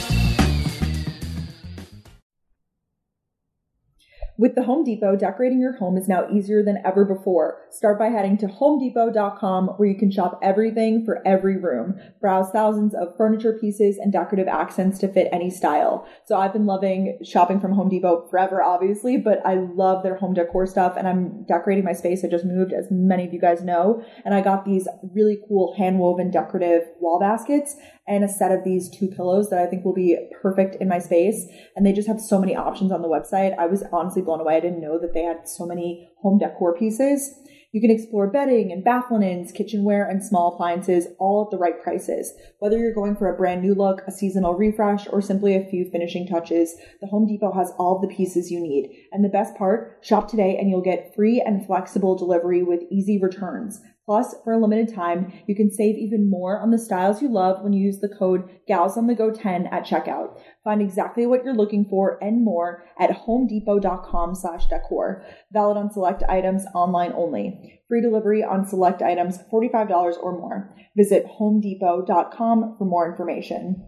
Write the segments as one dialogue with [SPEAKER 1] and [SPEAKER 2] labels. [SPEAKER 1] With the Home Depot, decorating your home is now easier than ever before. Start by heading to homedepot.com where you can shop everything for every room. Browse thousands of furniture pieces and decorative accents to fit any style. So I've been loving shopping from Home Depot forever, obviously, but I love their home decor stuff and I'm decorating my space. I just moved, as many of you guys know, and I got these really cool hand woven decorative wall baskets and a set of these two pillows that I think will be perfect in my space. And they just have so many options on the website. I was honestly blown away. I didn't know that they had so many home decor pieces. You can explore bedding and bath linens, kitchenware, and small appliances all at the right prices. Whether you're going for a brand new look, a seasonal refresh, or simply a few finishing touches, the Home Depot has all the pieces you need. And the best part, shop today and you'll get free and flexible delivery with easy returns. Plus, for a limited time, you can save even more on the styles you love when you use the code GalsOnTheGo10 at checkout. Find exactly what you're looking for and more at homedepot.com slash decor. Valid on select items online only. Free delivery on select items $45 or more. Visit homedepot.com for more information.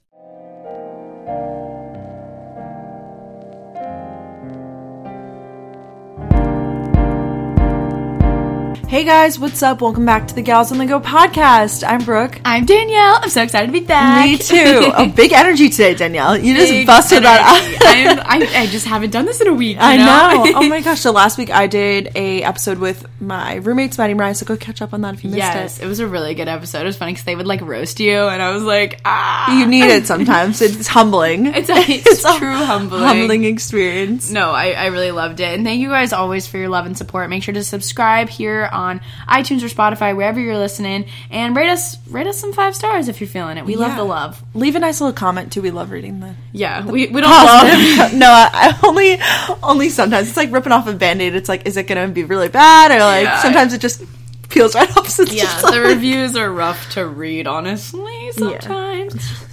[SPEAKER 2] Hey guys, what's up? Welcome back to the Gals on the Go podcast. I'm Brooke.
[SPEAKER 3] I'm Danielle. I'm so excited to be back.
[SPEAKER 2] Me too. A big energy today, Danielle. You just busted that out.
[SPEAKER 3] I'm, I, I just haven't done this in a week. you
[SPEAKER 2] I know. oh my gosh. So last week I did a episode with my roommates, Maddie and Ryan. So go catch up on that if you missed
[SPEAKER 3] yes, it was a really good episode. It was funny because they would like roast you, and I was like, ah.
[SPEAKER 2] it. You need it sometimes. It's humbling.
[SPEAKER 3] It's a it's true humbling.
[SPEAKER 2] humbling experience.
[SPEAKER 3] No, I, I really loved it. And thank you guys always for your love and support. Make sure to subscribe here on iTunes or Spotify, wherever you're listening, and rate us rate us some five stars if you're feeling it. We love
[SPEAKER 2] Yeah.
[SPEAKER 3] the love.
[SPEAKER 2] Leave a nice little comment too. We love reading the.
[SPEAKER 3] Yeah. We, we don't love
[SPEAKER 2] no, I, I only only sometimes it's like ripping off a band-aid. It's like, is it going to be really bad or like
[SPEAKER 3] Yeah.
[SPEAKER 2] sometimes it just peels right off. So it's
[SPEAKER 3] Yeah,
[SPEAKER 2] just
[SPEAKER 3] the
[SPEAKER 2] like-
[SPEAKER 3] reviews are rough to read, honestly, sometimes.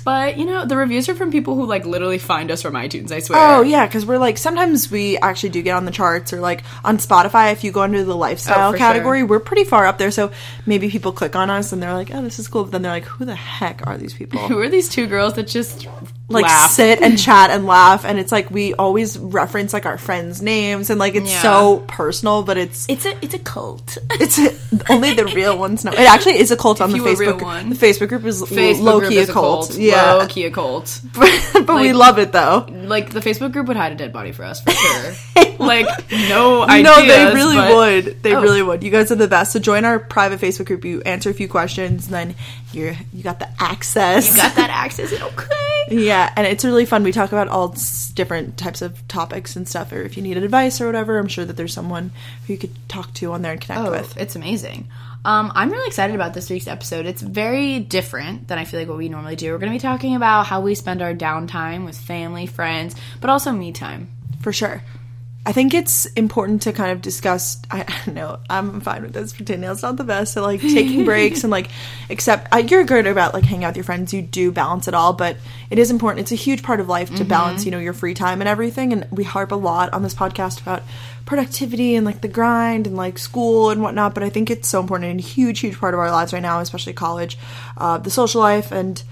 [SPEAKER 3] But you know, the reviews are from people who like literally find us from iTunes. I swear.
[SPEAKER 2] Oh yeah, because we're like sometimes we actually do get on the charts or like on Spotify. If you go under the lifestyle
[SPEAKER 3] Oh, for
[SPEAKER 2] category,
[SPEAKER 3] sure.
[SPEAKER 2] we're pretty far up there. So maybe people click on us and they're like, "Oh, this is cool." But then they're like, "Who the heck are these people?"
[SPEAKER 3] Who are these two girls that just
[SPEAKER 2] like
[SPEAKER 3] laugh?
[SPEAKER 2] sit and chat and laugh, and it's like we always reference like our friends' names and like it's
[SPEAKER 3] Yeah.
[SPEAKER 2] so personal, but it's
[SPEAKER 3] It's a it's a cult.
[SPEAKER 2] it's only the real ones know. It actually is a cult on the
[SPEAKER 3] you were a real
[SPEAKER 2] Facebook.
[SPEAKER 3] one.
[SPEAKER 2] The Facebook group is
[SPEAKER 3] Facebook
[SPEAKER 2] low
[SPEAKER 3] group
[SPEAKER 2] key a
[SPEAKER 3] is
[SPEAKER 2] cult. Yeah,
[SPEAKER 3] low key a cult.
[SPEAKER 2] but we
[SPEAKER 3] Like-
[SPEAKER 2] love it though.
[SPEAKER 3] Like the Facebook group would hide a dead body for us for sure. like no ideas.
[SPEAKER 2] no, they really
[SPEAKER 3] but-
[SPEAKER 2] would. They
[SPEAKER 3] Oh.
[SPEAKER 2] really would. You guys are the best. So join our private Facebook group. You answer a few questions, and then you're you got the access.
[SPEAKER 3] You got that access. It okay.
[SPEAKER 2] yeah, and it's really fun. We talk about all s- different types of topics and stuff. Or if you needed advice or whatever, I'm sure that there's someone who you could talk to on there and connect
[SPEAKER 3] Oh,
[SPEAKER 2] with.
[SPEAKER 3] it's amazing. Um, I'm really excited about this week's episode. It's very different than I feel like what we normally do. We're going to be talking about how we spend our downtime with family, friends, but also me time.
[SPEAKER 2] for sure. I think it's important to kind of discuss. I, I don't know. I'm fine with this. Danielle's not the best at like taking breaks and like, except uh, you're good about like hanging out with your friends. You do balance it all, but it is important. It's a huge part of life to balance, you know, your free time and everything. And we harp a lot on this podcast about productivity and like the grind and like school and whatnot. But I think it's so important and a huge, huge part of our lives right now, especially college, uh, the social life and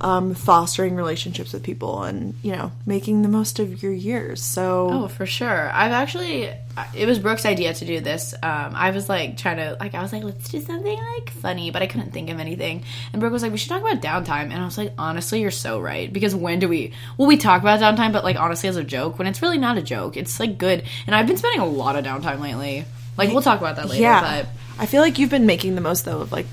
[SPEAKER 2] um, fostering relationships with people and you know making the most of your years. So
[SPEAKER 3] Oh, for sure. I've actually, it was Brooke's idea to do this. Um, I was like trying to, like, I was like, let's do something like funny, but I couldn't think of anything. And Brooke was like, we should talk about downtime. And I was like, honestly, you're so right. Because when do we, well, we talk about downtime, but like, honestly, as a joke, when it's really not a joke, it's like good. And I've been spending a lot of downtime lately. Like, we'll talk about that later.
[SPEAKER 2] yeah,
[SPEAKER 3] But
[SPEAKER 2] I feel like you've been making the most though of like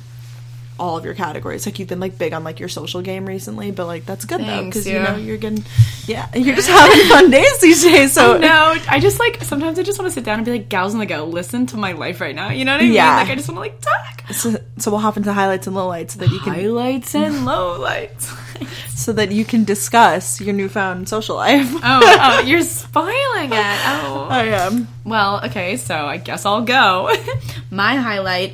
[SPEAKER 2] all of your categories. Like you've been like big on like your social game recently, but like that's good though
[SPEAKER 3] Thanks,
[SPEAKER 2] because you
[SPEAKER 3] yeah.
[SPEAKER 2] know you're getting yeah you're just having fun days these days. So
[SPEAKER 3] Oh, no, I just like sometimes I just want to sit down and be like, gals on the go, listen to my life right now. You know what I mean?
[SPEAKER 2] Yeah.
[SPEAKER 3] Like I just want to like talk.
[SPEAKER 2] So, so we'll hop into highlights and lowlights so that you can
[SPEAKER 3] Highlights and lowlights.
[SPEAKER 2] so that you can discuss your newfound social life.
[SPEAKER 3] oh, oh, you're spoiling it. Oh.
[SPEAKER 2] I am.
[SPEAKER 3] Well, okay, so I guess I'll go. my highlight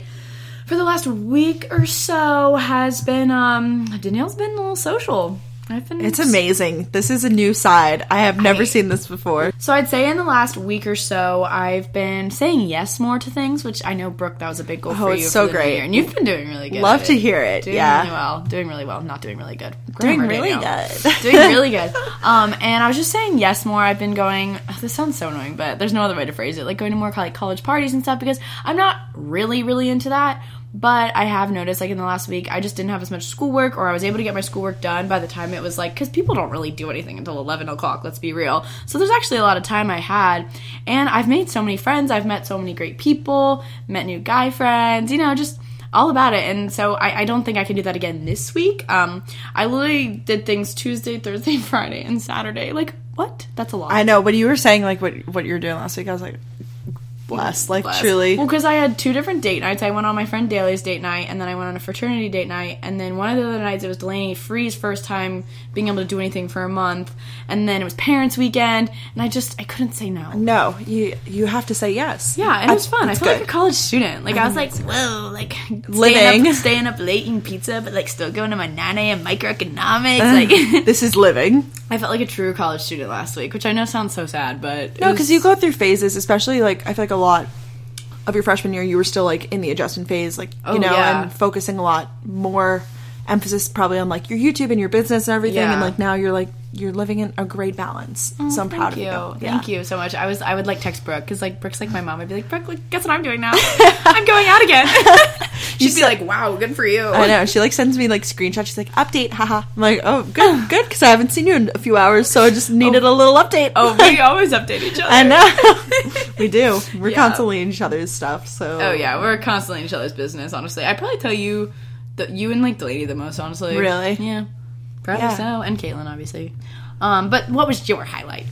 [SPEAKER 3] for the last week or so has been um Danielle's been a little social. I've been
[SPEAKER 2] It's amazing. This is a new side. I have never seen this before.
[SPEAKER 3] So I'd say in the last week or so, I've been saying yes more to things, which I know Brooke, that was a big goal
[SPEAKER 2] Oh,
[SPEAKER 3] for
[SPEAKER 2] it's
[SPEAKER 3] you. for
[SPEAKER 2] so
[SPEAKER 3] the new
[SPEAKER 2] great.
[SPEAKER 3] year, and you've been doing really good.
[SPEAKER 2] Love
[SPEAKER 3] at
[SPEAKER 2] to hear it,
[SPEAKER 3] Doing
[SPEAKER 2] yeah.
[SPEAKER 3] really well. Doing really well. Not doing really good.
[SPEAKER 2] Doing
[SPEAKER 3] Grammar,
[SPEAKER 2] really
[SPEAKER 3] Danielle.
[SPEAKER 2] good.
[SPEAKER 3] doing really good. Um, and I was just saying yes more. I've been going. This sounds so annoying, but there's no other way to phrase it. Like going to more like college parties and stuff because I'm not really really into that. But I have noticed, like in the last week, I just didn't have as much schoolwork, or I was able to get my schoolwork done by the time it was like, because people don't really do anything until 11 o'clock, let's be real. So there's actually a lot of time I had, and I've made so many friends, I've met so many great people, met new guy friends, you know, just all about it and so I, I don't think i can do that again this week um i literally did things tuesday thursday friday and saturday like what that's a lot
[SPEAKER 2] I know, but you were saying like what what you were doing last week. I was like, bless, like
[SPEAKER 3] Bless.
[SPEAKER 2] truly.
[SPEAKER 3] well because i had two different date nights i went on my friend daly's date night and then i went on a fraternity date night and then one of the other nights it was delaney free's first time being able to do anything for a month and then it was parents weekend and i just i couldn't say no
[SPEAKER 2] No, you you have to say yes.
[SPEAKER 3] yeah, and it was
[SPEAKER 2] I-
[SPEAKER 3] fun. I
[SPEAKER 2] it's
[SPEAKER 3] felt like a
[SPEAKER 2] good. Mm-hmm.
[SPEAKER 3] college student. Like I was like, whoa, like staying
[SPEAKER 2] Living.
[SPEAKER 3] up, staying up late eating pizza, but like still going to my nine a.m. microeconomics. Like
[SPEAKER 2] this is living.
[SPEAKER 3] I felt like a true college student last week, which I know sounds so sad, but it
[SPEAKER 2] No,
[SPEAKER 3] was-
[SPEAKER 2] because you go through phases, especially like I feel like a lot of your freshman year, you were still like in the adjustment phase, like you
[SPEAKER 3] Oh,
[SPEAKER 2] know,
[SPEAKER 3] yeah.
[SPEAKER 2] and focusing a lot more emphasis probably on like your YouTube and your business and everything, and
[SPEAKER 3] Yeah. Oh,
[SPEAKER 2] like now you're like you're living in a great balance. so I'm proud
[SPEAKER 3] Thank you,
[SPEAKER 2] of you.
[SPEAKER 3] thank you so much. I was I would like text Brooke because like Brooke's like my mom. I'd be like Brooke, like, guess what I'm doing now? I'm going out again. She'd be like, wow, good for you.
[SPEAKER 2] I know she like sends me like screenshots. She's like update, haha. I'm like oh good, good because I haven't seen you in a few hours, so I just needed a little update.
[SPEAKER 3] Ah. Oh, we always update each other.
[SPEAKER 2] I know we do. We're
[SPEAKER 3] Yeah.
[SPEAKER 2] constantly in each other's stuff. So
[SPEAKER 3] Oh yeah, we're constantly in each other's business. Honestly, I probably tell you that you and like Delaney the most. Honestly,
[SPEAKER 2] Really?
[SPEAKER 3] Yeah, probably
[SPEAKER 2] Yeah.
[SPEAKER 3] so. And Caitlin, obviously. Um, but what was your highlight?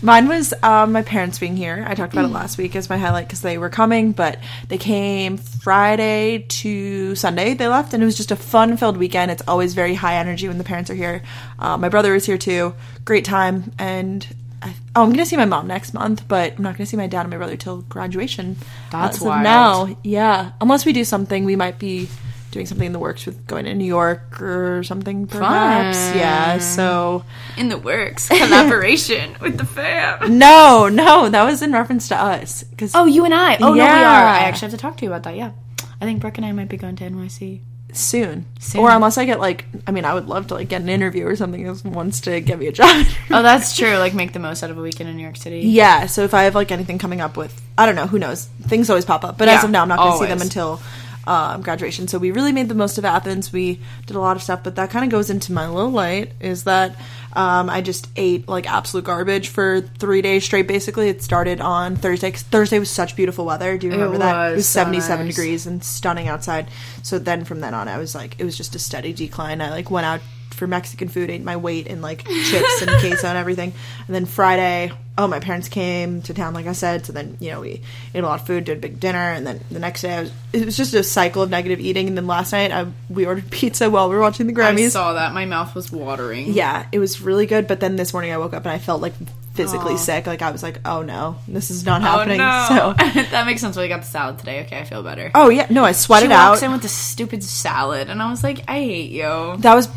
[SPEAKER 2] Mine was um, my parents being here. I talked about it last week as my highlight because they were coming, but they came Friday to Sunday. They left, and it was just a fun filled weekend. It's always very high energy when the parents are here. Uh, my brother was here too. Great time. And I, oh, I'm going to see my mom next month, but I'm not going to see my dad and my brother till graduation.
[SPEAKER 3] That's
[SPEAKER 2] As of
[SPEAKER 3] wild.
[SPEAKER 2] Now, yeah. Unless we do something, we might be doing something in the works with going to New York or something, perhaps. Yeah. So.
[SPEAKER 3] in the works, collaboration with the fam.
[SPEAKER 2] No, no, that was in reference to us. Because
[SPEAKER 3] Oh, you and I. Oh no, we are.
[SPEAKER 2] Yeah.
[SPEAKER 3] I actually have to talk to you about that. Yeah, I think Brooke and I might be going to NYC.
[SPEAKER 2] soon. or unless I get like, I mean, I would love to like get an interview or something that wants to get me a job.
[SPEAKER 3] Oh, that's true. Like make the most out of a weekend in New York City.
[SPEAKER 2] yeah. So if I have like anything coming up with, I don't know, who knows? Things always pop up. But as
[SPEAKER 3] Yeah,
[SPEAKER 2] of now, I'm not going to see them
[SPEAKER 3] always.
[SPEAKER 2] until um, graduation. So we really made the most of Athens. We did a lot of stuff, but that kind of goes into my low light is that um, I just ate like absolute garbage for three days straight. Basically, it started on Thursday. 'cause Thursday was such beautiful weather. Do you remember that? It
[SPEAKER 3] was
[SPEAKER 2] was
[SPEAKER 3] so
[SPEAKER 2] 77 degrees.
[SPEAKER 3] nice.
[SPEAKER 2] degrees and stunning outside. So then from then on, I was like, it was just a steady decline. I like went out for Mexican food, ate my weight in like chips and queso and everything. And then Friday, oh, my parents came to town, like I said. So then, you know, we ate a lot of food, did a big dinner. And then the next day, I was, it was just a cycle of negative eating. And then last night, I, we ordered pizza while we were watching the Grammys.
[SPEAKER 3] I saw that. My mouth was watering.
[SPEAKER 2] Yeah, it was really good. But then this morning I woke up and I felt like physically sick. Like I was like, oh no, this is not
[SPEAKER 3] Oh
[SPEAKER 2] happening.
[SPEAKER 3] no.
[SPEAKER 2] So,
[SPEAKER 3] that makes sense. We got the salad today. Okay, I feel better.
[SPEAKER 2] oh yeah, no, I
[SPEAKER 3] she
[SPEAKER 2] sweated
[SPEAKER 3] walks
[SPEAKER 2] out.
[SPEAKER 3] in with the stupid salad, and I was like, I hate you.
[SPEAKER 2] that was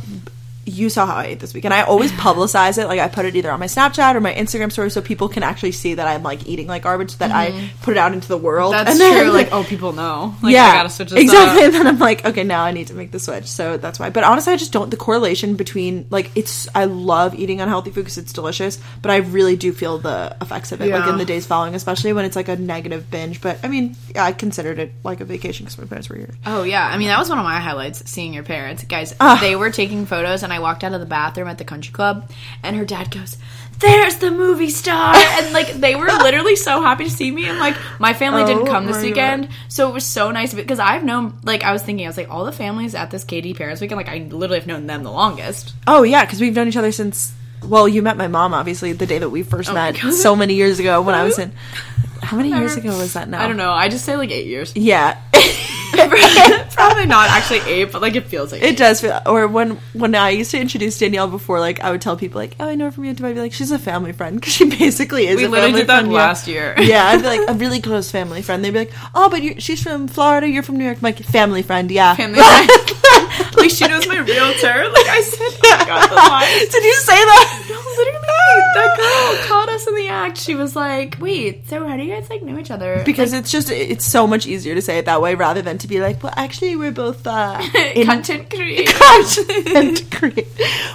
[SPEAKER 2] you saw how I ate this week, and I always publicize it. Like I put it either on my Snapchat or my Instagram story, so people can actually see that I'm like eating like garbage. That I put it out into the world.
[SPEAKER 3] Mm-hmm. That's
[SPEAKER 2] And then-
[SPEAKER 3] true. Like, oh, people know. Like,
[SPEAKER 2] yeah,
[SPEAKER 3] I gotta switch this
[SPEAKER 2] exactly.
[SPEAKER 3] up.
[SPEAKER 2] And then I'm like, okay, now I need to make the switch. So that's why. But honestly, I just don't. The correlation between like it's I love eating unhealthy food because it's delicious, but I really do feel the effects of it like
[SPEAKER 3] Yeah.
[SPEAKER 2] in the days following, especially when it's like a negative binge. But I mean, yeah, I considered it like a vacation because my parents were here.
[SPEAKER 3] Oh yeah, I mean that was one of my highlights. Seeing your parents, guys,
[SPEAKER 2] Ah.
[SPEAKER 3] they were taking photos, and I walked out of the bathroom at the country club, and her dad goes, "There's the movie star," and like they were literally so happy to see me. And like my family didn't
[SPEAKER 2] Oh,
[SPEAKER 3] come this
[SPEAKER 2] my
[SPEAKER 3] weekend, so it was so nice because I've known, like, I was thinking, I was like, all the families at this Katie parents weekend, like, I literally have known them the longest.
[SPEAKER 2] Oh yeah, because we've known each other since. Well, you met my mom obviously the day that we first
[SPEAKER 3] Oh my
[SPEAKER 2] met
[SPEAKER 3] God.
[SPEAKER 2] so many years ago when I was in. How many years ago was that now?
[SPEAKER 3] I don't know. I just say like eight years.
[SPEAKER 2] Oh. Yeah,
[SPEAKER 3] probably not actually eight, but like it feels like
[SPEAKER 2] It does feel. Or when when I used to introduce Danielle before, like I would tell people like, "Oh, I know her from YouTube." I'd be like, "She's a family friend," because she basically is.
[SPEAKER 3] We
[SPEAKER 2] a
[SPEAKER 3] literally
[SPEAKER 2] family
[SPEAKER 3] did that
[SPEAKER 2] friend, yeah.
[SPEAKER 3] last year.
[SPEAKER 2] Yeah, I'd be like a really close family friend. They'd be like, "Oh, but you she's from Florida. You're from New York." I'm like, "Family friend, yeah."
[SPEAKER 3] Family friend. like she knows my realtor. Like I said, oh my god, the line.
[SPEAKER 2] Did you say that?
[SPEAKER 3] No, literally, that girl called us in the act. She was like, "Wait, so how do you guys like know each other?"
[SPEAKER 2] Because it's just it's so much easier to say it that way rather than to be like, well, actually, we're both uh,
[SPEAKER 3] Like, content creator.
[SPEAKER 2] content create.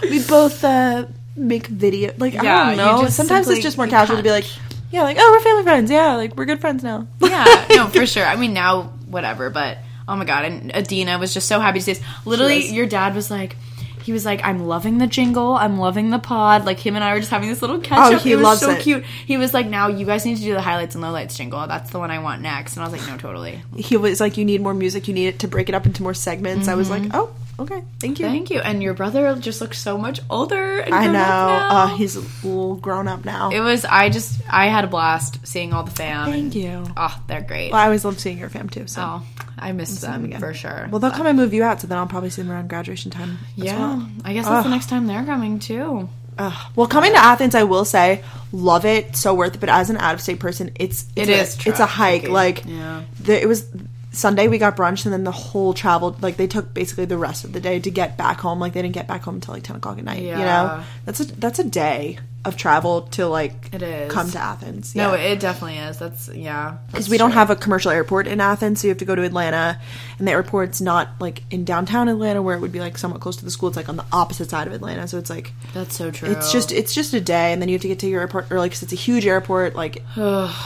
[SPEAKER 2] We both uh, make video. Like
[SPEAKER 3] Yeah,
[SPEAKER 2] I don't
[SPEAKER 3] you
[SPEAKER 2] know.
[SPEAKER 3] just
[SPEAKER 2] Sometimes
[SPEAKER 3] simply-
[SPEAKER 2] it's just more
[SPEAKER 3] you
[SPEAKER 2] casual to be like,
[SPEAKER 3] can't.
[SPEAKER 2] yeah, like oh, we're family friends. Yeah, like we're good friends now.
[SPEAKER 3] yeah, no, for sure. I mean, now whatever, but oh my god, and Adina was just so happy to see us. Literally, your dad was like. He was like, I'm loving the jingle. I'm loving the pod. Like him and I were just having this little catch up.
[SPEAKER 2] Oh, he
[SPEAKER 3] it was
[SPEAKER 2] loves
[SPEAKER 3] so
[SPEAKER 2] it.
[SPEAKER 3] cute. He was like, now you guys need to do the highlights and lowlights jingle. That's the one I want next. And I was like, no, totally.
[SPEAKER 2] He was like, you need more music. You need it to break it up into more segments. I was like, oh, okay, thank you.
[SPEAKER 3] Mm-hmm. Thank you. And your brother just looks so much older. And
[SPEAKER 2] I
[SPEAKER 3] grown
[SPEAKER 2] know.
[SPEAKER 3] up
[SPEAKER 2] Uh,
[SPEAKER 3] now.
[SPEAKER 2] he's a little grown up now.
[SPEAKER 3] it was. I just. I had a blast seeing all the fam.
[SPEAKER 2] Thank
[SPEAKER 3] and-
[SPEAKER 2] you.
[SPEAKER 3] Oh, they're great.
[SPEAKER 2] Well, I always love seeing your fam too. So.
[SPEAKER 3] oh, I miss them
[SPEAKER 2] again.
[SPEAKER 3] for sure.
[SPEAKER 2] Well, they'll come and move you out, so then I'll probably see them around graduation time. as
[SPEAKER 3] yeah.
[SPEAKER 2] well.
[SPEAKER 3] I guess that's the next time they're coming too.
[SPEAKER 2] Ugh. Well, coming to Athens, I will say, love it, so worth it. But as an out-of-state person, it's, it's
[SPEAKER 3] It
[SPEAKER 2] a,
[SPEAKER 3] is
[SPEAKER 2] it's a
[SPEAKER 3] traffic.
[SPEAKER 2] hike. Like,
[SPEAKER 3] Yeah.
[SPEAKER 2] the, it was Sunday we got brunch, and then the whole travel, like they took basically the rest of the day to get back home. Like they didn't get back home until like ten o'clock at night. You
[SPEAKER 3] Yeah.
[SPEAKER 2] know, that's a that's a day of travel to like
[SPEAKER 3] It is.
[SPEAKER 2] come to Athens.
[SPEAKER 3] No,
[SPEAKER 2] Yeah.
[SPEAKER 3] it definitely is. That's yeah.
[SPEAKER 2] because we don't have a commercial airport in Athens, so you have to go to Atlanta, and the airport's not like in downtown Atlanta where it would be like somewhat close to the school. It's like on the opposite side of Atlanta, so it's like
[SPEAKER 3] That's so true.
[SPEAKER 2] it's just it's just a day, and then you have to get to your airport early because it's a huge airport. Like,
[SPEAKER 3] Oh,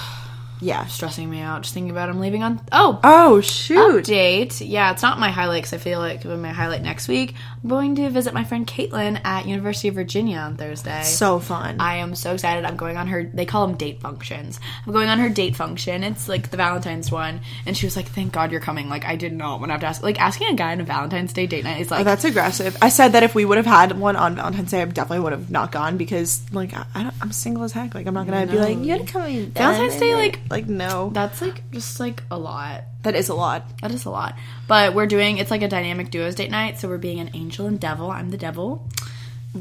[SPEAKER 2] yeah.
[SPEAKER 3] stressing me out. Just thinking about I'm leaving on. Oh,
[SPEAKER 2] Oh shoot!
[SPEAKER 3] update. Yeah, it's not my highlight because I feel like it'll be my highlight next week. I'm going to visit my friend Caitlin at University of Virginia on Thursday.
[SPEAKER 2] So fun.
[SPEAKER 3] I am so excited. I'm going on her. They call them date functions. I'm going on her date function. It's like the Valentine's one, and she was like, "Thank God you're coming." Like I did not want to have to ask. Like asking a guy on a Valentine's Day date night is like
[SPEAKER 2] Oh, that's aggressive. I said that if we would have had one on Valentine's Day, I definitely would have not gone because, like, I, I don't, I'm single as heck. Like, I'm not gonna be like, you're coming.
[SPEAKER 3] Valentine's Day, like-
[SPEAKER 2] like, no,
[SPEAKER 3] that's like just like a lot.
[SPEAKER 2] that is a lot.
[SPEAKER 3] That is a lot. But we're doing it's like a dynamic duos date night, so we're being an angel and devil. I'm the devil.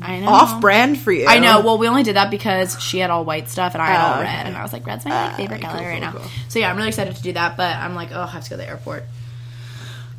[SPEAKER 3] I know.
[SPEAKER 2] Off brand for you.
[SPEAKER 3] I know. Well, we only did that because she had all white stuff and I had
[SPEAKER 2] Oh,
[SPEAKER 3] all red,
[SPEAKER 2] okay. Ah,
[SPEAKER 3] and I was like, red's my like, favorite color right now. So yeah, I'm really excited to do that. But I'm like, oh, I have to go to the airport.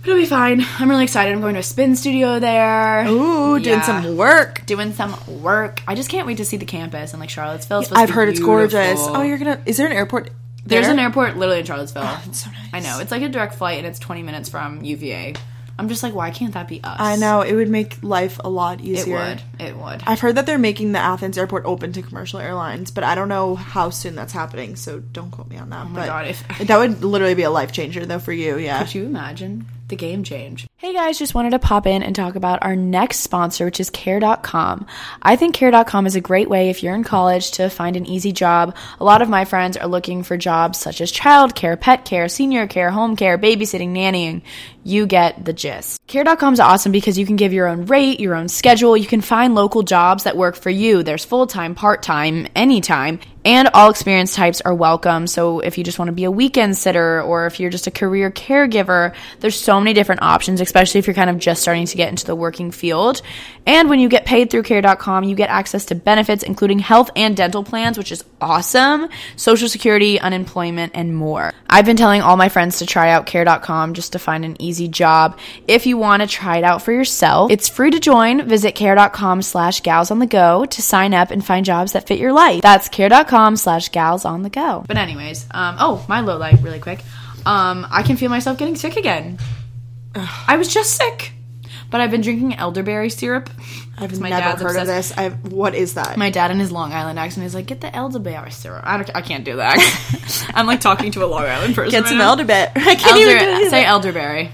[SPEAKER 3] But it'll be fine. I'm really excited. I'm going to a spin studio there.
[SPEAKER 2] Ooh, doing
[SPEAKER 3] Yeah.
[SPEAKER 2] some work.
[SPEAKER 3] doing some work. I just can't wait to see the campus and like Charlottesville. It's supposed
[SPEAKER 2] I've
[SPEAKER 3] to be
[SPEAKER 2] heard it's gorgeous.
[SPEAKER 3] beautiful.
[SPEAKER 2] Oh, you're gonna. Is there an airport?
[SPEAKER 3] There's
[SPEAKER 2] there?
[SPEAKER 3] an airport literally in Charlottesville.
[SPEAKER 2] That's so nice.
[SPEAKER 3] I know. It's like a direct flight and it's 20 minutes from UVA. I'm just like, why can't that be us?
[SPEAKER 2] I know. It would make life a lot
[SPEAKER 3] It
[SPEAKER 2] easier.
[SPEAKER 3] would. It would.
[SPEAKER 2] I've heard that they're making the Athens airport open to commercial airlines, but I don't know how soon that's happening, so don't quote me on that. Oh
[SPEAKER 3] my
[SPEAKER 2] but
[SPEAKER 3] God, if-
[SPEAKER 2] that would literally be a life changer though for you, yeah.
[SPEAKER 3] Could you imagine the game change? Hey guys, just wanted to pop in and talk about our next sponsor, which is care.com. I think care.com is a great way if you're in college to find an easy job. A lot of my friends are looking for jobs such as childcare, pet care, senior care, home care, babysitting, nannying. You get the gist. Care.com is awesome because you can give your own rate, your own schedule. You can find local jobs that work for you. There's full time, part time, anytime. And all experience types are welcome. So if you just want to be a weekend sitter or if you're just a career caregiver, there's so many different options, especially if you're kind of just starting to get into the working field. And when you get paid through care.com, you get access to benefits, including health and dental plans, which is awesome, social security, unemployment, and more. I've been telling all my friends to try out care.com just to find an easy job. If you want to try it out for yourself, it's free to join. Visit care.com slash gals on the go to sign up and find jobs that fit your life. That's care.com slash gals on the go. But anyways, um, oh, my low light really quick. Um, I can feel myself getting sick again. I was just sick. But I've been drinking elderberry syrup.
[SPEAKER 2] I've
[SPEAKER 3] It's my
[SPEAKER 2] never
[SPEAKER 3] dad's
[SPEAKER 2] heard of
[SPEAKER 3] obsessed-
[SPEAKER 2] this. I've what is that?
[SPEAKER 3] my dad in his Long Island accent is like, get the elderberry syrup. I, don't, I can't do that. I'm like talking to a Long Island person.
[SPEAKER 2] Get some
[SPEAKER 3] right now.
[SPEAKER 2] elderberry. I can't even do
[SPEAKER 3] Elder, uh,
[SPEAKER 2] it.
[SPEAKER 3] say elderberry.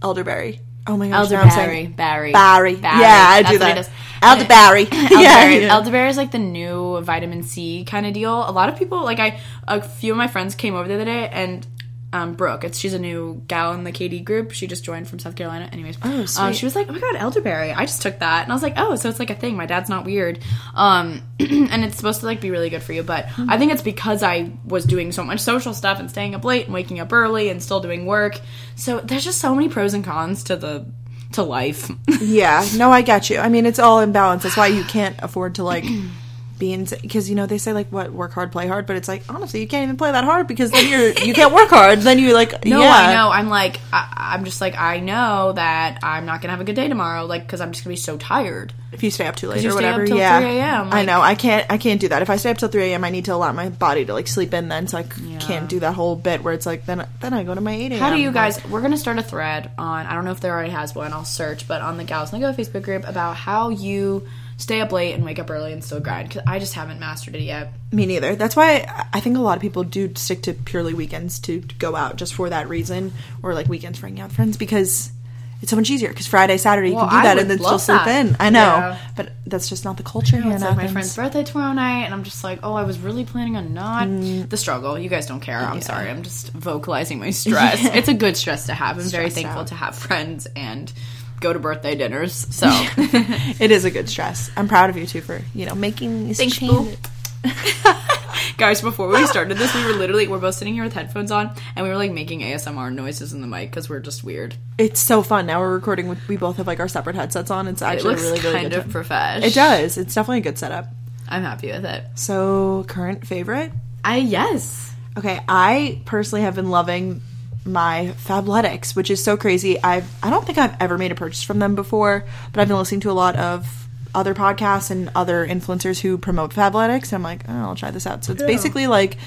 [SPEAKER 2] elderberry. Oh my gosh, now I'm saying-
[SPEAKER 3] Elderberry. Barry.
[SPEAKER 2] Barry.
[SPEAKER 3] Barry.
[SPEAKER 2] Yeah, I do
[SPEAKER 3] That's what he
[SPEAKER 2] that.
[SPEAKER 3] does.
[SPEAKER 2] Elderberry.
[SPEAKER 3] Elderberry.
[SPEAKER 2] yeah.
[SPEAKER 3] Elderberry is like the new vitamin C kind of deal. A lot of people, like I, a few of my friends came over the other day and um, Brooke. It's she's a new gal in the KD group. She just joined from South Carolina. Anyways, oh,
[SPEAKER 2] sweet.
[SPEAKER 3] she was like, "Oh my god, elderberry!" I just took that, and I was like, "Oh, so it's like a thing." My dad's not weird, um, and it's supposed to like be really good for you. But I think it's because I was doing so much social stuff and staying up late and waking up early and still doing work. So there's just so many pros and cons to the to life.
[SPEAKER 2] Yeah, no, I get you. I mean, it's all in balance. That's why you can't afford to like be in because you know they say like what work hard, play hard, but it's like honestly you can't even play that hard because then you're you can't work hard. Then you like
[SPEAKER 3] No,
[SPEAKER 2] yeah.
[SPEAKER 3] I know. I'm like, I, I'm just like, I know that I'm not gonna have a good day tomorrow, like, because I'm just gonna be so tired.
[SPEAKER 2] If you stay up too late
[SPEAKER 3] you
[SPEAKER 2] or
[SPEAKER 3] stay up
[SPEAKER 2] whatever,
[SPEAKER 3] till
[SPEAKER 2] yeah,
[SPEAKER 3] 3 a.m.,
[SPEAKER 2] I
[SPEAKER 3] like-
[SPEAKER 2] know. I can't. I can't do that. If I stay up till three a.m., I need to allow my body to like sleep in. Then so I c- can't do that whole bit where it's like then then I go to my eight a.m.
[SPEAKER 3] How do you guys? We're gonna start a thread on. I don't know if there already has one. I'll search, but on the Gals and the Go Facebook group about how you stay up late and wake up early and still grind. Because I just haven't mastered it yet.
[SPEAKER 2] Me neither. That's why I- I think a lot of people do stick to purely weekends to go out just for that reason, or like weekends for hanging out with friends because it's so much easier. Because Friday, Saturday, you
[SPEAKER 3] Well,
[SPEAKER 2] can do
[SPEAKER 3] I
[SPEAKER 2] that
[SPEAKER 3] would
[SPEAKER 2] and then still
[SPEAKER 3] love
[SPEAKER 2] sleep
[SPEAKER 3] that.
[SPEAKER 2] in. I know,
[SPEAKER 3] Yeah.
[SPEAKER 2] but that's just not the culture here.
[SPEAKER 3] It's
[SPEAKER 2] in
[SPEAKER 3] like my
[SPEAKER 2] Athens.
[SPEAKER 3] friend's birthday tomorrow night, and I'm just like, oh, I was really planning on not. The struggle. You guys don't care. I'm sorry. I'm just vocalizing my stress. It's a good stress to have. I'm very thankful to have friends and go to birthday dinners. So
[SPEAKER 2] It is a good stress. I'm proud of you too for you know making these
[SPEAKER 3] Thanks,
[SPEAKER 2] changes.
[SPEAKER 3] Guys, before we started this, we were literally we're both sitting here with headphones on, and we were like making ASMR noises in the mic because we're just weird.
[SPEAKER 2] It's so fun. Now we're recording. With, we both have like our separate headsets on. It's
[SPEAKER 3] It
[SPEAKER 2] actually
[SPEAKER 3] looks
[SPEAKER 2] really really
[SPEAKER 3] kind
[SPEAKER 2] good.
[SPEAKER 3] of profesh.
[SPEAKER 2] it does. It's definitely a good setup.
[SPEAKER 3] I'm happy with it.
[SPEAKER 2] So current favorite.
[SPEAKER 3] I yes.
[SPEAKER 2] Okay, I personally have been loving my Fabletics, which is so crazy. I've I don't think I've ever made a purchase from them before, but I've been listening to a lot of other podcasts and other influencers who promote Fabletics. And I'm like, oh, I'll try this out. So it's basically like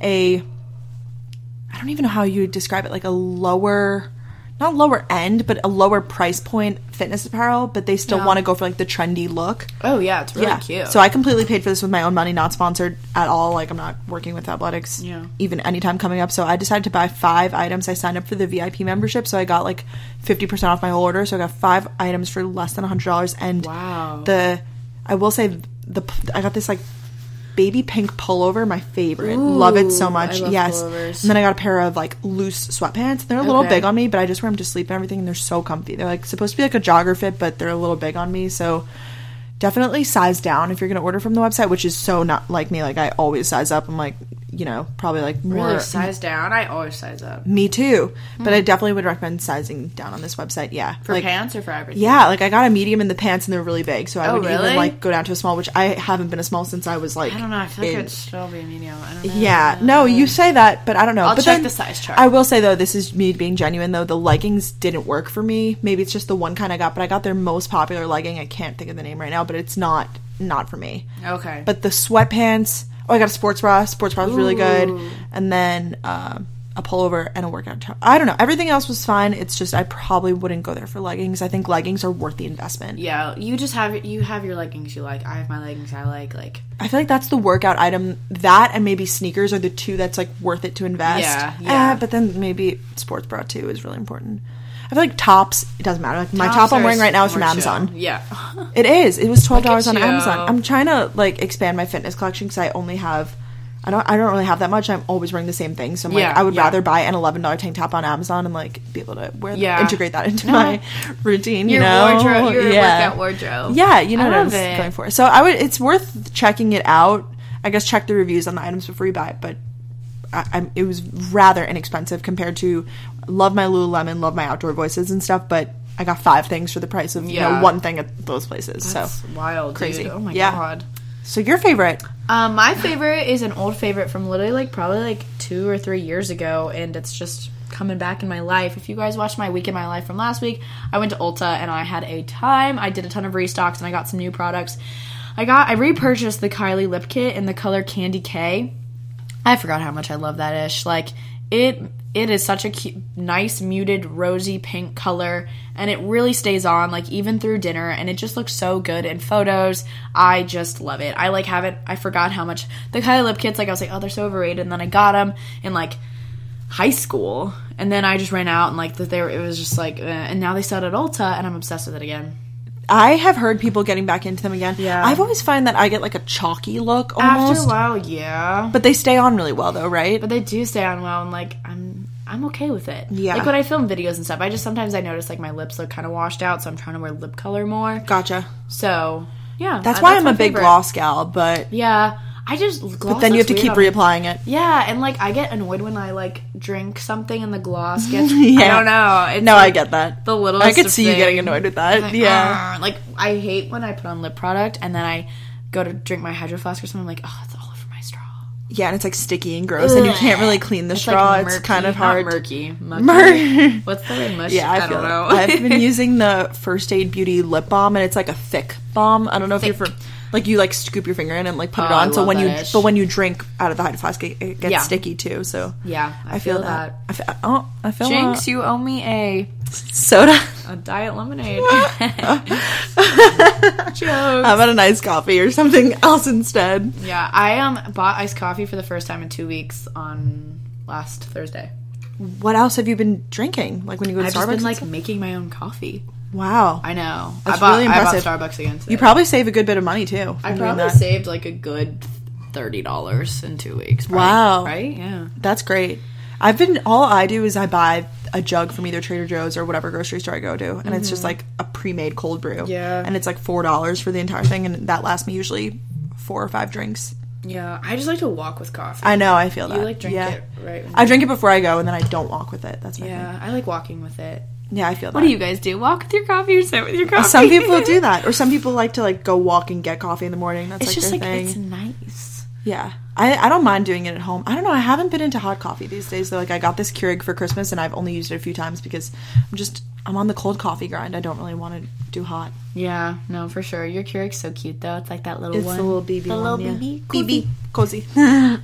[SPEAKER 2] a I don't even know how you would describe it, like a lower not lower end, but a lower price point fitness apparel, but they still want to go for like the trendy look.
[SPEAKER 3] Oh yeah, it's really cute.
[SPEAKER 2] So I completely paid for this with my own money, not sponsored at all. Like I'm not working with athletics
[SPEAKER 3] Yeah.
[SPEAKER 2] even anytime coming up. So I decided to buy five items. I signed up for the VIP membership, so I got like fifty percent off my whole order. So I got five items for less than hundred dollars. And
[SPEAKER 3] Wow.
[SPEAKER 2] the I will say the p- I got this like baby pink pullover, my favorite. love it so much.
[SPEAKER 3] love
[SPEAKER 2] yes.
[SPEAKER 3] pullovers.
[SPEAKER 2] And then I got a pair of like loose sweatpants. They're a little
[SPEAKER 3] Okay.
[SPEAKER 2] big on me, but I just wear them to sleep and everything. And they're so comfy. They're like supposed to be like a jogger fit, but they're a little big on me. So definitely size down if you're going to order from the website, which is so not like me. Like I always size up. I'm like, you know, probably like more.
[SPEAKER 3] really size down. I always size up
[SPEAKER 2] me too. But I definitely would recommend sizing down on this website. Yeah.
[SPEAKER 3] for
[SPEAKER 2] like,
[SPEAKER 3] pants or for everything.
[SPEAKER 2] yeah, like I got a medium in the pants and they're really big, so I
[SPEAKER 3] Oh,
[SPEAKER 2] would
[SPEAKER 3] really?
[SPEAKER 2] even like go down to a small, which I haven't been a small since I was like
[SPEAKER 3] I don't know. I feel like
[SPEAKER 2] in-
[SPEAKER 3] it'd still be a medium. I don't know.
[SPEAKER 2] yeah, no, you say that, but I don't know.
[SPEAKER 3] Um, I'll
[SPEAKER 2] but
[SPEAKER 3] check
[SPEAKER 2] then-
[SPEAKER 3] the size chart.
[SPEAKER 2] I will say though, this is me being genuine though. The leggings didn't work for me. Maybe it's just the one kind I got, but I got their most popular legging. I can't think of the name right now, but it's not not for me.
[SPEAKER 3] Okay.
[SPEAKER 2] But the sweatpants. Oh, I got a sports bra. Sports bra was really good, and then um a pullover and a workout. top. I don't know. Everything else was fine. It's just I probably wouldn't go there for leggings. I think leggings are worth the investment.
[SPEAKER 3] yeah, you just have you have your leggings you like. I have my leggings I like. Like
[SPEAKER 2] I feel like that's the workout item. That and maybe sneakers are the two that's like worth it to invest.
[SPEAKER 3] Yeah, yeah.
[SPEAKER 2] Eh, but then maybe sports bra too is really important. I feel like tops. It doesn't matter. Like my
[SPEAKER 3] tops
[SPEAKER 2] top I'm
[SPEAKER 3] are
[SPEAKER 2] wearing right now is from
[SPEAKER 3] more chill.
[SPEAKER 2] Amazon.
[SPEAKER 3] Yeah.
[SPEAKER 2] It is. It was twelve dollars on
[SPEAKER 3] you.
[SPEAKER 2] Amazon. I'm trying to like expand my fitness collection because I only have. I don't. I don't really have that much. I'm always wearing the same thing. So I'm like,
[SPEAKER 3] Yeah,
[SPEAKER 2] I would
[SPEAKER 3] yeah.
[SPEAKER 2] rather buy an eleven dollar tank top on Amazon and like be able to wear.
[SPEAKER 3] Yeah.
[SPEAKER 2] Yeah. integrate that into my routine.
[SPEAKER 3] Your
[SPEAKER 2] you know,
[SPEAKER 3] wardrobe, your workout wardrobe.
[SPEAKER 2] Yeah, you know
[SPEAKER 3] I
[SPEAKER 2] what I
[SPEAKER 3] love
[SPEAKER 2] was
[SPEAKER 3] it.
[SPEAKER 2] going for. So I would. It's worth checking it out. I guess check the reviews on the items before you buy it, but I, I'm, it was rather inexpensive compared to love my Lululemon, love my outdoor voices and stuff, but I got five things for the price of you
[SPEAKER 3] Yeah.
[SPEAKER 2] know one thing at those places.
[SPEAKER 3] That's
[SPEAKER 2] so
[SPEAKER 3] wild,
[SPEAKER 2] crazy.
[SPEAKER 3] dude. Oh my
[SPEAKER 2] Yeah.
[SPEAKER 3] god.
[SPEAKER 2] so your favorite?
[SPEAKER 3] Um, my favorite is an old favorite from literally like probably like two or three years ago, and it's just coming back in my life. If you guys watched my week in my life from last week, I went to Ulta and I had a time. I did a ton of restocks and I got some new products. I got I repurchased the Kylie lip kit in the color Candy K. I forgot how much I love that ish. Like it it is such a cu nice muted rosy pink color and it really stays on like even through dinner and it just looks so good in photos. I just love it. I like have it. I forgot how much the Kylie lip kits like I was like oh they're so overrated and then I got them and like high school and then I just ran out and like that they were it was just like eh. and now they sell it at Ulta and I'm obsessed with it again.
[SPEAKER 2] I have heard people getting back into them again.
[SPEAKER 3] Yeah.
[SPEAKER 2] I've always find that I get like a chalky look
[SPEAKER 3] After
[SPEAKER 2] almost,
[SPEAKER 3] a while, yeah.
[SPEAKER 2] but they stay on really well though, right?
[SPEAKER 3] But they do stay on well, and like I'm, I'm okay with it.
[SPEAKER 2] Yeah.
[SPEAKER 3] Like when I film videos and stuff, I just sometimes I notice like my lips look kind of washed out, so I'm trying to wear lip color more.
[SPEAKER 2] Gotcha.
[SPEAKER 3] So yeah,
[SPEAKER 2] That's
[SPEAKER 3] uh,
[SPEAKER 2] why I'm
[SPEAKER 3] my
[SPEAKER 2] a big
[SPEAKER 3] favorite.
[SPEAKER 2] gloss gal, but
[SPEAKER 3] Yeah, I just gloss
[SPEAKER 2] but then you have
[SPEAKER 3] looks
[SPEAKER 2] to
[SPEAKER 3] weird
[SPEAKER 2] keep
[SPEAKER 3] on me.
[SPEAKER 2] reapplying it.
[SPEAKER 3] Yeah, and like I get annoyed when I like drink something and the gloss gets. I
[SPEAKER 2] Yeah.
[SPEAKER 3] don't know. It's
[SPEAKER 2] No, I
[SPEAKER 3] like,
[SPEAKER 2] get that.
[SPEAKER 3] the littlest.
[SPEAKER 2] I could
[SPEAKER 3] of
[SPEAKER 2] see you getting
[SPEAKER 3] things.
[SPEAKER 2] annoyed with that.
[SPEAKER 3] Like, uh,
[SPEAKER 2] yeah.
[SPEAKER 3] "Argh." Like I hate when I put on lip product and then I go to drink my hydro flask or something. I'm like, oh, it's all over my straw.
[SPEAKER 2] Yeah, and it's like sticky and gross, and you can't really clean the
[SPEAKER 3] It's
[SPEAKER 2] straw.
[SPEAKER 3] like
[SPEAKER 2] it's
[SPEAKER 3] murky-
[SPEAKER 2] kind of
[SPEAKER 3] not
[SPEAKER 2] hard.
[SPEAKER 3] murky. Mucky.
[SPEAKER 2] Mur-
[SPEAKER 3] What's the word? Mush?
[SPEAKER 2] yeah, I, feel
[SPEAKER 3] don't
[SPEAKER 2] it.
[SPEAKER 3] know.
[SPEAKER 2] I've been using the First Aid Beauty lip balm, and it's like a thick balm. I don't know if you're
[SPEAKER 3] Thick.
[SPEAKER 2] from, like you like scoop your finger in and like put it
[SPEAKER 3] Oh, I
[SPEAKER 2] on. So
[SPEAKER 3] love
[SPEAKER 2] when you
[SPEAKER 3] that ish.
[SPEAKER 2] but when you drink out of the hydro flask, it, it gets
[SPEAKER 3] Yeah.
[SPEAKER 2] sticky too. So
[SPEAKER 3] yeah, I,
[SPEAKER 2] I feel, that. I feel, oh, I feel
[SPEAKER 3] Jinx,
[SPEAKER 2] uh,
[SPEAKER 3] you owe me a
[SPEAKER 2] soda.
[SPEAKER 3] a diet lemonade. Jokes.
[SPEAKER 2] How about an iced coffee or something else instead?
[SPEAKER 3] Yeah, I um bought iced coffee for the first time in two weeks on last Thursday.
[SPEAKER 2] What else have you been drinking? Like when you go to
[SPEAKER 3] I've
[SPEAKER 2] Starbucks?
[SPEAKER 3] just been
[SPEAKER 2] and
[SPEAKER 3] like
[SPEAKER 2] stuff?
[SPEAKER 3] making my own coffee.
[SPEAKER 2] wow,
[SPEAKER 3] I know.
[SPEAKER 2] That's
[SPEAKER 3] I bought,
[SPEAKER 2] really
[SPEAKER 3] I
[SPEAKER 2] impressive.
[SPEAKER 3] bought Starbucks again. Today.
[SPEAKER 2] you probably save a good bit of money too.
[SPEAKER 3] I
[SPEAKER 2] from doing
[SPEAKER 3] probably
[SPEAKER 2] that.
[SPEAKER 3] saved like a good thirty dollars in two weeks. probably.
[SPEAKER 2] Wow.
[SPEAKER 3] Right? Yeah.
[SPEAKER 2] That's great. I've been all I do is I buy a jug from either Trader Joe's or whatever grocery store I go to, and it's just like a pre-made cold brew.
[SPEAKER 3] Mm-hmm. Yeah.
[SPEAKER 2] and it's like four dollars for the entire thing, and that lasts me usually four or five drinks.
[SPEAKER 3] Yeah. I just like to walk with coffee.
[SPEAKER 2] I know, I feel that.
[SPEAKER 3] You like drink
[SPEAKER 2] yeah.
[SPEAKER 3] it, right? when
[SPEAKER 2] I drink it before I go, and then I don't walk with it. That's my
[SPEAKER 3] you-
[SPEAKER 2] thing.
[SPEAKER 3] Yeah. I like walking with it.
[SPEAKER 2] Yeah, I feel that.
[SPEAKER 3] What do you guys do? Walk with your coffee or sit with your coffee?
[SPEAKER 2] Some people do that, or some people like to like go walk and get coffee in the morning. That's
[SPEAKER 3] It's
[SPEAKER 2] like
[SPEAKER 3] just
[SPEAKER 2] their
[SPEAKER 3] like
[SPEAKER 2] thing.
[SPEAKER 3] it's nice.
[SPEAKER 2] Yeah. I, I don't mind doing it at home. I don't know. I haven't been into hot coffee these days, though. Like, I got this Keurig for Christmas and I've only used it a few times because I'm just, I'm on the cold coffee grind. I don't really want to do hot.
[SPEAKER 3] Yeah, no, for sure. Your Keurig's so cute though. It's like that little
[SPEAKER 2] It's
[SPEAKER 3] one.
[SPEAKER 2] the little BB.
[SPEAKER 3] The
[SPEAKER 2] one,
[SPEAKER 3] little
[SPEAKER 2] yeah.
[SPEAKER 3] BB.
[SPEAKER 2] BB. Cozy.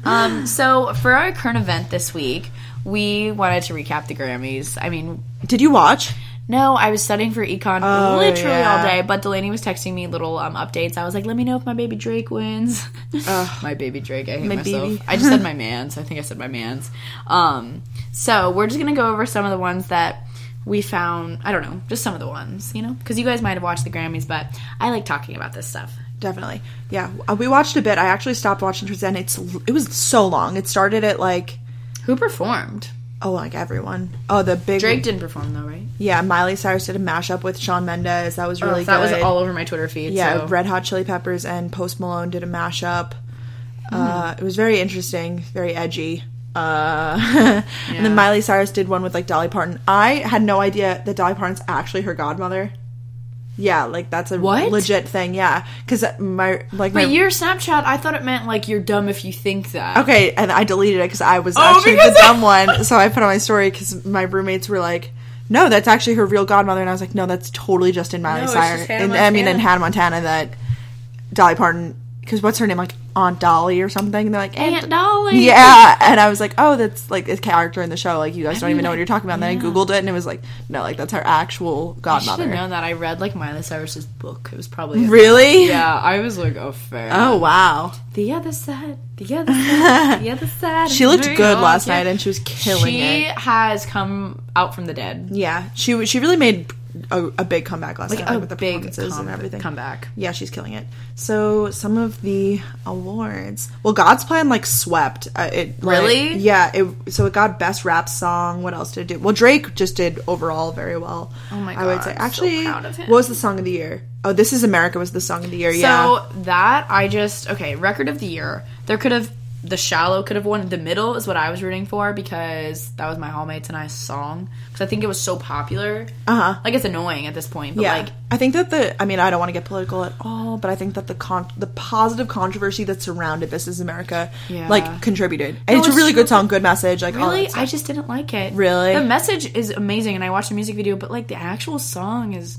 [SPEAKER 3] Um, so for our current event this week, we wanted to recap the Grammys. I mean,
[SPEAKER 2] Did you watch?
[SPEAKER 3] no, I was studying for econ
[SPEAKER 2] Oh,
[SPEAKER 3] literally
[SPEAKER 2] yeah.
[SPEAKER 3] all day, but Delaney was texting me little um, updates. I was like, "Let me know if my baby Drake wins." my baby Drake, I hate
[SPEAKER 2] My
[SPEAKER 3] myself.
[SPEAKER 2] baby.
[SPEAKER 3] I just said my man's. I think I said my man's. Um, so we're just gonna go over some of the ones that we found. I don't know, just some of the ones, you know, because you guys might have watched the Grammys, but I like talking about this stuff.
[SPEAKER 2] Definitely. Yeah. Uh, We watched a bit. I actually stopped watching towards the end. It's, it was so long. It started at like,
[SPEAKER 3] Who performed?
[SPEAKER 2] oh, like everyone. Oh, the big.
[SPEAKER 3] Drake didn't perform though, right?
[SPEAKER 2] Yeah. Miley Cyrus did a mashup with Sean Mendes. That was really
[SPEAKER 3] Oh, that
[SPEAKER 2] good.
[SPEAKER 3] was all over my Twitter feed.
[SPEAKER 2] Yeah,
[SPEAKER 3] so.
[SPEAKER 2] Red Hot Chili Peppers and Post Malone did a mashup. Uh, it was very interesting, very edgy. Uh, And then Miley Cyrus did one with like Dolly Parton. I had no idea that Dolly Parton's actually her godmother. Yeah, like that's a
[SPEAKER 3] What?
[SPEAKER 2] legit thing. Yeah, because my like my
[SPEAKER 3] But your Snapchat, I thought it meant like you're dumb if you think that.
[SPEAKER 2] okay, and I deleted it because I was actually the
[SPEAKER 3] Oh, because-
[SPEAKER 2] dumb one. So I put on my story because my roommates were like. No, that's actually her real godmother, and I was like, no, that's totally just in Miley
[SPEAKER 3] No, it's just
[SPEAKER 2] Cyrus.
[SPEAKER 3] Hannah
[SPEAKER 2] and, I mean, in
[SPEAKER 3] Montana.
[SPEAKER 2] Hannah Montana, that Dolly Parton, because what's her name, like Aunt Dolly or something? And they're like
[SPEAKER 3] Aunt Dolly.
[SPEAKER 2] Yeah, and I was like, oh, that's like a character in the show. Like you guys don't even know what you're talking about. And then I googled it, and it was like, no, like that's her actual
[SPEAKER 3] I should have
[SPEAKER 2] godmother.
[SPEAKER 3] known that. I read like Miley Cyrus's book. It was probably
[SPEAKER 2] Really?
[SPEAKER 3] Yeah, I was like, oh fair.
[SPEAKER 2] Oh wow,
[SPEAKER 3] the other side, the other side, the other side.
[SPEAKER 2] she looked
[SPEAKER 3] Moving
[SPEAKER 2] good
[SPEAKER 3] on.
[SPEAKER 2] last
[SPEAKER 3] Yeah.
[SPEAKER 2] night, and she was killing it.
[SPEAKER 3] She has come out from the dead.
[SPEAKER 2] Yeah, she w- she really made a, a big comeback last night
[SPEAKER 3] Like
[SPEAKER 2] like,
[SPEAKER 3] a
[SPEAKER 2] with the
[SPEAKER 3] big
[SPEAKER 2] performances
[SPEAKER 3] come-
[SPEAKER 2] and everything.
[SPEAKER 3] comeback.
[SPEAKER 2] Yeah, she's killing it. So some of the awards. Well, God's Plan like swept. Uh, it like-
[SPEAKER 3] Really?
[SPEAKER 2] yeah. It so it got best rap song. What else did it do? Well, Drake just did overall very well. Oh
[SPEAKER 3] my
[SPEAKER 2] I would
[SPEAKER 3] God,
[SPEAKER 2] say
[SPEAKER 3] I'm so
[SPEAKER 2] actually,
[SPEAKER 3] proud of him.
[SPEAKER 2] what was the song of the year? Oh, This Is America was the song of the year. yeah.
[SPEAKER 3] So that I just okay record of the year. There could have the shallow could have won. The middle is what I was rooting for because that was my hallmates and I's song because I think it was so popular. Uh huh. Like it's annoying at this point, but
[SPEAKER 2] Uh-huh. Yeah,
[SPEAKER 3] like
[SPEAKER 2] I think that the I mean I don't want to get political at all, but I think that the con- the positive controversy that surrounded This Is America
[SPEAKER 3] Yeah.
[SPEAKER 2] like contributed. And it's a
[SPEAKER 3] it's
[SPEAKER 2] really
[SPEAKER 3] true.
[SPEAKER 2] good song, good message. Like all
[SPEAKER 3] really
[SPEAKER 2] that
[SPEAKER 3] I
[SPEAKER 2] stuff.
[SPEAKER 3] just didn't like it.
[SPEAKER 2] Really?
[SPEAKER 3] the message is amazing, and I watched the music video, but like the actual song is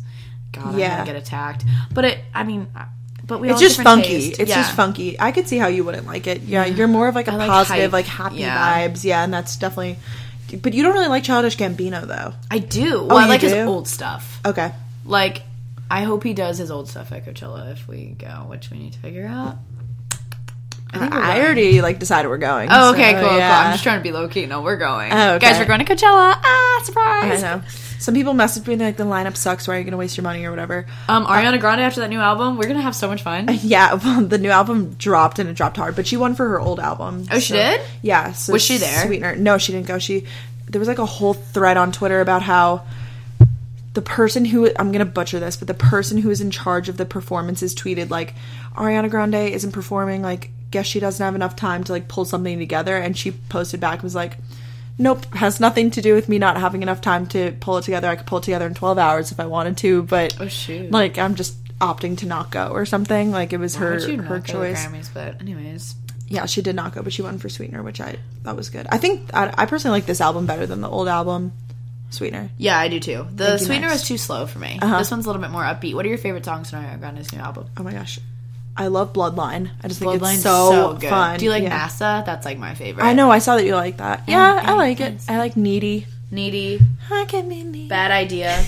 [SPEAKER 3] God,
[SPEAKER 2] Yeah.
[SPEAKER 3] I'm gonna get attacked. But it, I mean, I- but we all
[SPEAKER 2] it's
[SPEAKER 3] have
[SPEAKER 2] just
[SPEAKER 3] different
[SPEAKER 2] funky.
[SPEAKER 3] taste.
[SPEAKER 2] It's
[SPEAKER 3] Yeah.
[SPEAKER 2] just funky. I could see how you wouldn't like it. Yeah, you're more of like a
[SPEAKER 3] I like
[SPEAKER 2] positive,
[SPEAKER 3] hype.
[SPEAKER 2] like happy
[SPEAKER 3] Yeah.
[SPEAKER 2] vibes. Yeah, and that's definitely. But you don't really like Childish Gambino though.
[SPEAKER 3] I Oh, do. Well, I
[SPEAKER 2] you
[SPEAKER 3] like his
[SPEAKER 2] do?
[SPEAKER 3] old stuff.
[SPEAKER 2] Okay.
[SPEAKER 3] Like, I hope he does his old stuff at Coachella if we go, which we need to figure out.
[SPEAKER 2] I, already like decided we're going.
[SPEAKER 3] Uh, Oh,
[SPEAKER 2] so,
[SPEAKER 3] okay, cool, cool.
[SPEAKER 2] yeah.
[SPEAKER 3] I'm just trying to be low key. No, we're going.
[SPEAKER 2] Oh, okay.
[SPEAKER 3] Guys, we're going to Coachella. Ah,
[SPEAKER 2] I
[SPEAKER 3] surprise.
[SPEAKER 2] know. Some people message me and they're like the lineup sucks. Why are you going to waste your money or whatever?
[SPEAKER 3] Um, Ariana Grande after that new album, we're going to have so much fun.
[SPEAKER 2] Yeah, well, the new album dropped and it dropped hard, but she won for her old album.
[SPEAKER 3] Oh, she did?
[SPEAKER 2] Yeah. So
[SPEAKER 3] Was she there?
[SPEAKER 2] Sweetener. No, she didn't go. She there was like a whole thread on Twitter about how the person who I'm gonna butcher this, but the person who is in charge of the performances tweeted like Ariana Grande isn't performing, like guess she doesn't have enough time to like pull something together and she posted back and was like Nope, has nothing to do with me not having enough time to pull it together. I could pull it together in 12 hours if I wanted to, but
[SPEAKER 3] Oh, shoot.
[SPEAKER 2] like I'm just opting to not go or something. Like it was her
[SPEAKER 3] How'd you
[SPEAKER 2] her
[SPEAKER 3] not go to the
[SPEAKER 2] choice
[SPEAKER 3] Grammys, but anyways.
[SPEAKER 2] yeah, she did not go, but she won for Sweetener, which I thought was good. I think I, I personally like this album better than the old album, Sweetener.
[SPEAKER 3] Yeah, I do too. The Sweetener
[SPEAKER 2] next.
[SPEAKER 3] was too slow for me.
[SPEAKER 2] Uh-huh.
[SPEAKER 3] This one's a little bit more upbeat. What are your favorite songs on Ariana Grande's new album?
[SPEAKER 2] Oh my gosh, I love Bloodline. I just think
[SPEAKER 3] Bloodline's
[SPEAKER 2] it's so, fun.
[SPEAKER 3] Do you like
[SPEAKER 2] yeah.
[SPEAKER 3] NASA? That's like my favorite.
[SPEAKER 2] I know. I saw that you like that. Yeah, I like it. I like Needy.
[SPEAKER 3] Needy,
[SPEAKER 2] I can be needy.
[SPEAKER 3] Bad Idea,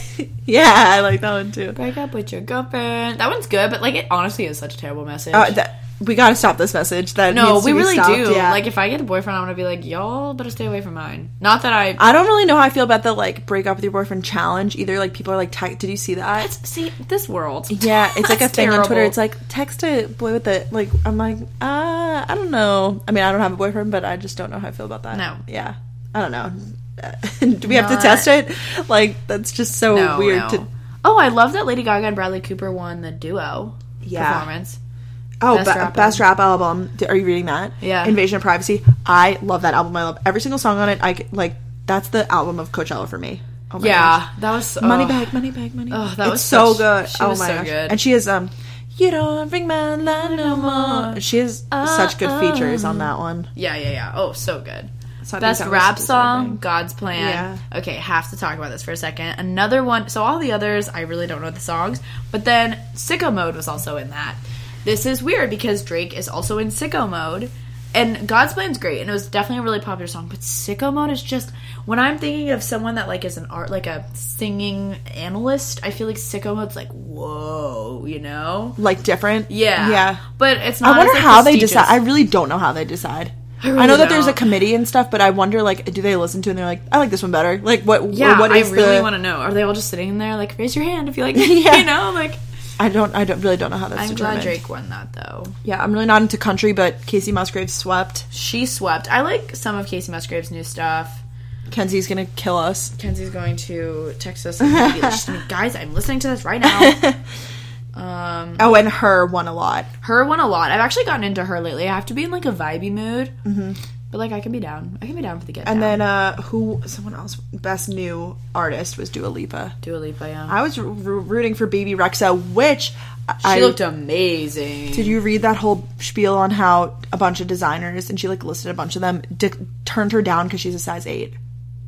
[SPEAKER 2] Yeah, I like that one too.
[SPEAKER 3] Break Up With Your Girlfriend. That one's good, but like it honestly is such a terrible message.
[SPEAKER 2] Uh, that, we gotta stop this message. That
[SPEAKER 3] no,
[SPEAKER 2] needs to
[SPEAKER 3] we
[SPEAKER 2] be
[SPEAKER 3] really
[SPEAKER 2] stopped.
[SPEAKER 3] do.
[SPEAKER 2] Yeah.
[SPEAKER 3] Like if I get a boyfriend, I want to be like, y'all better stay away from mine. Not that I.
[SPEAKER 2] I don't really know how I feel about the like break up with your boyfriend challenge either. Like people are like, te- did you see that?
[SPEAKER 3] See this world.
[SPEAKER 2] Yeah, it's like a
[SPEAKER 3] That's
[SPEAKER 2] thing on Twitter.
[SPEAKER 3] terrible.
[SPEAKER 2] It's like text a boy with a like. I'm like, uh, I don't know. I mean, I don't have a boyfriend, but I just don't know how I feel about that.
[SPEAKER 3] No.
[SPEAKER 2] Yeah, I don't know. Do we have to test it? Like that's just so
[SPEAKER 3] No,
[SPEAKER 2] weird.
[SPEAKER 3] no.
[SPEAKER 2] To
[SPEAKER 3] oh, I love that Lady Gaga and Bradley Cooper won the duo
[SPEAKER 2] Yeah.
[SPEAKER 3] performance.
[SPEAKER 2] oh,
[SPEAKER 3] Best
[SPEAKER 2] ba-
[SPEAKER 3] rap
[SPEAKER 2] best rap album. D- Are you reading that?
[SPEAKER 3] Yeah.
[SPEAKER 2] Invasion of Privacy. I love that album. I love every single song on it. I c- like that's the album of Coachella for me. Oh my
[SPEAKER 3] Yeah, that was
[SPEAKER 2] Money
[SPEAKER 3] ugh.
[SPEAKER 2] bag, money bag, money.
[SPEAKER 3] Oh,
[SPEAKER 2] bag.
[SPEAKER 3] that
[SPEAKER 2] it's
[SPEAKER 3] was
[SPEAKER 2] so
[SPEAKER 3] such-
[SPEAKER 2] good.
[SPEAKER 3] she
[SPEAKER 2] oh
[SPEAKER 3] was
[SPEAKER 2] my
[SPEAKER 3] so
[SPEAKER 2] gosh.
[SPEAKER 3] good.
[SPEAKER 2] And she is um, you don't ring my line no more. She has such good features on that one.
[SPEAKER 3] Yeah, yeah, yeah. Oh, so good.
[SPEAKER 2] So I think
[SPEAKER 3] Best
[SPEAKER 2] that was
[SPEAKER 3] rap
[SPEAKER 2] deserving.
[SPEAKER 3] song, God's Plan.
[SPEAKER 2] Yeah.
[SPEAKER 3] Okay, have to talk about this for a second. Another one. So all the others, I really don't know the songs, but then Sicko Mode was also in that. This is weird because Drake is also in Sicko Mode, and God's Plan's great, and it was definitely a really popular song. But Sicko Mode is just when I'm thinking of someone that like is an art, like a singing analyst. I feel like Sicko Mode's like whoa, you know?
[SPEAKER 2] Like different.
[SPEAKER 3] Yeah,
[SPEAKER 2] Yeah.
[SPEAKER 3] But it's not.
[SPEAKER 2] I wonder
[SPEAKER 3] as, like,
[SPEAKER 2] how they
[SPEAKER 3] prestigious.
[SPEAKER 2] decide. I really don't know how they decide. I,
[SPEAKER 3] really
[SPEAKER 2] know that there's a
[SPEAKER 3] don't.
[SPEAKER 2] committee and stuff, but I wonder like, do they listen to it and they're like, I like this one better. Like what?
[SPEAKER 3] Yeah,
[SPEAKER 2] or what is
[SPEAKER 3] I really
[SPEAKER 2] the?
[SPEAKER 3] want to know. Are they all just sitting in there like raise your hand if you like?
[SPEAKER 2] Yeah.
[SPEAKER 3] You know, like
[SPEAKER 2] I don't. I don't really don't know how that's
[SPEAKER 3] I'm
[SPEAKER 2] determined.
[SPEAKER 3] glad Drake won that though.
[SPEAKER 2] Yeah, I'm really not into country, but Casey Musgraves swept.
[SPEAKER 3] She swept. I like some of Casey Musgrave's new stuff.
[SPEAKER 2] Kenzie's gonna kill us.
[SPEAKER 3] Kenzie's going to text us immediately. She's gonna be, guys, I'm listening to this right now.
[SPEAKER 2] Oh, and her won a lot.
[SPEAKER 3] Her won a lot. I've actually gotten into her lately. I have to be in like a vibey mood, mm-hmm. but like I can be down. I can be down for the get
[SPEAKER 2] And
[SPEAKER 3] down.
[SPEAKER 2] then uh who someone else best new artist was Dua Lipa.
[SPEAKER 3] Dua Lipa, yeah.
[SPEAKER 2] I was r- r- rooting for Baby Rexa, which I
[SPEAKER 3] she looked amazing.
[SPEAKER 2] did you read that whole spiel on how a bunch of designers and she like listed a bunch of them di- turned her down because she's a size eight,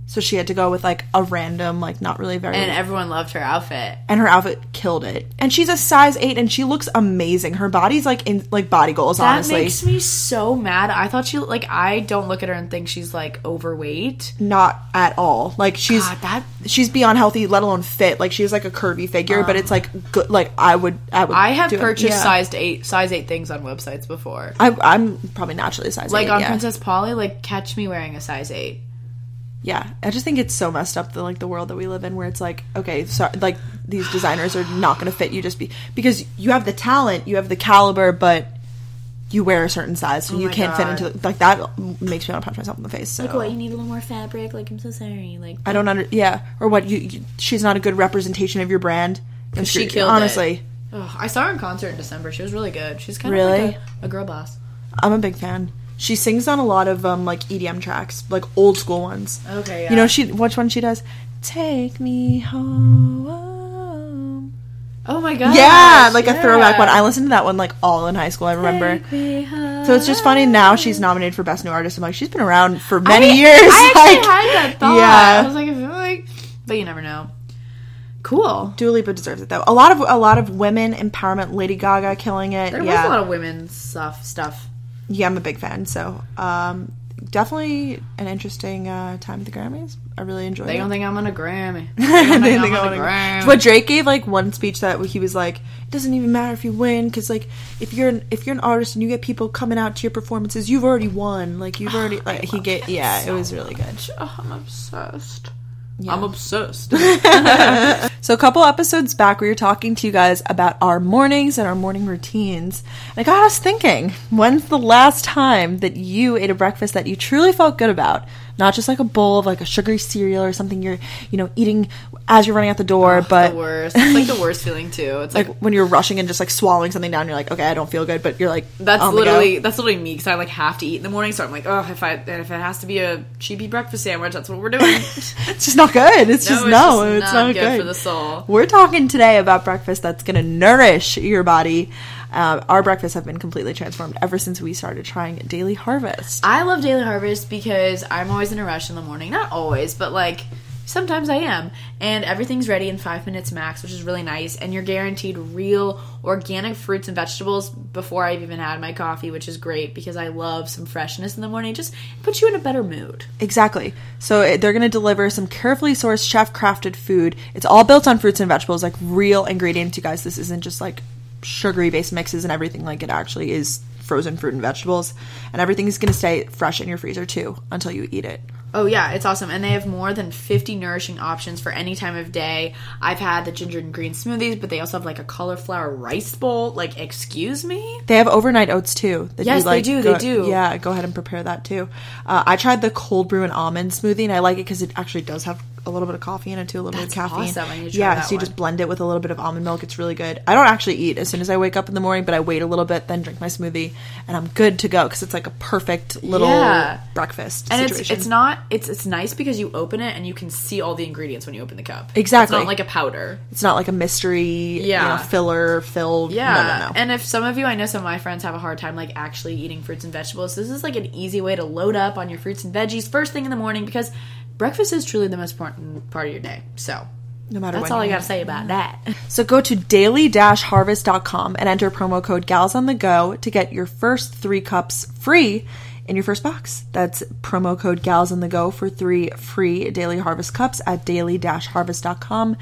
[SPEAKER 2] so she had to go with like a random like not really very
[SPEAKER 3] and everyone loved her outfit.
[SPEAKER 2] and her outfit killed it. And she's a size eight and she looks amazing. Her body's like in like body goals
[SPEAKER 3] That
[SPEAKER 2] honestly.
[SPEAKER 3] makes me so mad. I thought she like I don't look at her and think she's like overweight.
[SPEAKER 2] not at all. Like she's
[SPEAKER 3] God, that-
[SPEAKER 2] she's beyond healthy, let alone fit. Like she's like a curvy figure, but it's like good. Like I would, I would.
[SPEAKER 3] Uh. I have
[SPEAKER 2] do it.
[SPEAKER 3] purchased
[SPEAKER 2] Yeah.
[SPEAKER 3] sized eight size eight things on websites before.
[SPEAKER 2] I, I'm probably naturally a size.
[SPEAKER 3] Like
[SPEAKER 2] eight,
[SPEAKER 3] on
[SPEAKER 2] yeah.
[SPEAKER 3] Princess Polly, like catch me wearing a size eight.
[SPEAKER 2] Yeah, I just think it's so messed up the like the world that we live in, where it's like okay, so like these designers are not going to fit you just be because you have the talent, you have the caliber, but you wear a certain size, so you
[SPEAKER 3] Oh my
[SPEAKER 2] can't
[SPEAKER 3] God.
[SPEAKER 2] fit into like that. Makes me want to punch myself in the face. So.
[SPEAKER 4] What, you need a little more fabric? Like, I'm so sorry. Like,
[SPEAKER 2] I don't under yeah or what you, you she's not a good representation of your brand. And
[SPEAKER 3] she killed it.
[SPEAKER 2] honestly.
[SPEAKER 3] Ugh, I saw her in concert in December. She was really good. She's kind
[SPEAKER 2] Really?
[SPEAKER 3] of like a, a girl boss.
[SPEAKER 2] I'm a big fan. She sings on a lot of um like EDM tracks, like old school ones.
[SPEAKER 3] Okay,
[SPEAKER 2] You
[SPEAKER 3] yeah.
[SPEAKER 2] know she which one she does? Take me home.
[SPEAKER 3] Oh my god.
[SPEAKER 2] yeah, like a throwback one. I listened to that one like all in high school. I remember. So it's just funny now she's nominated for best new artist. I'm like she's been around for many years.
[SPEAKER 3] I actually
[SPEAKER 2] like,
[SPEAKER 3] had that thought.
[SPEAKER 2] Yeah.
[SPEAKER 3] I was like, I feel like, but you never know. Cool.
[SPEAKER 2] Dua Lipa deserves it though. A lot of a lot of women empowerment. Lady Gaga killing it.
[SPEAKER 3] There
[SPEAKER 2] yeah,
[SPEAKER 3] was a lot of women's stuff. Stuff.
[SPEAKER 2] yeah. I'm a big fan. So um, definitely an interesting uh, time at the Grammys. I really enjoyed.
[SPEAKER 3] They
[SPEAKER 2] it.
[SPEAKER 3] don't think I'm on a Grammy. They don't think I'm on a Grammy.
[SPEAKER 2] But Drake gave like one speech that he was like, "It doesn't even matter if you win, because like if you're an, if you're an artist and you get people coming out to your performances, you've already won. Like you've already like he get yeah, it was really good.
[SPEAKER 3] Oh, I'm obsessed. I'm obsessed.
[SPEAKER 2] So a couple episodes back, we were talking to you guys about our mornings and our morning routines. And it got us thinking, when's the last time that you ate a breakfast that you truly felt good about? Not just like a bowl of like a sugary cereal or something you're, you know, eating as you're running out the door, but
[SPEAKER 3] the worst. It's like the worst feeling too. It's like,
[SPEAKER 2] like when you're rushing and just like swallowing something down, you're like, okay, I don't feel good, but you're like, "Oh
[SPEAKER 3] that's
[SPEAKER 2] on the go.
[SPEAKER 3] literally that's literally me because I like have to eat in the morning, so I'm like, oh, if I and if it has to be a cheapy breakfast sandwich, that's what we're doing.
[SPEAKER 2] It's just not good. It's
[SPEAKER 3] No,
[SPEAKER 2] just
[SPEAKER 3] it's
[SPEAKER 2] no.
[SPEAKER 3] just
[SPEAKER 2] it's
[SPEAKER 3] not
[SPEAKER 2] not,
[SPEAKER 3] good
[SPEAKER 2] good,
[SPEAKER 3] for the soul.
[SPEAKER 2] We're talking today about breakfast that's going to nourish your body. Uh, our breakfasts have been completely transformed ever since we started trying Daily Harvest.
[SPEAKER 3] I love Daily Harvest because I'm always in a rush in the morning. Not always, but like sometimes I am. And everything's ready in five minutes max, which is really nice. And you're guaranteed real organic fruits and vegetables before I've even had my coffee, which is great because I love some freshness in the morning. It just puts you in a better mood.
[SPEAKER 2] Exactly. So it, they're going to deliver some carefully sourced, chef crafted food. It's all built on fruits and vegetables, like real ingredients, you guys. This isn't just like sugary based mixes and everything. Like it actually is frozen fruit and vegetables. And everything is going to stay fresh in your freezer too until you eat it.
[SPEAKER 3] Oh yeah, it's awesome, and they have more than fifty nourishing options for any time of day. I've had the ginger and green smoothies, but they also have like a cauliflower rice bowl. Like, excuse me?
[SPEAKER 2] They have overnight oats too. That
[SPEAKER 3] Yes, they do, they
[SPEAKER 2] go-
[SPEAKER 3] do.
[SPEAKER 2] Yeah, go ahead and prepare that too. Uh, I tried the cold brew and almond smoothie, and I like it because it actually does have a little bit of coffee in it too, a little
[SPEAKER 3] That's
[SPEAKER 2] bit of caffeine.
[SPEAKER 3] awesome. I need to try
[SPEAKER 2] yeah,
[SPEAKER 3] that
[SPEAKER 2] so you
[SPEAKER 3] one.
[SPEAKER 2] just blend it with a little bit of almond milk. It's really good. I don't actually eat as soon as I wake up in the morning, but I wait a little bit, then drink my smoothie, and I'm good to go because it's like a perfect little
[SPEAKER 3] Yeah.
[SPEAKER 2] breakfast
[SPEAKER 3] and
[SPEAKER 2] situation.
[SPEAKER 3] it's it's not it's it's nice because you open it and you can see all the ingredients when you open the cup.
[SPEAKER 2] Exactly.
[SPEAKER 3] it's not like a powder.
[SPEAKER 2] It's not like a mystery,
[SPEAKER 3] Yeah.
[SPEAKER 2] you know, filler filled.
[SPEAKER 3] Yeah,
[SPEAKER 2] no, no, no.
[SPEAKER 3] and if some of you, I know some of my friends have a hard time like actually eating fruits and vegetables. This is like an easy way to load up on your fruits and veggies first thing in the morning because breakfast is truly the most important part of your day. So
[SPEAKER 2] no matter
[SPEAKER 3] that's
[SPEAKER 2] when
[SPEAKER 3] all I
[SPEAKER 2] you-
[SPEAKER 3] gotta say about that.
[SPEAKER 2] So go to daily-harvest.com and enter promo code gals on the go to get your first three cups free in your first box. That's promo code gals on the go for three free daily harvest cups at daily-harvest.com,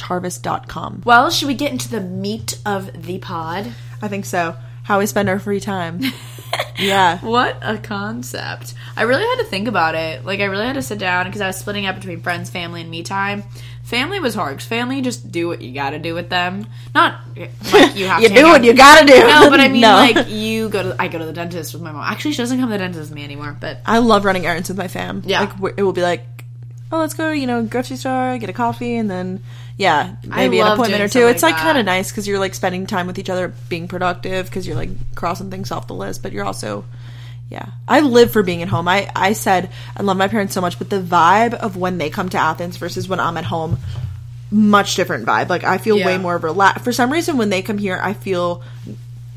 [SPEAKER 2] daily-harvest.com.
[SPEAKER 3] Well, should we get into the meat of the pod?
[SPEAKER 2] I think so. How we spend our free time. yeah.
[SPEAKER 3] What a concept. I really had to think about it. Like, I really had to sit down because I was splitting up between friends, family, and me time. Family was hard 'cause family, just do what you gotta do with them. Not like you have
[SPEAKER 2] You
[SPEAKER 3] to.
[SPEAKER 2] do
[SPEAKER 3] hang out-
[SPEAKER 2] what you gotta do.
[SPEAKER 3] No, but I mean,
[SPEAKER 2] No.
[SPEAKER 3] like, you go to. I go to the dentist with my mom. Actually, she doesn't come to the dentist with me anymore, but.
[SPEAKER 2] I love running errands with my fam.
[SPEAKER 3] Yeah.
[SPEAKER 2] Like wh- it will be like, oh, let's go, you know, grocery store, get a coffee, and then yeah, maybe an
[SPEAKER 3] love
[SPEAKER 2] appointment
[SPEAKER 3] doing
[SPEAKER 2] or
[SPEAKER 3] stuff
[SPEAKER 2] two.
[SPEAKER 3] like
[SPEAKER 2] It's like
[SPEAKER 3] that.
[SPEAKER 2] kind of nice because you're like spending time with each other, being productive because you're like crossing things off the list, but you're also yeah. I live for being at home. I I said I love my parents so much, but the vibe of when they come to Athens versus when I'm at home much different vibe. Like I feel
[SPEAKER 3] Yeah.
[SPEAKER 2] way more relaxed. For some reason when they come here, I feel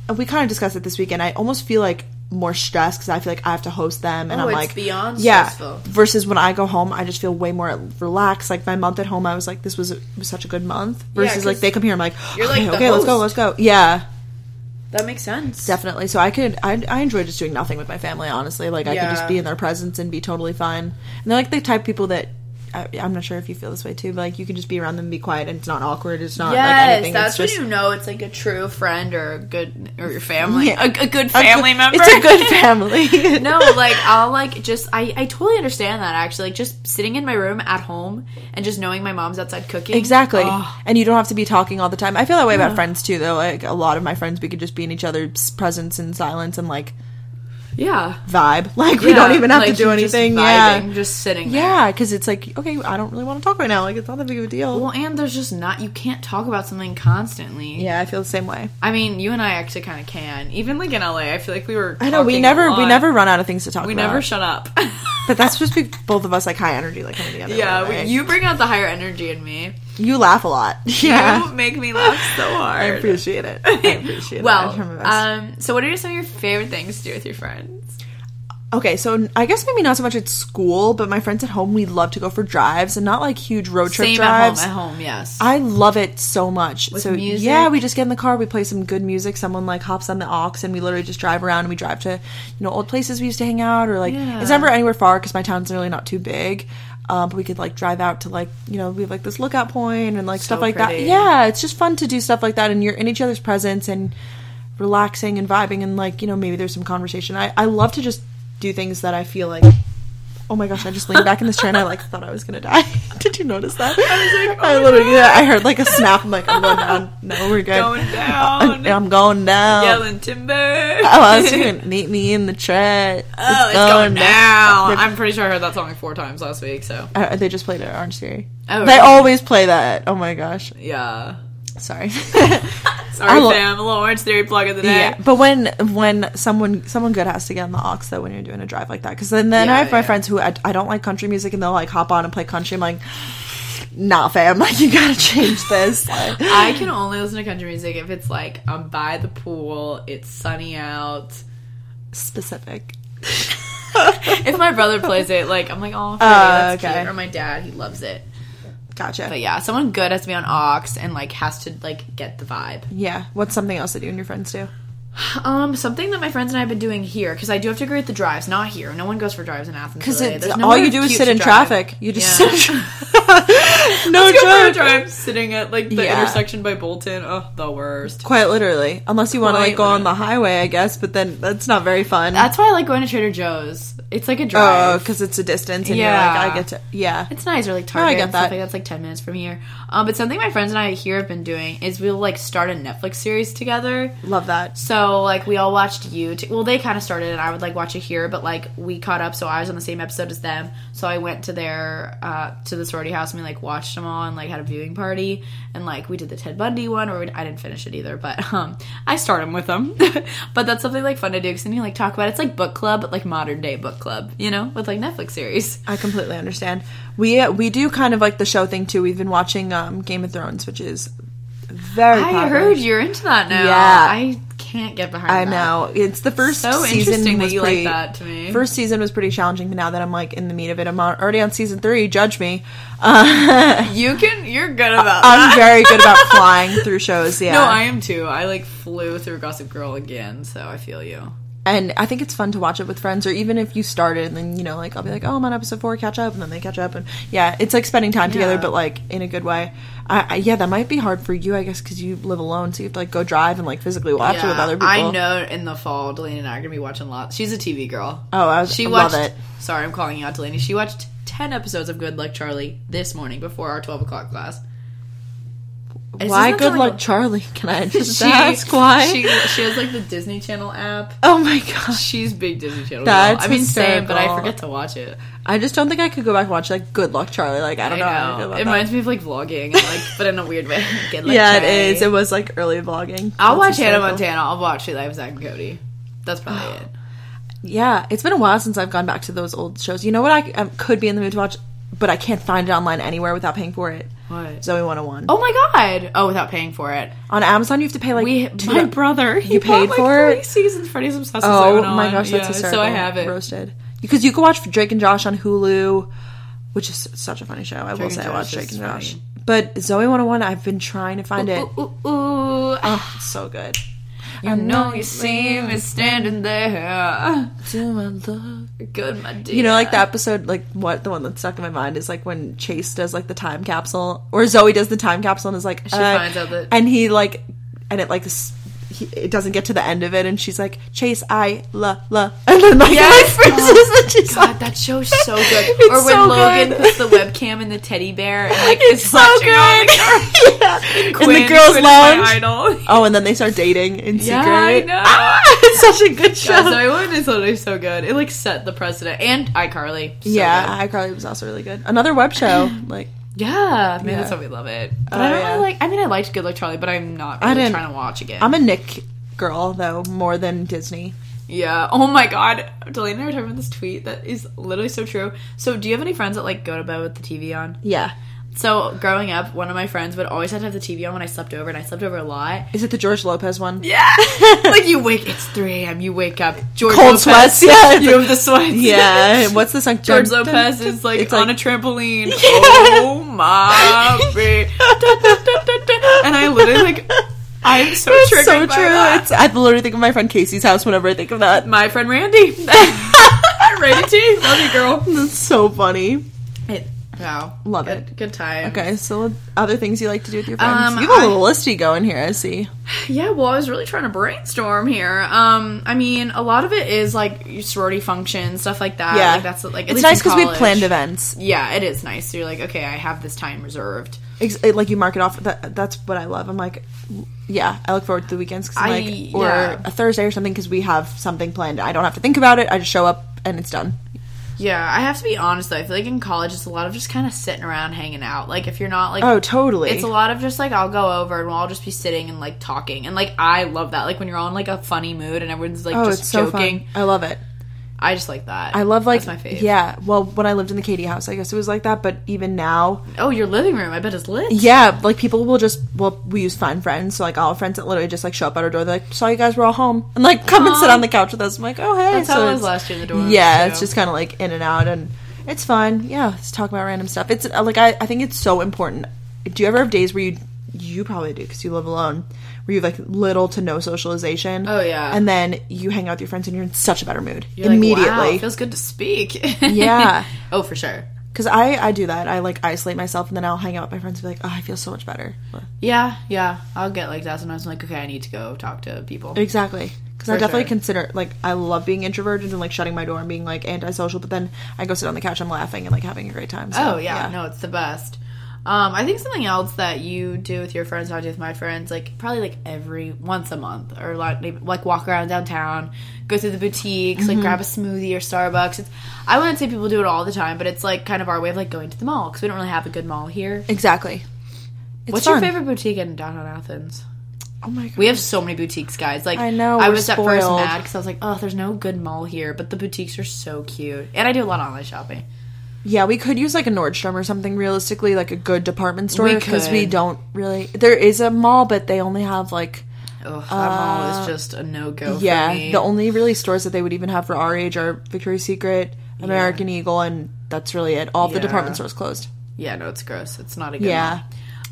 [SPEAKER 2] and we kind of discussed it this weekend. I almost feel like more stressed because I feel like I have to host them, and
[SPEAKER 3] Oh,
[SPEAKER 2] I'm
[SPEAKER 3] it's
[SPEAKER 2] like
[SPEAKER 3] beyond
[SPEAKER 2] yeah.
[SPEAKER 3] stressful.
[SPEAKER 2] Versus when I go home, I just feel way more relaxed. Like my month at home, I was like, this was, was such a good month. Versus
[SPEAKER 3] 'cause
[SPEAKER 2] like they come here, I'm like,
[SPEAKER 3] you're, like,
[SPEAKER 2] okay,
[SPEAKER 3] the
[SPEAKER 2] okay, let's go,
[SPEAKER 3] host."
[SPEAKER 2] let's go. Yeah,
[SPEAKER 3] That makes sense.
[SPEAKER 2] definitely. So I could, I, I enjoy just doing nothing with my family. Honestly, like I could
[SPEAKER 3] Yeah.
[SPEAKER 2] just be in their presence and be totally fine. And they're like the type of people that. I, I'm not sure if you feel this way too, but like you can just be around them, and be quiet, and it's not awkward. It's not like
[SPEAKER 3] Yes,
[SPEAKER 2] anything.
[SPEAKER 3] that's
[SPEAKER 2] it's
[SPEAKER 3] when
[SPEAKER 2] just,
[SPEAKER 3] you know it's like a true friend or a good or your family,
[SPEAKER 2] Yeah.
[SPEAKER 3] a, a good family
[SPEAKER 2] good-
[SPEAKER 3] member.
[SPEAKER 2] It's a good family.
[SPEAKER 3] no, like I'll like just I I totally understand that actually. Like just sitting in my room at home and just knowing my mom's outside cooking.
[SPEAKER 2] Exactly.
[SPEAKER 3] Oh,
[SPEAKER 2] And you don't have to be talking all the time. I feel that way about friends too, though. Like a lot of my friends, we could just be in each other's presence and silence and like
[SPEAKER 3] yeah.
[SPEAKER 2] vibe. Like we don't
[SPEAKER 3] Yeah,
[SPEAKER 2] even have
[SPEAKER 3] like,
[SPEAKER 2] to do
[SPEAKER 3] you're just
[SPEAKER 2] anything.
[SPEAKER 3] vibing,
[SPEAKER 2] Yeah.
[SPEAKER 3] Just sitting there.
[SPEAKER 2] Yeah, because it's like, okay, I don't really want to talk right now. Like it's not that big of a deal.
[SPEAKER 3] Well, and there's just not you can't talk about something constantly.
[SPEAKER 2] yeah, I feel the same way.
[SPEAKER 3] I mean, you and I actually kind of can. Even like in LA, I feel like we were.
[SPEAKER 2] I know we
[SPEAKER 3] talking a
[SPEAKER 2] never we
[SPEAKER 3] lot.
[SPEAKER 2] never run out of things to talk
[SPEAKER 3] we
[SPEAKER 2] about.
[SPEAKER 3] never shut up.
[SPEAKER 2] but that's supposed to be both of us like high energy, like coming together.
[SPEAKER 3] yeah, we,
[SPEAKER 2] right?
[SPEAKER 3] you bring out the higher energy in me.
[SPEAKER 2] you laugh a lot. Yeah,
[SPEAKER 3] You make me laugh so hard.
[SPEAKER 2] I appreciate it. I appreciate it. I
[SPEAKER 3] Well,
[SPEAKER 2] try my best.
[SPEAKER 3] um, so what are some of your favorite things to do with your friends?
[SPEAKER 2] Okay, so I guess maybe not so much at school, but my friends at home, we love to go for drives and not like huge road trip
[SPEAKER 3] Same
[SPEAKER 2] drives.
[SPEAKER 3] at home. At home, yes.
[SPEAKER 2] I love it so much. so
[SPEAKER 3] music?
[SPEAKER 2] yeah, we just get in the car, we play some good music. Someone like hops on the aux, and we literally just drive around. and We drive to you know old places we used to hang out, or like it's never anywhere far because my town's really not too big. Um, but we could like drive out to like you know we have like this lookout point and like stuff like that.
[SPEAKER 3] pretty.
[SPEAKER 2] Yeah, it's just fun to do stuff like that, and you're in each other's presence and relaxing and vibing, and like you know maybe there's some conversation. I I love to just do things that I feel like Oh my gosh, I just leaned back in this chair and I like thought I was gonna die. Did you notice that? I was like, I literally, yeah, I heard like a snap. I'm like, I'm going down. No, we're good.
[SPEAKER 3] Going down.
[SPEAKER 2] I'm going down.
[SPEAKER 3] Yelling timber.
[SPEAKER 2] Oh, I was gonna meet me in the trash.
[SPEAKER 3] Oh, it's going down. I'm pretty sure I heard that song like four times last week. So
[SPEAKER 2] Uh, they just played it at Orange Theory.
[SPEAKER 3] Oh,
[SPEAKER 2] They
[SPEAKER 3] really?
[SPEAKER 2] always play that. Oh my gosh.
[SPEAKER 3] yeah.
[SPEAKER 2] Sorry.
[SPEAKER 3] Sorry,
[SPEAKER 2] I lo-
[SPEAKER 3] fam. A little orange theory plug of the day.
[SPEAKER 2] yeah. But when when someone someone good has to get on the aux though when you're doing a drive like that because then then I
[SPEAKER 3] Yeah,
[SPEAKER 2] have my
[SPEAKER 3] yeah.
[SPEAKER 2] friends who I, I don't like country music and they'll like hop on and play country. I'm like, nah, fam. Like you gotta change this. Like,
[SPEAKER 3] I can only listen to country music if it's like I'm by the pool, it's sunny out.
[SPEAKER 2] specific.
[SPEAKER 3] If my brother plays it, like I'm like, oh, Freddie, that's
[SPEAKER 2] okay.
[SPEAKER 3] cute. Or my dad, he loves it.
[SPEAKER 2] Gotcha.
[SPEAKER 3] But yeah, someone good has to be on aux and like has to like get the vibe.
[SPEAKER 2] Yeah. What's something else that you and your friends do?
[SPEAKER 3] Um, something that my friends and I have been doing here because I do have to agree with the drives. Not here. No one goes for drives in Athens.
[SPEAKER 2] Because
[SPEAKER 3] really. There's no
[SPEAKER 2] all
[SPEAKER 3] one
[SPEAKER 2] you do is
[SPEAKER 3] cute
[SPEAKER 2] sit
[SPEAKER 3] to
[SPEAKER 2] in
[SPEAKER 3] drive.
[SPEAKER 2] traffic. You just
[SPEAKER 3] Yeah.
[SPEAKER 2] sit. In tra- no
[SPEAKER 3] Let's go for a
[SPEAKER 2] joke.
[SPEAKER 3] drive sitting at like the
[SPEAKER 2] Yeah.
[SPEAKER 3] intersection by Bolton. Oh, the worst.
[SPEAKER 2] Quite literally, unless you want to like
[SPEAKER 3] Quite
[SPEAKER 2] go on the highway, I guess. But then that's not very fun.
[SPEAKER 3] That's why I like going to Trader Joe's. It's like a
[SPEAKER 2] oh,
[SPEAKER 3] drive.
[SPEAKER 2] because it's a distance, and you're
[SPEAKER 3] Yeah.
[SPEAKER 2] like, I get to. Yeah,
[SPEAKER 3] It's nice, or like Target
[SPEAKER 2] get
[SPEAKER 3] and stuff
[SPEAKER 2] that.
[SPEAKER 3] like that's like ten minutes from here. Um, but something my friends and I here have been doing is we'll like start a Netflix series together.
[SPEAKER 2] love that.
[SPEAKER 3] So like we all watched you. T- well, they kind of started, and I would like watch it here, but like we caught up, so I was on the same episode as them. So I went to their uh, to the sorority house and we like watched them all and like had a viewing party, and like we did the Ted Bundy one, or we, I didn't finish it either, but um I start them with them. but that's something like fun to do because then you like talk about it. it's like book club, but like modern day book club, you know, with like Netflix series.
[SPEAKER 2] I completely understand. We uh, we do kind of like the show thing too. We've been watching um, Game of Thrones, which is very.
[SPEAKER 3] I
[SPEAKER 2] popular.
[SPEAKER 3] heard you're into that now.
[SPEAKER 2] Yeah.
[SPEAKER 3] I can't get behind.
[SPEAKER 2] I
[SPEAKER 3] that.
[SPEAKER 2] know it's the first
[SPEAKER 3] So
[SPEAKER 2] season
[SPEAKER 3] interesting that
[SPEAKER 2] was
[SPEAKER 3] you like
[SPEAKER 2] pretty-
[SPEAKER 3] that to me.
[SPEAKER 2] First season was pretty challenging, but now that I'm like in the meat of it, I'm al- already on season three. Judge me. Uh,
[SPEAKER 3] You can. You're good about. that.
[SPEAKER 2] I'm very good about flying through shows. Yeah,
[SPEAKER 3] No, I am too. I like flew through Gossip Girl again, so I feel you.
[SPEAKER 2] and I think it's fun to watch it with friends, or even if you started and then you know, like I'll be like, oh, I'm on episode four, catch up, and then they catch up, and yeah, it's like spending time together,
[SPEAKER 3] Yeah.
[SPEAKER 2] but like in a good way. I, I, yeah, that might be hard for you, I guess, because you live alone, so you have to like go drive and like physically watch it with other people.
[SPEAKER 3] I know in the fall, Delaney and I are gonna be watching lots. She's a TV girl.
[SPEAKER 2] Oh, I was-
[SPEAKER 3] she
[SPEAKER 2] I love
[SPEAKER 3] watched.
[SPEAKER 2] it.
[SPEAKER 3] Sorry, I'm calling you out, Delaney. She watched ten episodes of Good Luck Charlie this morning before our twelve o'clock class. This
[SPEAKER 2] Why?
[SPEAKER 3] doesn't
[SPEAKER 2] Good
[SPEAKER 3] sound like
[SPEAKER 2] luck,
[SPEAKER 3] a-
[SPEAKER 2] Charlie. Can I just
[SPEAKER 3] She-
[SPEAKER 2] ask why?
[SPEAKER 3] she she has like the Disney Channel app.
[SPEAKER 2] oh my gosh.
[SPEAKER 3] She's big Disney Channel.
[SPEAKER 2] That's
[SPEAKER 3] girl. I mean, same, but I
[SPEAKER 2] hysterical.
[SPEAKER 3] forget to watch it.
[SPEAKER 2] I just don't think I could go back and watch like Good Luck Charlie. Like I
[SPEAKER 3] I
[SPEAKER 2] don't know. how I feel
[SPEAKER 3] know.
[SPEAKER 2] about
[SPEAKER 3] It
[SPEAKER 2] that.
[SPEAKER 3] reminds me of like vlogging, and, like but in a weird way. Good Luck
[SPEAKER 2] yeah,
[SPEAKER 3] Charlie.
[SPEAKER 2] it is. It was like early vlogging.
[SPEAKER 3] I'll watch
[SPEAKER 2] That's
[SPEAKER 3] Hannah
[SPEAKER 2] hysterical.
[SPEAKER 3] Montana. I'll watch She Lives Zach and Cody. That's probably it.
[SPEAKER 2] Yeah, it's been a while since I've gone back to those old shows. You know what? I um, could be in the mood to watch, but I can't find it online anywhere without paying for it.
[SPEAKER 3] What?
[SPEAKER 2] Zoe 101.
[SPEAKER 3] Oh my god! Oh, without paying for it.
[SPEAKER 2] On Amazon, you have to pay like
[SPEAKER 3] We,
[SPEAKER 2] two
[SPEAKER 3] my
[SPEAKER 2] do-
[SPEAKER 3] brother, he
[SPEAKER 2] You paid
[SPEAKER 3] bought,
[SPEAKER 2] for
[SPEAKER 3] like, three
[SPEAKER 2] it?
[SPEAKER 3] seasons. Freddy's obsessed with
[SPEAKER 2] Oh
[SPEAKER 3] Zoe
[SPEAKER 2] my
[SPEAKER 3] on.
[SPEAKER 2] gosh, that's
[SPEAKER 3] yeah,
[SPEAKER 2] hysterical.
[SPEAKER 3] So I have it.
[SPEAKER 2] roasted because you can watch Drake and Josh on Hulu, which is such a funny show. I will
[SPEAKER 3] Drake
[SPEAKER 2] say
[SPEAKER 3] and
[SPEAKER 2] I
[SPEAKER 3] Josh
[SPEAKER 2] watched Drake
[SPEAKER 3] is
[SPEAKER 2] and Josh,
[SPEAKER 3] funny.
[SPEAKER 2] but Zoe 101. I've been trying to find it.
[SPEAKER 3] Ooh, ooh, ooh.
[SPEAKER 2] Oh, it's so good.
[SPEAKER 3] Ah, I know you see me standing there.
[SPEAKER 2] Do my love.
[SPEAKER 3] Good, my dear.
[SPEAKER 2] You know, like the episode, like what the one that stuck in my mind is like when Chase does like the time capsule, or Zoe does the time capsule, and is like, she
[SPEAKER 3] finds out that-
[SPEAKER 2] and he like, and it like, s- he, it doesn't get to the end of it, and she's like, Chase, I la la, and then like,
[SPEAKER 3] Yes! Oh,
[SPEAKER 2] like, freezes, and she's
[SPEAKER 3] God,
[SPEAKER 2] like-
[SPEAKER 3] that show's so good.
[SPEAKER 2] It's
[SPEAKER 3] or when
[SPEAKER 2] so
[SPEAKER 3] Logan
[SPEAKER 2] good.
[SPEAKER 3] puts the webcam in the teddy bear and like
[SPEAKER 2] It's
[SPEAKER 3] is
[SPEAKER 2] so
[SPEAKER 3] watching all the girls.
[SPEAKER 2] good. yeah. In
[SPEAKER 3] Quinn-
[SPEAKER 2] the girls'
[SPEAKER 3] Quinn is my
[SPEAKER 2] lounge.
[SPEAKER 3] idol.
[SPEAKER 2] Oh, and then they start dating in
[SPEAKER 3] Yeah,
[SPEAKER 2] secret.
[SPEAKER 3] I know.
[SPEAKER 2] Ah, it's such a good show.
[SPEAKER 3] Yeah, Zoe One is literally so good. It like set the precedent. And iCarly. So
[SPEAKER 2] yeah,
[SPEAKER 3] good.
[SPEAKER 2] iCarly was also really good. Another web show, like.
[SPEAKER 3] Yeah, maybe
[SPEAKER 2] Yeah.
[SPEAKER 3] that's why we love it. But
[SPEAKER 2] Oh,
[SPEAKER 3] I don't
[SPEAKER 2] yeah.
[SPEAKER 3] really like. I mean, I liked Good Luck Charlie, but I'm not
[SPEAKER 2] I
[SPEAKER 3] really
[SPEAKER 2] didn't-
[SPEAKER 3] trying to watch again.
[SPEAKER 2] I'm a Nick girl though, more than Disney.
[SPEAKER 3] yeah. Oh my god, Delaney and I were talking about this tweet that is literally so true. So, do you have any friends that like go to bed with the TV on?
[SPEAKER 2] Yeah.
[SPEAKER 3] So, growing up, one of my friends would always have to have the TV on when I slept over, and I slept over a lot.
[SPEAKER 2] Is it the George Lopez one?
[SPEAKER 3] Yeah, like you wake. It's 3 a.m. You wake up. George
[SPEAKER 2] Cold
[SPEAKER 3] Lopez,
[SPEAKER 2] sweats, yeah. It's
[SPEAKER 3] You
[SPEAKER 2] like-
[SPEAKER 3] have the sweats.
[SPEAKER 2] Yeah. What's the song?
[SPEAKER 3] George
[SPEAKER 2] Dun, dun,
[SPEAKER 3] Lopez
[SPEAKER 2] dun.
[SPEAKER 3] is like
[SPEAKER 2] It's
[SPEAKER 3] on a trampoline. Oh my! ba- Dun, dun, dun, dun, dun. and I literally like. I'm so
[SPEAKER 2] It's
[SPEAKER 3] triggered
[SPEAKER 2] so
[SPEAKER 3] by
[SPEAKER 2] true.
[SPEAKER 3] that.
[SPEAKER 2] It's, I literally think of my friend Casey's house whenever I think of that.
[SPEAKER 3] my friend Randy. Randy T, love you, girl.
[SPEAKER 2] That's so funny.
[SPEAKER 3] It, Wow.
[SPEAKER 2] Love
[SPEAKER 3] Good-
[SPEAKER 2] it.
[SPEAKER 3] Good time.
[SPEAKER 2] Okay, so other things you like to do with your friends.
[SPEAKER 3] Um,
[SPEAKER 2] you have a
[SPEAKER 3] I-
[SPEAKER 2] little listy going here, I see.
[SPEAKER 3] Yeah, well, I was really trying to brainstorm here. Um, I mean, a lot of it is like your sorority functions, stuff like that.
[SPEAKER 2] Yeah.
[SPEAKER 3] like, that's like at
[SPEAKER 2] it's
[SPEAKER 3] least
[SPEAKER 2] nice
[SPEAKER 3] in
[SPEAKER 2] we
[SPEAKER 3] college.
[SPEAKER 2] planned events.
[SPEAKER 3] Yeah, it is nice. You're like, okay, I have this time reserved.
[SPEAKER 2] Ex- it- like you mark it off. That, that's what I love. I'm like, yeah, I look forward to the weekends because
[SPEAKER 3] I-
[SPEAKER 2] like, or
[SPEAKER 3] yeah.
[SPEAKER 2] a Thursday or something because we have something planned. I don't have to think about it. I just show up and it's done.
[SPEAKER 3] Yeah, I have to be honest though. I feel like in college, it's a lot of just kind of sitting around, hanging out. Like if you're not like,
[SPEAKER 2] Oh, totally.
[SPEAKER 3] it's a lot of just like I'll go over and we'll all just be sitting and like talking. And like I love that. Like when you're all in like a funny mood and everyone's like
[SPEAKER 2] oh,
[SPEAKER 3] just
[SPEAKER 2] it's so
[SPEAKER 3] joking.
[SPEAKER 2] fun. I love it.
[SPEAKER 3] I just like that.
[SPEAKER 2] I love like
[SPEAKER 3] That's my fave.
[SPEAKER 2] yeah. Well, when I lived in the Katie house, I guess it was like that. But even now,
[SPEAKER 3] Oh, your living room. I bet it's lit.
[SPEAKER 2] Yeah, like people will just well, we use find friends, so like all our friends that literally just like show up at our door, they're like, saw you guys were all home, and like come and sit on the couch with us. I'm like, oh hey,
[SPEAKER 3] That's how it was
[SPEAKER 2] it's-
[SPEAKER 3] last year in the dorms,
[SPEAKER 2] Yeah,
[SPEAKER 3] too.
[SPEAKER 2] it's just kind of like in and out, and it's fun. Yeah, let's talk about random stuff. It's uh, like I, I think it's so important. Do you ever have days where you you probably do because you live alone, where you have like little to no socialization?
[SPEAKER 3] Oh, yeah.
[SPEAKER 2] and then you hang out with your friends and you're in such a better mood
[SPEAKER 3] You're like,
[SPEAKER 2] immediately.
[SPEAKER 3] wow, it feels good to speak.
[SPEAKER 2] Yeah.
[SPEAKER 3] oh, for sure.
[SPEAKER 2] Because I, I do that. I like isolate myself and then I'll hang out with my friends and be like, oh, I feel so much better.
[SPEAKER 3] Yeah, yeah. I'll get like that sometimes. I'm like, okay, I need to go talk to people.
[SPEAKER 2] Exactly. Because I
[SPEAKER 3] For
[SPEAKER 2] definitely
[SPEAKER 3] sure.
[SPEAKER 2] consider like I love being introverted and like shutting my door and being like antisocial, but then I go sit on the couch, I'm laughing and like having a great time. So,
[SPEAKER 3] Oh yeah, no, it's the best. Um, I think something else that you do with your friends, I do with my friends, like probably like every once a month, or like maybe, like walk around downtown, go through the boutiques,
[SPEAKER 2] Mm-hmm.
[SPEAKER 3] like grab a smoothie or Starbucks. It's, I wouldn't say people do it all the time, but it's like kind of our way of like going to the mall because we don't really have a good mall here.
[SPEAKER 2] exactly. It's
[SPEAKER 3] What's
[SPEAKER 2] fun.
[SPEAKER 3] your favorite boutique in downtown Athens?
[SPEAKER 2] Oh my god,
[SPEAKER 3] We have so many boutiques, guys. Like
[SPEAKER 2] I know,
[SPEAKER 3] I
[SPEAKER 2] we're
[SPEAKER 3] was at first
[SPEAKER 2] spoiled.
[SPEAKER 3] mad because I was like, oh, there's no good mall here, but the boutiques are so cute, and I do a lot of online shopping.
[SPEAKER 2] yeah, we could use like a Nordstrom or something. Realistically, like a good department store
[SPEAKER 3] We
[SPEAKER 2] because we
[SPEAKER 3] could.
[SPEAKER 2] don't really. There is a mall, but they only have like
[SPEAKER 3] Ugh, that mall is just a no go.
[SPEAKER 2] Uh, yeah,
[SPEAKER 3] Oh, for me.
[SPEAKER 2] the only really stores that they would even have for our age are Victoria's Secret, American Eagle, and that's really it. All of the
[SPEAKER 3] Yeah.
[SPEAKER 2] department stores closed.
[SPEAKER 3] Yeah, no, it's gross. It's not a good
[SPEAKER 2] Yeah.
[SPEAKER 3] one.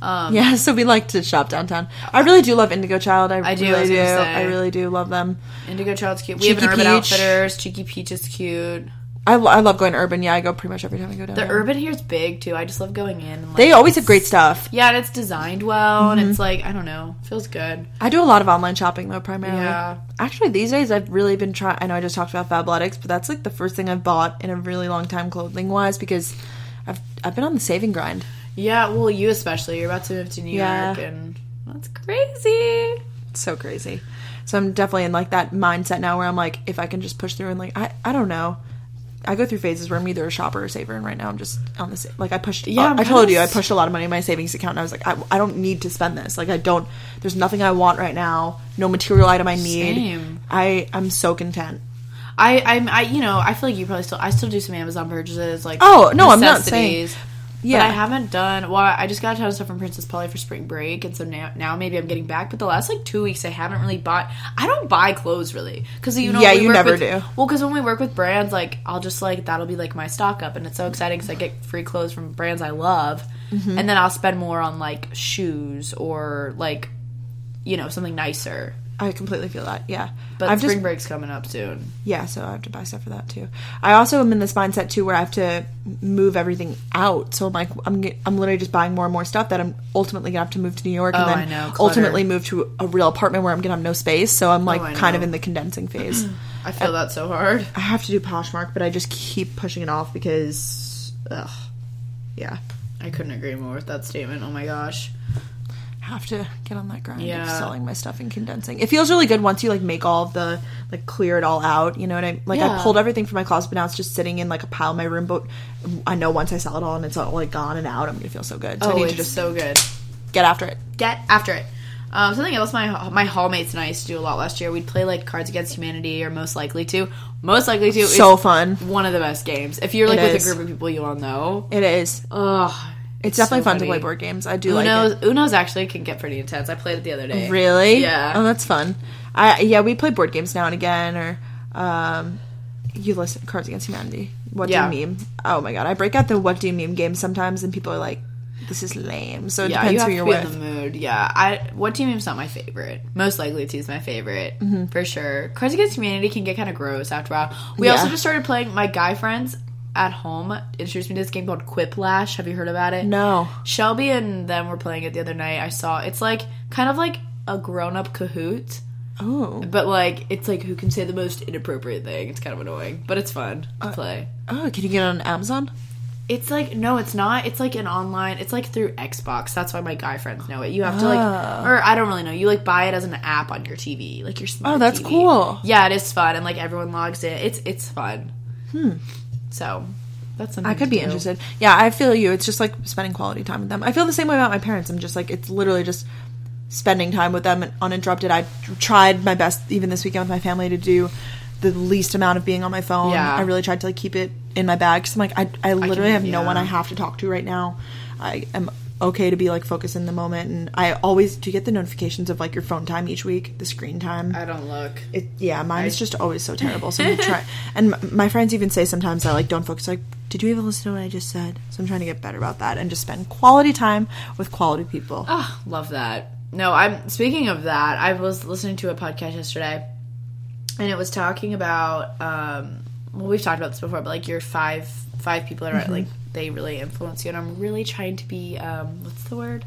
[SPEAKER 3] Um,
[SPEAKER 2] yeah, so we like to shop downtown. I really do love Indigo Child. I,
[SPEAKER 3] I do, I
[SPEAKER 2] really
[SPEAKER 3] was
[SPEAKER 2] do.
[SPEAKER 3] gonna say.
[SPEAKER 2] I really do love them.
[SPEAKER 3] Indigo Child's cute. We have
[SPEAKER 2] Cheeky
[SPEAKER 3] an Urban
[SPEAKER 2] Peach.
[SPEAKER 3] Outfitters. Cheeky Peach is cute.
[SPEAKER 2] I, lo- I love going to Urban. Yeah, I go pretty much every time I go down.
[SPEAKER 3] The Urban here is big too. I just love going in. And, like,
[SPEAKER 2] They Mm-hmm. always have great stuff.
[SPEAKER 3] yeah, and it's designed well, and it's like I don't know, feels good.
[SPEAKER 2] I do a lot of online shopping though, primarily.
[SPEAKER 3] Yeah.
[SPEAKER 2] Actually, these days I've really been trying. I know I just talked about Fabletics, but that's like the first thing I've bought in a really long time, clothing wise, because I've I've been on the saving grind.
[SPEAKER 3] Yeah, well, you especially. You're about to move to New
[SPEAKER 2] Yeah.
[SPEAKER 3] York, and that's crazy.
[SPEAKER 2] It's so crazy. So I'm definitely in like that mindset now where I'm like, if I can just push through and like I I don't know. I go through phases where I'm either a shopper or saver, and right now I'm just on the sa- like I pushed.
[SPEAKER 3] Yeah, I'm
[SPEAKER 2] I told you I
[SPEAKER 3] kinda s-
[SPEAKER 2] pushed a lot of money in my savings account, and I was like, I, I don't need to spend this. Like I don't. There's nothing I want right now. No material item I need.
[SPEAKER 3] Same.
[SPEAKER 2] I I'm so content.
[SPEAKER 3] I, I'm, I, you know, I feel like you probably still, I still do some Amazon purchases, like
[SPEAKER 2] Oh, no, I'm not saying-
[SPEAKER 3] necessities.
[SPEAKER 2] Yeah,
[SPEAKER 3] But I haven't done. Well, I just got a ton of stuff from Princess Polly for spring break, and so now, now maybe I'm getting back. But the last like two weeks, I haven't really bought. I don't buy clothes really because you know.
[SPEAKER 2] Yeah,
[SPEAKER 3] we
[SPEAKER 2] you
[SPEAKER 3] work
[SPEAKER 2] never
[SPEAKER 3] with-
[SPEAKER 2] do.
[SPEAKER 3] Well, because when we work with brands, like I'll just like that'll be like my stock up, and it's so exciting because I get free clothes from brands I love,
[SPEAKER 2] Mm-hmm.
[SPEAKER 3] and then I'll spend more on like shoes or like you know something nicer.
[SPEAKER 2] I completely feel that. Yeah,
[SPEAKER 3] But
[SPEAKER 2] I've
[SPEAKER 3] spring
[SPEAKER 2] just
[SPEAKER 3] break's coming up soon.
[SPEAKER 2] yeah, so I have to buy stuff for that too. I also am in this mindset too where I have to move everything out. So I'm like, I'm ge- I'm literally just buying more and more stuff that I'm ultimately gonna have to move to New York
[SPEAKER 3] Oh,
[SPEAKER 2] and
[SPEAKER 3] I
[SPEAKER 2] then
[SPEAKER 3] know, clutter. Oh,
[SPEAKER 2] ultimately move to a real apartment where I'm gonna have no space. So I'm like
[SPEAKER 3] I
[SPEAKER 2] kind of
[SPEAKER 3] know.
[SPEAKER 2] in the condensing phase.
[SPEAKER 3] I feel
[SPEAKER 2] Uh,
[SPEAKER 3] that so hard.
[SPEAKER 2] I have to do Poshmark, but I just keep pushing it off because, ugh, yeah,
[SPEAKER 3] I couldn't agree more with that statement. Oh my gosh.
[SPEAKER 2] I have to get on that grind of
[SPEAKER 3] Yeah.
[SPEAKER 2] selling my stuff and condensing. It feels really good once you like make all of the like clear it all out. You know what I like? I
[SPEAKER 3] Yeah.
[SPEAKER 2] pulled everything from my closet, but now it's just sitting in like a pile in my room. But I know once I sell it all and it's all like gone and out, I'm gonna feel so good. So I
[SPEAKER 3] Oh,
[SPEAKER 2] need
[SPEAKER 3] it's
[SPEAKER 2] to just
[SPEAKER 3] so good.
[SPEAKER 2] get after it.
[SPEAKER 3] get after it. Um, something else my my hallmates and I used to do a lot last year. We'd play like Cards Against Humanity or Most Likely to. Most Likely to is
[SPEAKER 2] So fun.
[SPEAKER 3] one of the best games. If you're like
[SPEAKER 2] It
[SPEAKER 3] with
[SPEAKER 2] is.
[SPEAKER 3] a group of people you all know,
[SPEAKER 2] It is.
[SPEAKER 3] ugh,
[SPEAKER 2] It's, definitely
[SPEAKER 3] so
[SPEAKER 2] fun to play
[SPEAKER 3] funny.
[SPEAKER 2] board games. I do like
[SPEAKER 3] Uno's
[SPEAKER 2] it.
[SPEAKER 3] Uno's actually can get pretty intense. I played it the other day.
[SPEAKER 2] Really?
[SPEAKER 3] Yeah.
[SPEAKER 2] Oh, that's fun. I yeah, we play board games now and again, or um, you listen Cards Against Humanity. What
[SPEAKER 3] Yeah.
[SPEAKER 2] do you meme? Oh my god, I break out the What do you meme game sometimes, and people are like, "This is lame." So it
[SPEAKER 3] Yeah, you
[SPEAKER 2] depends
[SPEAKER 3] have
[SPEAKER 2] who
[SPEAKER 3] to
[SPEAKER 2] you're
[SPEAKER 3] be
[SPEAKER 2] with.
[SPEAKER 3] in the mood. Yeah, I what team is not my favorite. Most likely to is my favorite
[SPEAKER 2] Mm-hmm.
[SPEAKER 3] for sure. Cards Against Humanity can get kind of gross after a while. We
[SPEAKER 2] Yeah.
[SPEAKER 3] also just started playing. My guy friends at home introduced me to this game called Quiplash. Have you heard about it?
[SPEAKER 2] No.
[SPEAKER 3] Shelby and them were playing it the other night. I saw it's like kind of like a grown up Kahoot,
[SPEAKER 2] Oh.
[SPEAKER 3] but like it's like who can say the most inappropriate thing. It's kind of annoying, but it's fun to play.
[SPEAKER 2] Oh, can you get it on Amazon?
[SPEAKER 3] It's like no, it's not. It's like an online. It's like through Xbox. That's why my guy friends know it. You have to like,
[SPEAKER 2] Ah.
[SPEAKER 3] or I don't really know. You like buy it as an app on your TV, like your smart.
[SPEAKER 2] Oh, that's
[SPEAKER 3] TV.
[SPEAKER 2] cool.
[SPEAKER 3] Yeah, it is fun, and like everyone logs in. It's it's fun. Hmm. So that's something
[SPEAKER 2] I could be
[SPEAKER 3] to do.
[SPEAKER 2] interested. Yeah, I feel you. It's just like spending quality time with them. I feel the same way about my parents. I'm just like it's literally just spending time with them and uninterrupted. I tried my best even this weekend with my family to do the least amount of being on my phone.
[SPEAKER 3] Yeah.
[SPEAKER 2] I really tried to like keep it in my bag because I'm like I I literally have no
[SPEAKER 3] yeah.
[SPEAKER 2] one I have to talk to right now. I am okay to be like focused in the moment and I always do you get the notifications of like your phone time each week, the screen time.
[SPEAKER 3] I don't look.
[SPEAKER 2] It, yeah, mine's just always so terrible. So I'm try, and m- my friends even say sometimes I like don't focus. Like, did you even listen to what I just said? So I'm trying to get better about that and just spend quality time with quality people.
[SPEAKER 3] Oh, Ah, Love that. No, I'm speaking of that. I was listening to a podcast yesterday, and it was talking about. Um, well, we've talked about this before, but like your five five people that are like they really influence you, and I'm really trying to be um, what's the word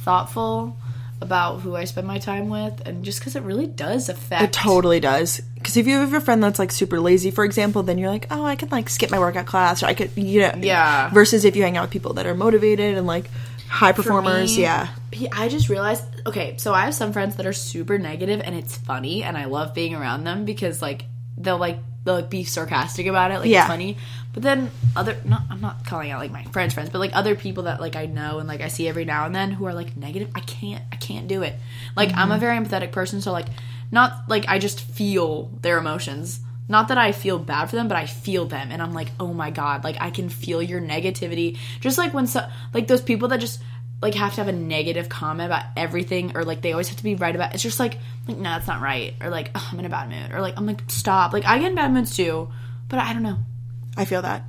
[SPEAKER 3] thoughtful about who I spend my time with, and just because it really does affect.
[SPEAKER 2] It totally does. Because if you have a friend that's like super lazy, for example, then you're like, oh, I can like skip my workout class, or I could, you know,
[SPEAKER 3] Yeah.
[SPEAKER 2] Versus if you hang out with people that are motivated and like high performers,
[SPEAKER 3] me-
[SPEAKER 2] yeah.
[SPEAKER 3] He- I just realized okay, so I have some friends that are super negative and it's funny and I love being around them because like they'll like they'll like, be sarcastic about it, like
[SPEAKER 2] Yeah.
[SPEAKER 3] it's funny. But then other not I'm not calling out like my friends friends, but like other people that like I know and like I see every now and then who are like negative, I can't I can't do it. Like I'm a very empathetic person, so like not like I just feel their emotions. Not that I feel bad for them, but I feel them, and I'm like, oh my god, like I can feel your negativity. Just like when, so, like those people that just like have to have a negative comment about everything or like they always have to be right about it's just like like no that's not right or like oh, i'm in a bad mood or like i'm like stop like i get in bad moods too but i don't know
[SPEAKER 2] I feel that.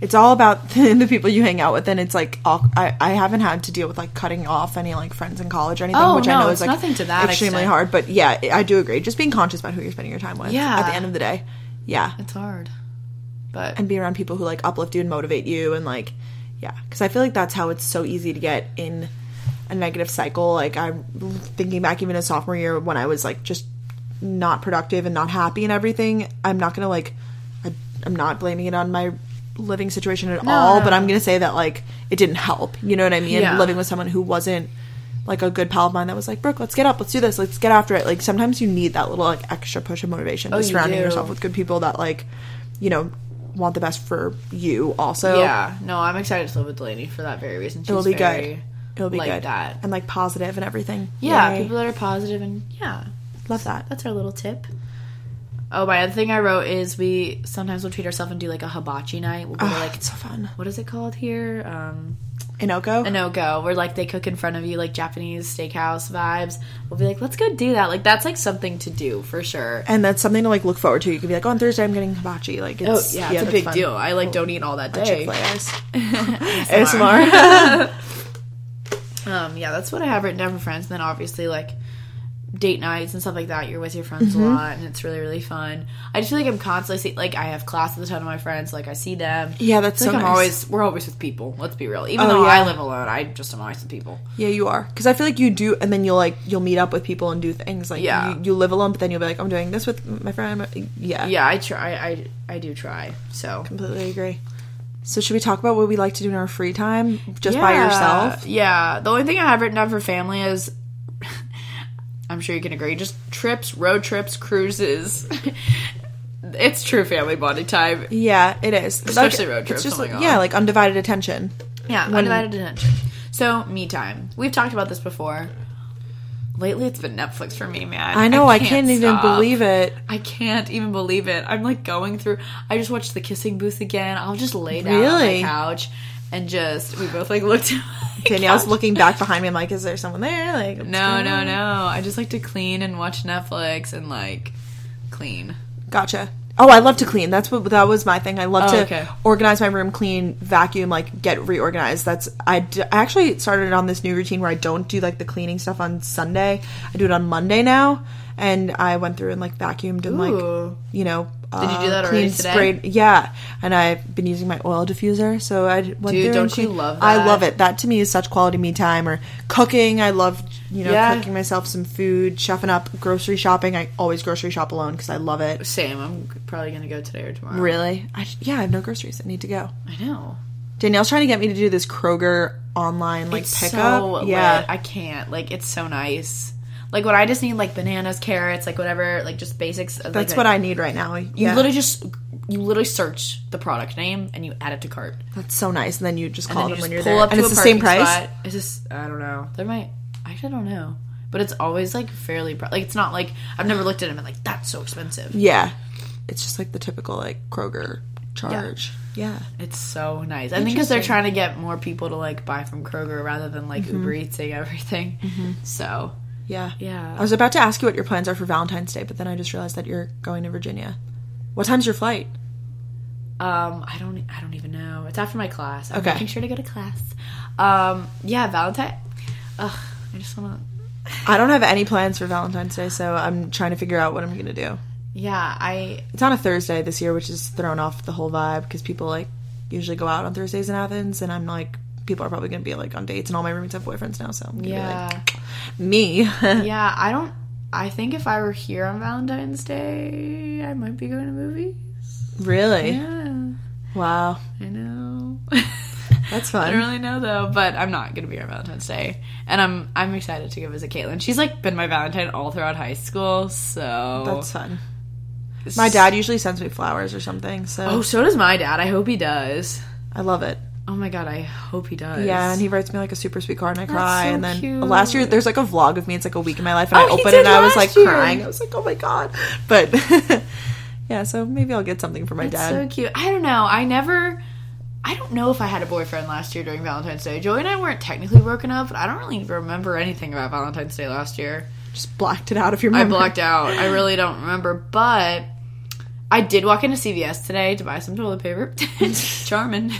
[SPEAKER 2] It's all about the, the people you hang out with, and it's like all, I, I haven't had to deal with like cutting off any like friends in college or anything,
[SPEAKER 3] Oh,
[SPEAKER 2] which I
[SPEAKER 3] no,
[SPEAKER 2] know
[SPEAKER 3] it's
[SPEAKER 2] is like
[SPEAKER 3] nothing to that
[SPEAKER 2] extremely
[SPEAKER 3] extent.
[SPEAKER 2] hard. But yeah, I I do agree. Just being conscious about who you're spending your time with.
[SPEAKER 3] Yeah.
[SPEAKER 2] At the end of the day, yeah,
[SPEAKER 3] it's hard but
[SPEAKER 2] and be around people who like uplift you and motivate you, and like yeah, because I feel like that's how it's so easy to get in a negative cycle. Like I'm thinking back even to sophomore year when I was like just not productive and not happy and everything. I'm not gonna like I, I'm not blaming it on my living situation at all, but I'm gonna say that like it didn't help. You know what I mean?
[SPEAKER 3] Yeah.
[SPEAKER 2] Living with someone who wasn't like a good pal of mine that was like, Brooke, let's get up, let's do this, let's get after it. Like sometimes you need that little like extra push of motivation.
[SPEAKER 3] Oh,
[SPEAKER 2] Just
[SPEAKER 3] you
[SPEAKER 2] surrounding
[SPEAKER 3] do.
[SPEAKER 2] yourself with good people that like, you know, want the best for you also.
[SPEAKER 3] yeah no i'm excited to live with delaney for that very reason She's
[SPEAKER 2] It'll be
[SPEAKER 3] very,
[SPEAKER 2] good. It'll be
[SPEAKER 3] like
[SPEAKER 2] good.
[SPEAKER 3] that.
[SPEAKER 2] And like positive and everything.
[SPEAKER 3] yeah
[SPEAKER 2] Yay.
[SPEAKER 3] people that are positive and yeah
[SPEAKER 2] love that.
[SPEAKER 3] that's our little tip oh my other thing i wrote is we sometimes will treat ourselves and do like a hibachi night we'll go to like
[SPEAKER 2] Ah, It's so fun.
[SPEAKER 3] what is it called here um
[SPEAKER 2] Inoko.
[SPEAKER 3] a no go where like they cook in front of you like Japanese steakhouse vibes. We'll be like, let's go do that. Like that's like something to do for sure.
[SPEAKER 2] and that's something to like look forward to. You could be like, oh, on Thursday I'm getting hibachi. Like,
[SPEAKER 3] Oh
[SPEAKER 2] it's,
[SPEAKER 3] yeah, it's a
[SPEAKER 2] that's
[SPEAKER 3] big
[SPEAKER 2] fun.
[SPEAKER 3] deal. I like don't eat all that day.
[SPEAKER 2] Chick-fil-A is. ASMR.
[SPEAKER 3] Um, yeah, that's what I have written down for friends. And then obviously like date nights and stuff like that. You're with your friends
[SPEAKER 2] Mm-hmm.
[SPEAKER 3] a lot, and it's really really fun. I just feel like I'm constantly see- like I have class with a ton of my friends. Like I see them.
[SPEAKER 2] Yeah, that's
[SPEAKER 3] I feel
[SPEAKER 2] so
[SPEAKER 3] like I'm
[SPEAKER 2] nice.
[SPEAKER 3] always we're always with people. Let's be real. Even
[SPEAKER 2] Oh,
[SPEAKER 3] though
[SPEAKER 2] yeah.
[SPEAKER 3] I live alone, I just am always with people.
[SPEAKER 2] Yeah, you are. Because I feel like you do, and then you'll like you'll meet up with people and do things. Like,
[SPEAKER 3] Yeah.
[SPEAKER 2] you, you live alone, but then you'll be like, I'm doing this with my friend. Yeah,
[SPEAKER 3] Yeah, I try. I I do try. So
[SPEAKER 2] completely agree. So should we talk about what we like to do in our free time, just by
[SPEAKER 3] Yeah,
[SPEAKER 2] yourself?
[SPEAKER 3] Yeah. The only thing I have written down for family is I'm sure you can agree, just trips, road trips, cruises. it's true family bonding time.
[SPEAKER 2] Yeah, it is.
[SPEAKER 3] Especially
[SPEAKER 2] Like,
[SPEAKER 3] road
[SPEAKER 2] it's
[SPEAKER 3] trips,
[SPEAKER 2] just
[SPEAKER 3] oh my
[SPEAKER 2] like-
[SPEAKER 3] God.
[SPEAKER 2] yeah, like undivided attention.
[SPEAKER 3] Yeah, undivided attention. So me time. We've talked about this before. Lately it's been Netflix for me, man.
[SPEAKER 2] I know. I can't, even
[SPEAKER 3] stop.
[SPEAKER 2] believe it.
[SPEAKER 3] I can't even believe it. I'm like going through. I just watched The Kissing Booth again. I'll just lay down
[SPEAKER 2] Really?
[SPEAKER 3] on my couch and just we both like looked. at my
[SPEAKER 2] Danielle's
[SPEAKER 3] couch.
[SPEAKER 2] looking back behind me. I'm like, is there someone there? Like, what's
[SPEAKER 3] No,
[SPEAKER 2] going
[SPEAKER 3] no,
[SPEAKER 2] on?
[SPEAKER 3] no. I just like to clean and watch Netflix and like clean.
[SPEAKER 2] Gotcha. Oh, I love to clean. That's what that was my thing. I love
[SPEAKER 3] Oh,
[SPEAKER 2] to
[SPEAKER 3] okay.
[SPEAKER 2] organize my room, clean, vacuum, like get reorganized. That's I, d- I actually started on this new routine where I don't do like the cleaning stuff on Sunday. I do it on Monday now, and I went through and like vacuumed and like you know
[SPEAKER 3] Did you do that
[SPEAKER 2] uh,
[SPEAKER 3] already
[SPEAKER 2] clean
[SPEAKER 3] today?
[SPEAKER 2] sprayed- Yeah, and I've been using my oil diffuser. So I d- went
[SPEAKER 3] Dude,
[SPEAKER 2] through and
[SPEAKER 3] don't you
[SPEAKER 2] cleaned-
[SPEAKER 3] love
[SPEAKER 2] I
[SPEAKER 3] that?
[SPEAKER 2] love it. That to me is such quality me time. Or cooking, I love you know
[SPEAKER 3] Yeah.
[SPEAKER 2] cooking myself some food, chefing up, grocery shopping. I always grocery shop alone because I love it.
[SPEAKER 3] Same. I'm probably gonna go today or tomorrow.
[SPEAKER 2] Really? I, yeah, I have no groceries. I need to go.
[SPEAKER 3] I know.
[SPEAKER 2] Danielle's trying to get me to do this Kroger online like
[SPEAKER 3] It's
[SPEAKER 2] pickup.
[SPEAKER 3] so
[SPEAKER 2] yeah,
[SPEAKER 3] lit. I can't. Like it's so nice. Like when I just need like bananas, carrots, like whatever, like just basics.
[SPEAKER 2] that's what I need right now.
[SPEAKER 3] You
[SPEAKER 2] Yeah,
[SPEAKER 3] literally just you literally search the product name and you add it to cart.
[SPEAKER 2] that's so nice. And then you just
[SPEAKER 3] And
[SPEAKER 2] call
[SPEAKER 3] then you
[SPEAKER 2] them
[SPEAKER 3] just
[SPEAKER 2] when you're
[SPEAKER 3] pull
[SPEAKER 2] there,
[SPEAKER 3] up to
[SPEAKER 2] and it's
[SPEAKER 3] a
[SPEAKER 2] the same
[SPEAKER 3] parking
[SPEAKER 2] price.
[SPEAKER 3] Spot. It's just I don't know. There might actually I don't know, but it's always like fairly pri- like it's not like I've never looked at it and been like that's so expensive.
[SPEAKER 2] Yeah, it's just like the typical like Kroger charge. yeah.
[SPEAKER 3] It's so nice. I think because they're trying to get more people to like buy from Kroger rather than like
[SPEAKER 2] Mm-hmm.
[SPEAKER 3] Uber Eatsing everything. So
[SPEAKER 2] Yeah.
[SPEAKER 3] Yeah.
[SPEAKER 2] I was about to ask you what your plans are for Valentine's Day, but then I just realized that you're going to Virginia. What time's your flight?
[SPEAKER 3] um, I don't I don't even know. It's after my class. I'm
[SPEAKER 2] Okay.
[SPEAKER 3] making sure to go to class. Um, yeah, Valentine. Ugh, I just wanna.
[SPEAKER 2] I don't have any plans for Valentine's Day, so I'm trying to figure out what I'm going to do.
[SPEAKER 3] Yeah, I
[SPEAKER 2] It's on a Thursday this year, which is thrown off the whole vibe because people like usually go out on Thursdays in Athens, and I'm like, people are probably going to be like on dates, and all my roommates have boyfriends now, so I'm gonna
[SPEAKER 3] yeah.
[SPEAKER 2] be like, me.
[SPEAKER 3] Yeah, I don't. I think if I were here on Valentine's Day, I might be going to movies.
[SPEAKER 2] really?
[SPEAKER 3] Yeah,
[SPEAKER 2] Wow.
[SPEAKER 3] I know.
[SPEAKER 2] That's
[SPEAKER 3] I
[SPEAKER 2] fun.
[SPEAKER 3] don't really know though, but I'm not going to be here on Valentine's Day, and I'm I'm excited to go visit Caitlin. She's like been my Valentine all throughout high school, so
[SPEAKER 2] That's fun. My dad usually sends me flowers or something, so
[SPEAKER 3] Oh, so does my dad. I hope he does.
[SPEAKER 2] I love it.
[SPEAKER 3] Oh my god, I hope he does.
[SPEAKER 2] Yeah, and he writes me like a super sweet card, and I cry.
[SPEAKER 3] so
[SPEAKER 2] and then
[SPEAKER 3] cute.
[SPEAKER 2] last year, there's like a vlog of me. It's like a week in my life, and
[SPEAKER 3] Oh,
[SPEAKER 2] I
[SPEAKER 3] he
[SPEAKER 2] opened
[SPEAKER 3] did
[SPEAKER 2] it, and I was
[SPEAKER 3] last
[SPEAKER 2] like
[SPEAKER 3] year.
[SPEAKER 2] crying. I was like, oh my god. But yeah, so maybe I'll get something for my
[SPEAKER 3] That's
[SPEAKER 2] dad.
[SPEAKER 3] so cute. I don't know. I never. I don't know if I had a boyfriend last year during Valentine's Day. Joey and I weren't technically broken up, but I don't really remember anything about Valentine's Day last year.
[SPEAKER 2] Just blacked it out of your
[SPEAKER 3] I
[SPEAKER 2] memory.
[SPEAKER 3] blocked out. I really don't remember, but I did walk into CVS today to buy some toilet paper. Charmin.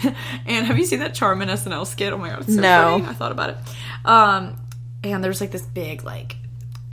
[SPEAKER 3] And have you seen that Charmin SNL skit? Oh my god, it's so
[SPEAKER 2] No.
[SPEAKER 3] funny. I thought about it. Um, and there's like this big like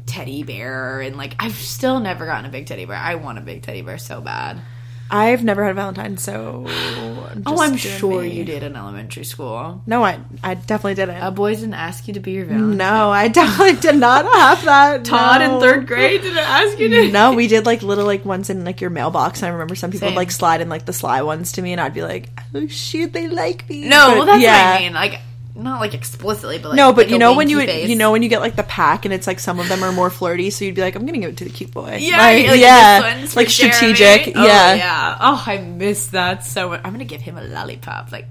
[SPEAKER 3] teddy bear, and like I've still never gotten a big teddy bear. I want a big teddy bear so bad.
[SPEAKER 2] I've never had a Valentine, so I'm
[SPEAKER 3] oh,
[SPEAKER 2] just
[SPEAKER 3] I'm
[SPEAKER 2] doing
[SPEAKER 3] sure
[SPEAKER 2] me.
[SPEAKER 3] you did in elementary school.
[SPEAKER 2] No, I I definitely didn't.
[SPEAKER 3] A boy didn't ask you to be your Valentine.
[SPEAKER 2] no, I definitely did not have that.
[SPEAKER 3] Todd
[SPEAKER 2] no.
[SPEAKER 3] in third grade didn't ask you to.
[SPEAKER 2] No, we did like little like ones in like your mailbox. And I remember some people would
[SPEAKER 3] Same.
[SPEAKER 2] like slide in like the sly ones to me, and I'd be like, "Oh shoot, they like me."
[SPEAKER 3] No,
[SPEAKER 2] But,
[SPEAKER 3] well, that's
[SPEAKER 2] yeah.
[SPEAKER 3] what I mean. Like, not like explicitly, but like,
[SPEAKER 2] No, but
[SPEAKER 3] like
[SPEAKER 2] you
[SPEAKER 3] a
[SPEAKER 2] know when
[SPEAKER 3] winky
[SPEAKER 2] you would,
[SPEAKER 3] face.
[SPEAKER 2] you know when you get like the pack and it's like some of them are more flirty, so you'd be like, I'm gonna give it to the cute boy.
[SPEAKER 3] yeah,
[SPEAKER 2] like,
[SPEAKER 3] you're like,
[SPEAKER 2] yeah,
[SPEAKER 3] "This one's for
[SPEAKER 2] like
[SPEAKER 3] Jeremy."
[SPEAKER 2] strategic.
[SPEAKER 3] Oh,
[SPEAKER 2] yeah,
[SPEAKER 3] yeah. Oh, I miss that so much. I'm gonna give him a lollipop. Like,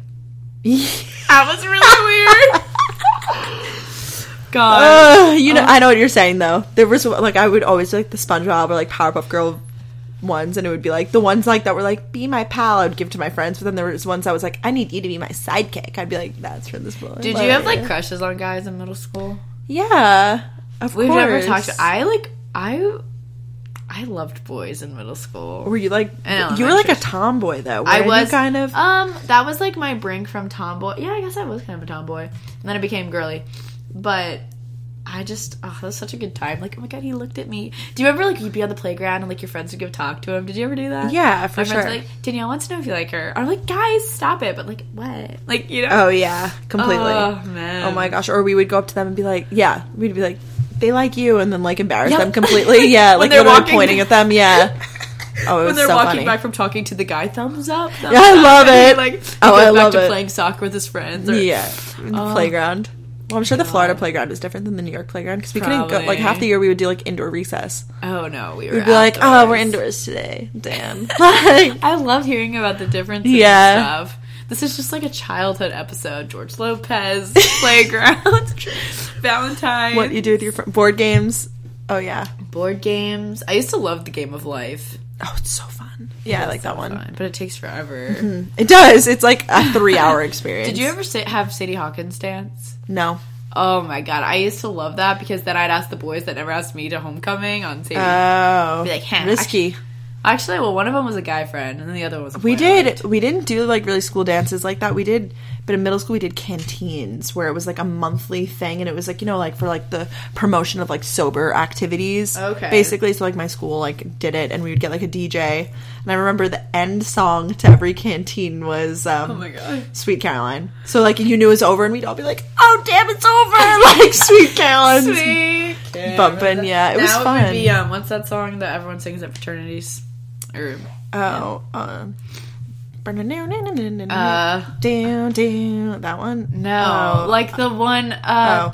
[SPEAKER 3] that was really weird. God,
[SPEAKER 2] Ugh, you know,
[SPEAKER 3] Um,
[SPEAKER 2] I know what you're saying though. There was like I would always do, like the SpongeBob or like Powerpuff Girl ones, and it would be like the ones like that were like, "Be my pal," I would give to my friends, but then there was ones I was like, "I need you to be my sidekick." I'd be like, "That's for this boy."
[SPEAKER 3] did you have like crushes on guys in middle school?
[SPEAKER 2] Yeah, of
[SPEAKER 3] We've
[SPEAKER 2] course.
[SPEAKER 3] never talked. I like I. I loved boys in middle school.
[SPEAKER 2] were you like
[SPEAKER 3] In
[SPEAKER 2] you were like a
[SPEAKER 3] elementary.
[SPEAKER 2] tomboy though?
[SPEAKER 3] I
[SPEAKER 2] weren't you,
[SPEAKER 3] was
[SPEAKER 2] kind of.
[SPEAKER 3] Um, that was like my brink from tomboy. Yeah, I guess I was kind of a tomboy, and then I became girly. But I just, oh, that was such a good time. Like, oh my god, he looked at me. Do you ever like you'd be on the playground and like your friends would give talk to him? Did you ever do that?
[SPEAKER 2] Yeah, for
[SPEAKER 3] my friends
[SPEAKER 2] sure.
[SPEAKER 3] were like Danielle wants to know if you like her. I'm like, guys, stop it. But like, what? Like, you know?
[SPEAKER 2] oh yeah, completely.
[SPEAKER 3] Oh man.
[SPEAKER 2] Oh my gosh. Or we would go up to them and be like, yeah, we'd be like, they like you, and then like embarrass
[SPEAKER 3] Yeah.
[SPEAKER 2] them completely. Yeah,
[SPEAKER 3] When
[SPEAKER 2] like
[SPEAKER 3] they're
[SPEAKER 2] literally
[SPEAKER 3] walking-
[SPEAKER 2] pointing at them. Yeah. Oh, it
[SPEAKER 3] When
[SPEAKER 2] was
[SPEAKER 3] they're
[SPEAKER 2] so
[SPEAKER 3] walking
[SPEAKER 2] funny.
[SPEAKER 3] back from talking to the guy, thumbs up. Thumbs
[SPEAKER 2] Yeah, I
[SPEAKER 3] up.
[SPEAKER 2] love
[SPEAKER 3] And he,
[SPEAKER 2] it.
[SPEAKER 3] Like,
[SPEAKER 2] Oh,
[SPEAKER 3] oh,
[SPEAKER 2] I
[SPEAKER 3] goes back
[SPEAKER 2] love
[SPEAKER 3] to
[SPEAKER 2] it.
[SPEAKER 3] playing soccer with his friends. Or,
[SPEAKER 2] yeah, Uh, in the playground. Well, I'm sure the Florida playground is different than the New York playground because we couldn't go. Like
[SPEAKER 3] Probably.
[SPEAKER 2] half the year, we would do like indoor recess.
[SPEAKER 3] Oh no, we were.
[SPEAKER 2] We'd be like, oh, we're
[SPEAKER 3] outdoors.
[SPEAKER 2] indoors today. Damn. Like,
[SPEAKER 3] I love hearing about the differences
[SPEAKER 2] Yeah.
[SPEAKER 3] and stuff. This is just like a childhood episode. George Lopez, playground, Valentine,
[SPEAKER 2] what you do with your fr- board games? Oh yeah.
[SPEAKER 3] board games. I used to love the game of life,
[SPEAKER 2] Oh, it's so fun. Yeah, I like that one.
[SPEAKER 3] but it takes forever.
[SPEAKER 2] It does. It's like a three-hour experience.
[SPEAKER 3] Did you ever sit, have Sadie Hawkins dance?
[SPEAKER 2] No.
[SPEAKER 3] Oh my god, I used to love that because then I'd ask the boys that never asked me to homecoming on Sadie.
[SPEAKER 2] Oh,
[SPEAKER 3] Be like, "Huh,
[SPEAKER 2] risky.
[SPEAKER 3] Actually, well, one of them was a guy friend, and then the other one was. A
[SPEAKER 2] We
[SPEAKER 3] boy.
[SPEAKER 2] did. We didn't do like really school dances like that. We did But in middle school, we did canteens where it was like a monthly thing, and it was like you know like for like the promotion of like sober activities.
[SPEAKER 3] Okay.
[SPEAKER 2] Basically, so like my school like did it, and we would get like a DJ. And I remember the end song to every canteen was um,
[SPEAKER 3] Oh my God.
[SPEAKER 2] Sweet Caroline. So like you knew it was over, and we'd all be like, "Oh damn, it's over!" like Sweet Caroline's
[SPEAKER 3] Sweet.
[SPEAKER 2] bumping. Yeah, it was
[SPEAKER 3] now
[SPEAKER 2] fun.
[SPEAKER 3] it would be um, what's that song that everyone sings at fraternities? Or
[SPEAKER 2] Oh, um,
[SPEAKER 3] uh,
[SPEAKER 2] down, down, that one.
[SPEAKER 3] no,
[SPEAKER 2] Oh,
[SPEAKER 3] like the one uh,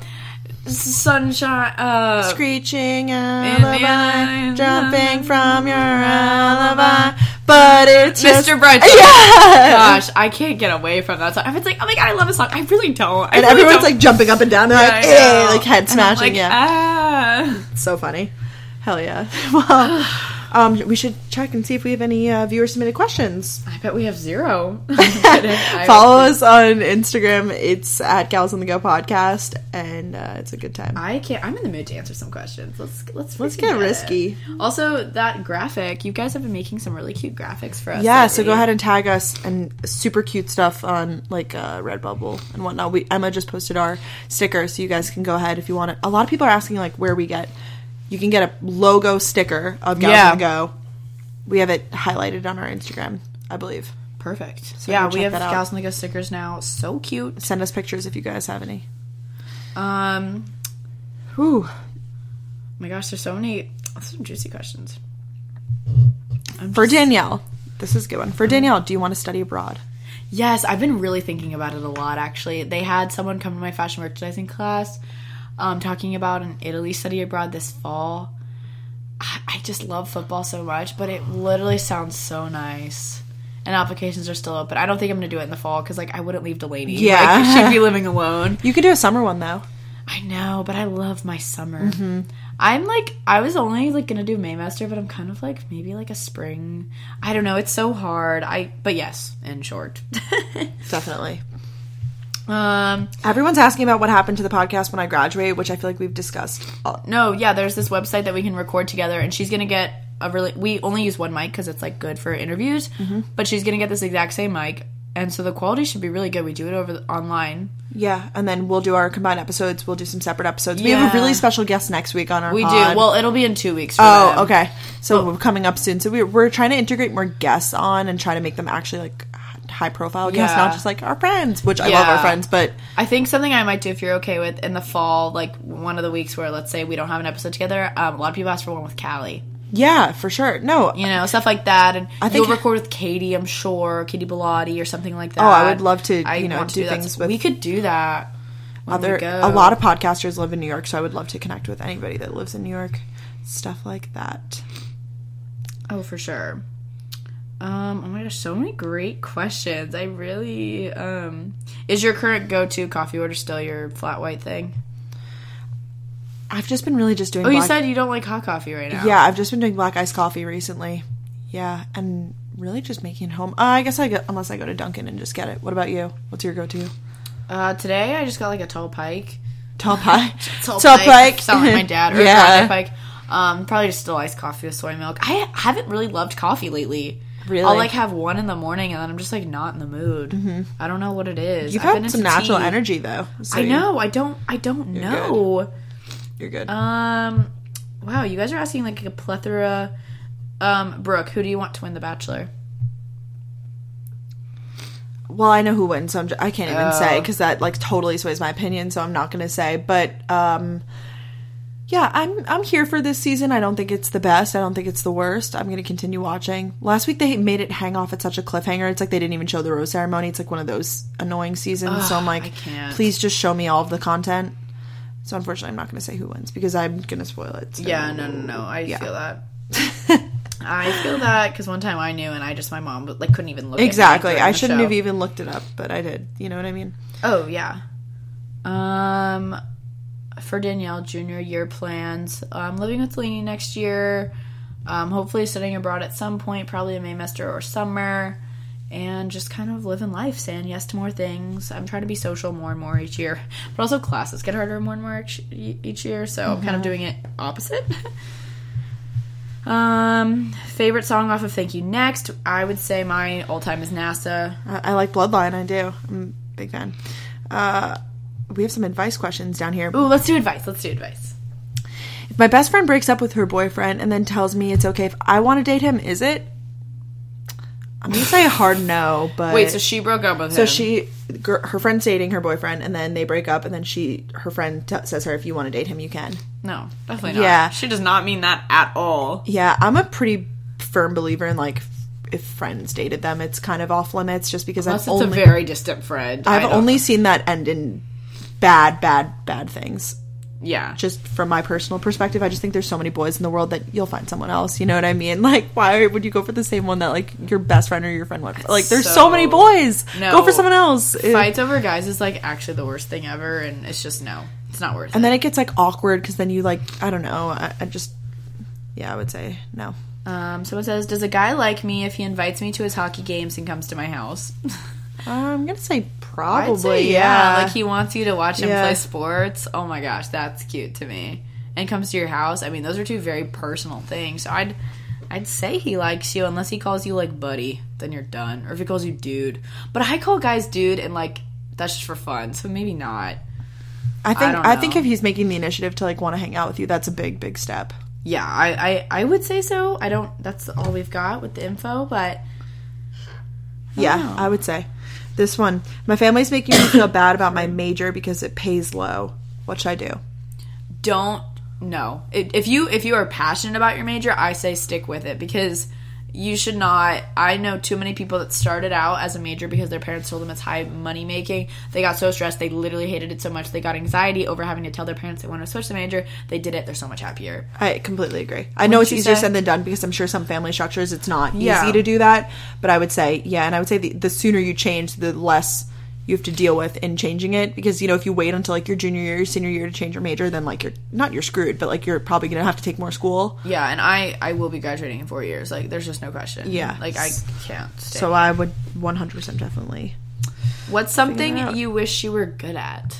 [SPEAKER 3] sunshine. Uh,
[SPEAKER 2] oh. screeching
[SPEAKER 3] the
[SPEAKER 2] alibi,
[SPEAKER 3] eye,
[SPEAKER 2] jumping from your alibi, but it's just-
[SPEAKER 3] Mr. Brunch.
[SPEAKER 2] Yeah.
[SPEAKER 3] Gosh, I can't get away from that song. I was like, oh my god, I love this song. I really don't. I
[SPEAKER 2] And
[SPEAKER 3] really
[SPEAKER 2] everyone's
[SPEAKER 3] don't.
[SPEAKER 2] like jumping up and down, they're
[SPEAKER 3] Yeah,
[SPEAKER 2] like,
[SPEAKER 3] I
[SPEAKER 2] eh,
[SPEAKER 3] know.
[SPEAKER 2] like head
[SPEAKER 3] And I'm
[SPEAKER 2] smashing.
[SPEAKER 3] like,
[SPEAKER 2] yeah,
[SPEAKER 3] Ah.
[SPEAKER 2] It's so funny. Hell yeah. well, um, we should check and see if we have any uh, viewer submitted questions.
[SPEAKER 3] I bet we have zero. I-
[SPEAKER 2] Follow us on Instagram. It's at Gals on the Go podcast, and uh, it's a good time.
[SPEAKER 3] I can't. I'm in the mood to answer some questions. Let's let's
[SPEAKER 2] Let's
[SPEAKER 3] freaking
[SPEAKER 2] get
[SPEAKER 3] it.
[SPEAKER 2] risky.
[SPEAKER 3] Also, that graphic. You guys have been making some really cute graphics for us.
[SPEAKER 2] yeah, so
[SPEAKER 3] lately.
[SPEAKER 2] go ahead and tag us and super cute stuff on like uh, Redbubble and whatnot. We Emma just posted our sticker, so you guys can go ahead if you want it. A lot of people are asking like where we get. You can get a logo sticker of Gals
[SPEAKER 3] Yeah.
[SPEAKER 2] on the Go. We have it highlighted on our Instagram, I believe.
[SPEAKER 3] Perfect.
[SPEAKER 2] So
[SPEAKER 3] yeah,
[SPEAKER 2] go
[SPEAKER 3] we
[SPEAKER 2] check
[SPEAKER 3] have
[SPEAKER 2] that out.
[SPEAKER 3] Gals and the Ghost stickers now. So cute.
[SPEAKER 2] Send us pictures if you guys have any.
[SPEAKER 3] Um,
[SPEAKER 2] Whew.
[SPEAKER 3] oh my gosh, there's so many. Some juicy questions.
[SPEAKER 2] For Danielle, this is a good one. For Danielle, do you want to study abroad?
[SPEAKER 3] Yes, I've been really thinking about it a lot actually. They had someone come to my fashion merchandising class um, talking about an Italy study abroad this fall. I, I just love football so much, but it literally sounds so nice. And applications are still open. I don't think I'm gonna do it in the fall because like I wouldn't leave Delaney. Like,
[SPEAKER 2] Yeah.
[SPEAKER 3] she'd be living alone.
[SPEAKER 2] You could do a summer one though.
[SPEAKER 3] I know, but I love my summer.
[SPEAKER 2] Mm-hmm.
[SPEAKER 3] I'm like, I was only like gonna do Maymaster, but I'm kind of like maybe like a spring. I don't know. It's so hard. I but yes, in short.
[SPEAKER 2] Definitely.
[SPEAKER 3] um,
[SPEAKER 2] Everyone's asking about what happened to the podcast when I graduated, which I feel like we've discussed. all-
[SPEAKER 3] no, yeah, there's this website that we can record together, and she's gonna get a really. We only use one mic because it's like good for interviews,
[SPEAKER 2] Mm-hmm.
[SPEAKER 3] but she's gonna get this exact same mic, and so the quality should be really good. We do it over the, online.
[SPEAKER 2] Yeah, and then we'll do our combined episodes. We'll do some separate episodes. We have a
[SPEAKER 3] Yeah.
[SPEAKER 2] really special guest next week on our.
[SPEAKER 3] We
[SPEAKER 2] pod.
[SPEAKER 3] do. Well, it'll be in two weeks. For
[SPEAKER 2] Oh,
[SPEAKER 3] them.
[SPEAKER 2] okay. So we're coming up soon. So we're, we're trying to integrate more guests on and try to make them actually like h- high profile guests,
[SPEAKER 3] Yeah.
[SPEAKER 2] not just like our friends, which I love our
[SPEAKER 3] Yeah.
[SPEAKER 2] friends, but
[SPEAKER 3] I think something I might do if you're okay with in the fall, like one of the weeks where let's say we don't have an episode together. Um, a lot of people ask for one with Callie,
[SPEAKER 2] yeah, for sure. No,
[SPEAKER 3] you know, stuff like that, and
[SPEAKER 2] I think-
[SPEAKER 3] you'll record with Katie, I'm sure, Katie Bellotti or something like that.
[SPEAKER 2] Oh, I would love to,
[SPEAKER 3] I
[SPEAKER 2] you know,
[SPEAKER 3] want to
[SPEAKER 2] do
[SPEAKER 3] that.
[SPEAKER 2] things with-
[SPEAKER 3] We could do that. when we
[SPEAKER 2] other
[SPEAKER 3] go.
[SPEAKER 2] a lot of podcasters live in New York, so I would love to connect with anybody that lives in New York, stuff like that.
[SPEAKER 3] Oh, for sure. Um, oh my gosh, so many great questions. I really um is your current go-to coffee order still your flat white thing?
[SPEAKER 2] I've just been really just doing.
[SPEAKER 3] Oh, you
[SPEAKER 2] black-
[SPEAKER 3] said you don't like hot coffee right now.
[SPEAKER 2] Yeah, I've just been doing black iced coffee recently. Yeah, and really just making it home. Uh, I guess I go, unless I go to Dunkin' and just get it. What about you? What's your go-to?
[SPEAKER 3] Uh, today I just got like a tall pike.
[SPEAKER 2] Tall pie.
[SPEAKER 3] Tall,
[SPEAKER 2] Tall pike.
[SPEAKER 3] Sound like my dad or
[SPEAKER 2] Yeah.
[SPEAKER 3] yeah. pike. Um, probably just still iced coffee with soy milk. I haven't really loved coffee lately.
[SPEAKER 2] Really? Mm-hmm.
[SPEAKER 3] I'll like have one in the morning and then I'm just like not in the mood. I don't know what it is.
[SPEAKER 2] You've
[SPEAKER 3] I've
[SPEAKER 2] had
[SPEAKER 3] been
[SPEAKER 2] some
[SPEAKER 3] into
[SPEAKER 2] natural
[SPEAKER 3] tea.
[SPEAKER 2] energy though. so
[SPEAKER 3] I
[SPEAKER 2] you-
[SPEAKER 3] know. I don't. I don't know.
[SPEAKER 2] You're good.
[SPEAKER 3] Um, wow, you guys are asking like a plethora. Um, Brooke, who do you want to win The Bachelor?
[SPEAKER 2] well, I know who wins, so I'm j- I can't even say
[SPEAKER 3] Oh.
[SPEAKER 2] because that like totally sways my opinion. So I'm not gonna say. But um, yeah, I'm I'm here for this season. I don't think it's the best. I don't think it's the worst. I'm gonna continue watching. Last week they made it hang off at such a cliffhanger. It's like they didn't even show the rose ceremony. It's like one of those annoying seasons. so I'm like,
[SPEAKER 3] can't.
[SPEAKER 2] please just show me all of the content. So unfortunately, I'm not gonna say who wins because I'm gonna spoil it. so-
[SPEAKER 3] Yeah, no, no, no. I feel that. I feel that because one time I knew, and I just my mom like couldn't even look. at me
[SPEAKER 2] Exactly.
[SPEAKER 3] during
[SPEAKER 2] I
[SPEAKER 3] the
[SPEAKER 2] shouldn't
[SPEAKER 3] show.
[SPEAKER 2] have even looked it up, but I did. You know what I mean?
[SPEAKER 3] Oh yeah. Um, for Danielle Junior, year plans. Um, living with Lainey next year. Um, hopefully studying abroad at some point, probably in Maymester or summer, and just kind of living life, saying yes to more things. I'm trying to be social more and more each year, but also classes get harder more and more each, e-, each year, so I'm kind of doing it opposite. um, favorite song off of Thank You Next. I would say my all time is NASA.
[SPEAKER 2] I, I like Bloodline. I do. I'm Big fan. Uh, we have some advice questions down here.
[SPEAKER 3] Ooh, let's do advice. Let's do advice.
[SPEAKER 2] If my best friend breaks up with her boyfriend and then tells me it's okay if I want to date him, is it? I'm gonna say a hard no, but
[SPEAKER 3] Wait, so she broke up with
[SPEAKER 2] So
[SPEAKER 3] him.
[SPEAKER 2] she, gir- her friend's dating her boyfriend, and then they break up, and then she, her friend t- says her, if you want to date him, you can.
[SPEAKER 3] No, definitely not.
[SPEAKER 2] Yeah.
[SPEAKER 3] She does not mean that at all.
[SPEAKER 2] Yeah, I'm a pretty firm believer in like, if friends dated them, it's kind of off limits, just because
[SPEAKER 3] Unless
[SPEAKER 2] I've
[SPEAKER 3] it's
[SPEAKER 2] only,
[SPEAKER 3] a very distant friend. I
[SPEAKER 2] I've
[SPEAKER 3] don't-
[SPEAKER 2] only seen that end in bad, bad, bad things.
[SPEAKER 3] Yeah.
[SPEAKER 2] Just from my personal perspective, I just think there's so many boys in the world that you'll find someone else. You know what I mean? Like, why would you go for the same one that like your best friend or your friend went? For? Like, there's so,
[SPEAKER 3] so-
[SPEAKER 2] many boys.
[SPEAKER 3] No.
[SPEAKER 2] Go for someone else. It-
[SPEAKER 3] Fights over guys is like actually the worst thing ever, and it's just no. It's not worth
[SPEAKER 2] and
[SPEAKER 3] it.
[SPEAKER 2] then it gets like awkward because then you like I don't know. I, I just yeah, I would say no.
[SPEAKER 3] Um, someone says, Does a guy like me if he invites me to his hockey games and comes to my house?
[SPEAKER 2] I'm gonna say
[SPEAKER 3] I'd
[SPEAKER 2] probably
[SPEAKER 3] say
[SPEAKER 2] yeah.
[SPEAKER 3] Like he wants you to watch him
[SPEAKER 2] Yeah.
[SPEAKER 3] play sports. Oh my gosh, that's cute to me. And comes to your house. I mean, those are two very personal things. So I'd I'd say he likes you unless he calls you like buddy, then you're done. Or if he calls you dude. But I call guys dude and like that's just for fun. So maybe not.
[SPEAKER 2] I think
[SPEAKER 3] don't
[SPEAKER 2] I, think
[SPEAKER 3] know.
[SPEAKER 2] if he's making the initiative to like want to hang out with you, that's a big big step.
[SPEAKER 3] Yeah, I, I I would say so. I don't that's all we've got with the info, but
[SPEAKER 2] yeah, I would say this one. My family's making me feel bad about my major because it pays low. What should I do?
[SPEAKER 3] don't no It- if you if you are passionate about your major i say stick with it because you should not i know too many people that started out as a major because their parents told them it's high money making they got so stressed they literally hated it so much they got anxiety over having to tell their parents they want to switch the major they did it they're so much happier
[SPEAKER 2] I completely agree. I know it's
[SPEAKER 3] you
[SPEAKER 2] easier
[SPEAKER 3] say?
[SPEAKER 2] said than done because I'm sure some family structures it's not
[SPEAKER 3] Yeah.
[SPEAKER 2] easy to do that. But I would say, yeah, and I would say the, the sooner you change, the less you have to deal with in changing it. Because you know, if you wait until like your junior year, your senior year to change your major, then like you're not you're screwed, but like you're probably gonna have to take more school.
[SPEAKER 3] yeah and i i will be graduating in four years like there's just no question
[SPEAKER 2] Yeah.
[SPEAKER 3] like i can't so
[SPEAKER 2] So I would 100 percent definitely.
[SPEAKER 3] what's something you wish you were good at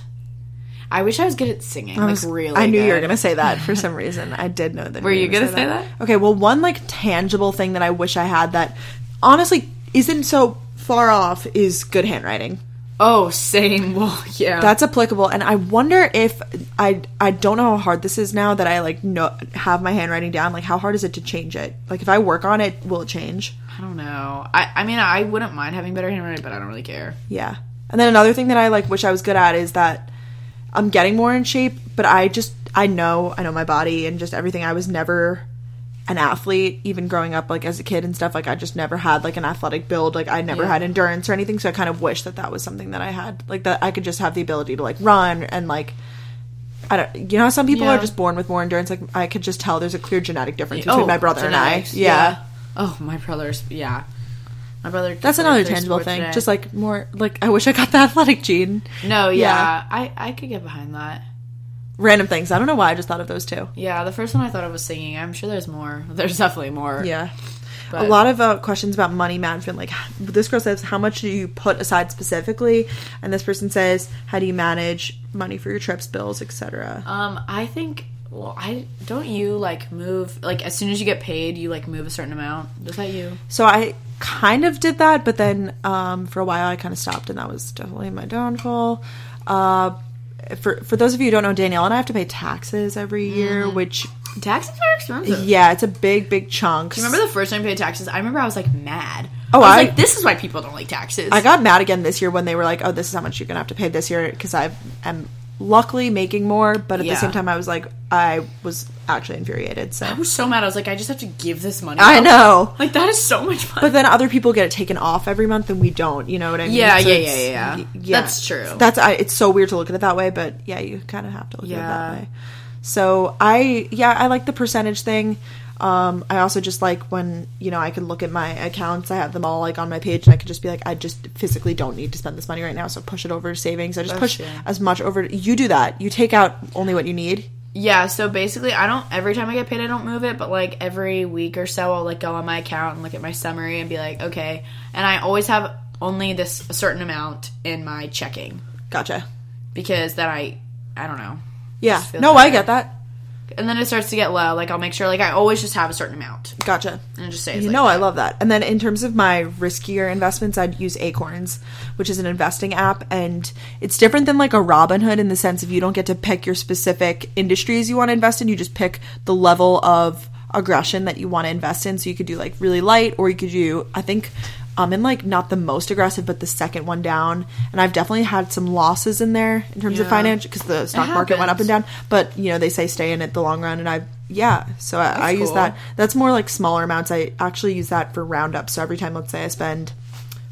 [SPEAKER 3] i wish i was good at singing like really
[SPEAKER 2] I knew you were
[SPEAKER 3] good.
[SPEAKER 2] gonna say that for some reason. I did know that.
[SPEAKER 3] Were you
[SPEAKER 2] were
[SPEAKER 3] gonna say that?
[SPEAKER 2] Okay. Well, one like tangible thing that I wish I had that honestly isn't so far off is good handwriting.
[SPEAKER 3] oh same well yeah
[SPEAKER 2] That's applicable, and I wonder if I I don't know how hard this is now that I like know have my handwriting down. Like, how hard is it to change it? Like, if I work on it, will it change?
[SPEAKER 3] I don't know. I, I mean, I wouldn't mind having better handwriting, but I don't really care.
[SPEAKER 2] Yeah. And then another thing that I like wish I was good at is that I'm getting more in shape, but I just I know I know my body and just everything. I was never an athlete even growing up like as a kid and stuff like I just never had like an athletic build like I never had endurance or anything so I kind of wish that that was something that I had like that I could just have the ability to like run and like I don't you know how some people
[SPEAKER 3] Yeah.
[SPEAKER 2] are just born with more endurance like I could just tell there's a clear genetic difference
[SPEAKER 3] Oh,
[SPEAKER 2] between my brother
[SPEAKER 3] genetics,
[SPEAKER 2] and I yeah.
[SPEAKER 3] Oh, my brother's. Yeah. My brother.
[SPEAKER 2] that's another tangible thing just like more like I wish I got the athletic gene
[SPEAKER 3] No, yeah.
[SPEAKER 2] Yeah.
[SPEAKER 3] I, I could get behind that.
[SPEAKER 2] random things. I don't know why I just thought of those two.
[SPEAKER 3] Yeah, the first one I thought of was singing. I'm sure there's more. There's definitely more.
[SPEAKER 2] Yeah.
[SPEAKER 3] But-
[SPEAKER 2] a lot of uh, questions about money management. Like this girl says, how much do you put aside specifically? And this person says, how do you manage money for your trips, bills, etc.
[SPEAKER 3] Um, I think. Well, I don't you like move like as soon as you get paid, you like move a certain amount. Is that you?
[SPEAKER 2] so I kind of did that, but then um, for a while I kind of stopped, and that was definitely my downfall. Uh, for for those of you who don't know, Danielle and I have to pay taxes every year,
[SPEAKER 3] Mm-hmm.
[SPEAKER 2] which
[SPEAKER 3] Taxes are expensive.
[SPEAKER 2] yeah, it's a big big chunk.
[SPEAKER 3] Remember the first time I paid taxes? I remember I was like mad.
[SPEAKER 2] Oh,
[SPEAKER 3] I was
[SPEAKER 2] I-
[SPEAKER 3] like, this is why people don't like taxes.
[SPEAKER 2] I got mad again this year when they were like, "Oh, this is how much you're gonna have to pay this year," because I am luckily making more, but at
[SPEAKER 3] Yeah.
[SPEAKER 2] the same time, I was like, I was actually infuriated. So
[SPEAKER 3] I was so mad. I was like, I just have to give this money.
[SPEAKER 2] I
[SPEAKER 3] up.
[SPEAKER 2] know,
[SPEAKER 3] Like that is so much fun.
[SPEAKER 2] but then other people get it taken off every month, and we don't. You know what I mean?
[SPEAKER 3] Yeah, yeah,
[SPEAKER 2] it's-
[SPEAKER 3] yeah, yeah, yeah.
[SPEAKER 2] y- yeah.
[SPEAKER 3] That's true.
[SPEAKER 2] That's I, it's so weird to look at it that way, but yeah, you kind of have to look
[SPEAKER 3] Yeah.
[SPEAKER 2] at it that way. So I yeah, I like the percentage thing. Um, I also just like when you know I can look at my accounts. I have them all like on my page, and I could just be like, I just physically don't need to spend this money right now, so push it over to savings. I just push as much over. You do that. You take out only what you need.
[SPEAKER 3] yeah, so basically, I don't. Every time I get paid, I don't move it. But like every week or so, I'll like go on my account and look at my summary and be like, okay. And I always have only this a certain amount in my checking
[SPEAKER 2] Gotcha.
[SPEAKER 3] because then I, I don't know.
[SPEAKER 2] Yeah.
[SPEAKER 3] feels
[SPEAKER 2] No, I
[SPEAKER 3] better.
[SPEAKER 2] get that.
[SPEAKER 3] and then it starts to get low. Like I'll make sure like I always just have a certain amount
[SPEAKER 2] Gotcha.
[SPEAKER 3] and it just stays.
[SPEAKER 2] You
[SPEAKER 3] like
[SPEAKER 2] know,
[SPEAKER 3] that.
[SPEAKER 2] I love that. And then in terms of my riskier investments, I'd use Acorns, which is an investing app. And it's different than like a Robinhood in the sense of you don't get to pick your specific industries you want to invest in. You just pick the level of aggression that you want to invest in. So you could do like really light, or you could do, I think, um, in like not the most aggressive, but the second one down. And I've definitely had some losses in there in terms of financial because the stock market went up and down. But you know, they say stay in it the long run. And I, yeah, so I, I use
[SPEAKER 3] cool.
[SPEAKER 2] that. That's more like smaller amounts. I actually use that for roundup. So every time, let's say I spend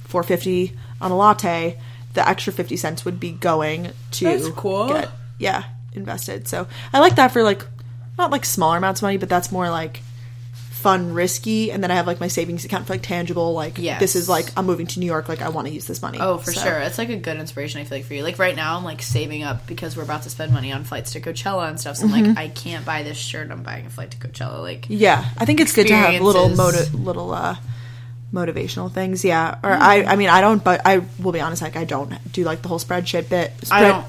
[SPEAKER 2] four fifty on a latte, the extra fifty cents would be going to
[SPEAKER 3] That's cool.
[SPEAKER 2] get- yeah, invested. So I like that for like not like smaller amounts of money, but that's more like fun, risky. And then I have like my savings account for like tangible. Like
[SPEAKER 3] Yes.
[SPEAKER 2] this is like I'm moving to New York. Like I want to use this money.
[SPEAKER 3] Oh, for
[SPEAKER 2] So-
[SPEAKER 3] sure. It's like a good inspiration, I feel like, for you. Like, right now, I'm like saving up because we're about to spend money on flights to Coachella and stuff. So I'm like, I can't buy this shirt. I'm buying a flight to Coachella. Like,
[SPEAKER 2] Mm-hmm. Yeah, I think it's good to have little
[SPEAKER 3] Experiences.
[SPEAKER 2] moti- little uh, motivational things. Yeah, or I
[SPEAKER 3] Mm-hmm.
[SPEAKER 2] I mean I don't, but I will be honest. Like I don't do like the whole spreadsheet bit.
[SPEAKER 3] I
[SPEAKER 2] Spread,
[SPEAKER 3] don't.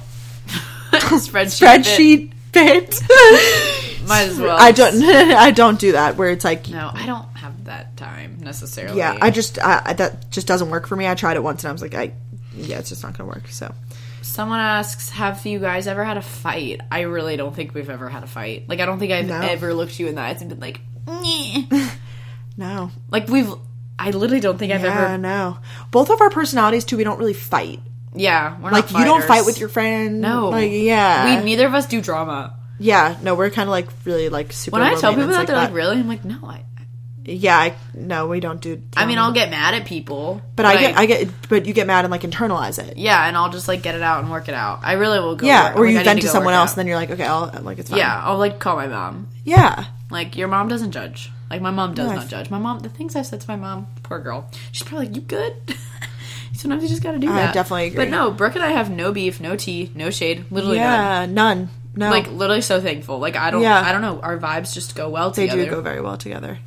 [SPEAKER 3] spreadsheet.
[SPEAKER 2] spreadsheet bit.
[SPEAKER 3] bit. Might as well.
[SPEAKER 2] I don't I don't do that where it's like
[SPEAKER 3] No, I don't have that time necessarily.
[SPEAKER 2] yeah I just I, I- that just doesn't work for me. I tried it once and I was like I yeah it's just not gonna work. So
[SPEAKER 3] Someone asks, "Have you guys ever had a fight?" I really don't think we've ever had a fight. Like, I don't think I've
[SPEAKER 2] No.
[SPEAKER 3] ever looked you in the eyes and been like, "Nyeh."
[SPEAKER 2] no
[SPEAKER 3] like we've. I literally don't think I've
[SPEAKER 2] yeah
[SPEAKER 3] ever.
[SPEAKER 2] no both of our personalities too. We don't really fight.
[SPEAKER 3] Yeah, we're
[SPEAKER 2] Like
[SPEAKER 3] not
[SPEAKER 2] you don't fight
[SPEAKER 3] fighters.
[SPEAKER 2] with your friend.
[SPEAKER 3] No,
[SPEAKER 2] like yeah
[SPEAKER 3] we neither of us do drama.
[SPEAKER 2] yeah no we're kind of like really like super.
[SPEAKER 3] When I tell people
[SPEAKER 2] romance
[SPEAKER 3] that,
[SPEAKER 2] like
[SPEAKER 3] they're
[SPEAKER 2] that.
[SPEAKER 3] like, "Really?" I'm like, "No, I."
[SPEAKER 2] Yeah, I, no, we don't do.
[SPEAKER 3] I mean, I'll get mad at people,
[SPEAKER 2] but I get,
[SPEAKER 3] like-
[SPEAKER 2] I get, but you get mad and like internalize it.
[SPEAKER 3] yeah, and I'll just like get it out and work it out. I really will go.
[SPEAKER 2] Yeah,
[SPEAKER 3] work-
[SPEAKER 2] or
[SPEAKER 3] like,
[SPEAKER 2] you
[SPEAKER 3] I need
[SPEAKER 2] vent to
[SPEAKER 3] go
[SPEAKER 2] someone
[SPEAKER 3] work
[SPEAKER 2] else,
[SPEAKER 3] out.
[SPEAKER 2] and then you're like, okay, I'll like it's fine.
[SPEAKER 3] yeah, I'll like call my mom.
[SPEAKER 2] yeah,
[SPEAKER 3] Like your mom doesn't judge. Like my mom does
[SPEAKER 2] No, I
[SPEAKER 3] not
[SPEAKER 2] f-
[SPEAKER 3] judge. My mom, the things I've said to my mom, poor girl, she's probably like, "You good?" Sometimes you just gotta do
[SPEAKER 2] I
[SPEAKER 3] that.
[SPEAKER 2] definitely agree.
[SPEAKER 3] But no, Brooke and I have no beef, no tea, no shade. Literally none.
[SPEAKER 2] yeah, none, no,
[SPEAKER 3] Like literally so thankful. Like I don't,
[SPEAKER 2] Yeah.
[SPEAKER 3] I don't know. Our vibes just go well
[SPEAKER 2] they
[SPEAKER 3] together.
[SPEAKER 2] do go very well together.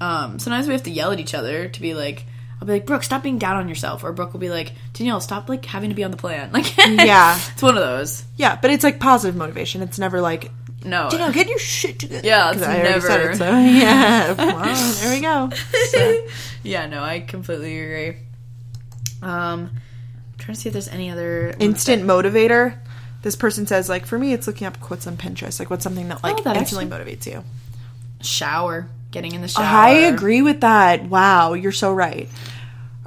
[SPEAKER 3] um, sometimes we have to yell at each other to be like, I'll be like, Brooke, stop being down on yourself, or Brooke will be like, Danielle, stop like having to be on the plan. Like,
[SPEAKER 2] Yeah.
[SPEAKER 3] it's one of those.
[SPEAKER 2] Yeah, but it's like positive motivation. It's never like,
[SPEAKER 3] No,
[SPEAKER 2] you know, get your shit together.
[SPEAKER 3] Yeah, it's
[SPEAKER 2] 'Cause I already said
[SPEAKER 3] never-
[SPEAKER 2] it, so, yeah, well, there we go. So,
[SPEAKER 3] yeah, no, I completely agree. Um, I'm trying to see if there's any other
[SPEAKER 2] instant motivator. This person says, like, for me, it's looking up quotes on Pinterest. Like, what's something that like
[SPEAKER 3] Oh, that
[SPEAKER 2] instantly motivates you?
[SPEAKER 3] shower, getting in the shower.
[SPEAKER 2] I agree with that. Wow, you're so right.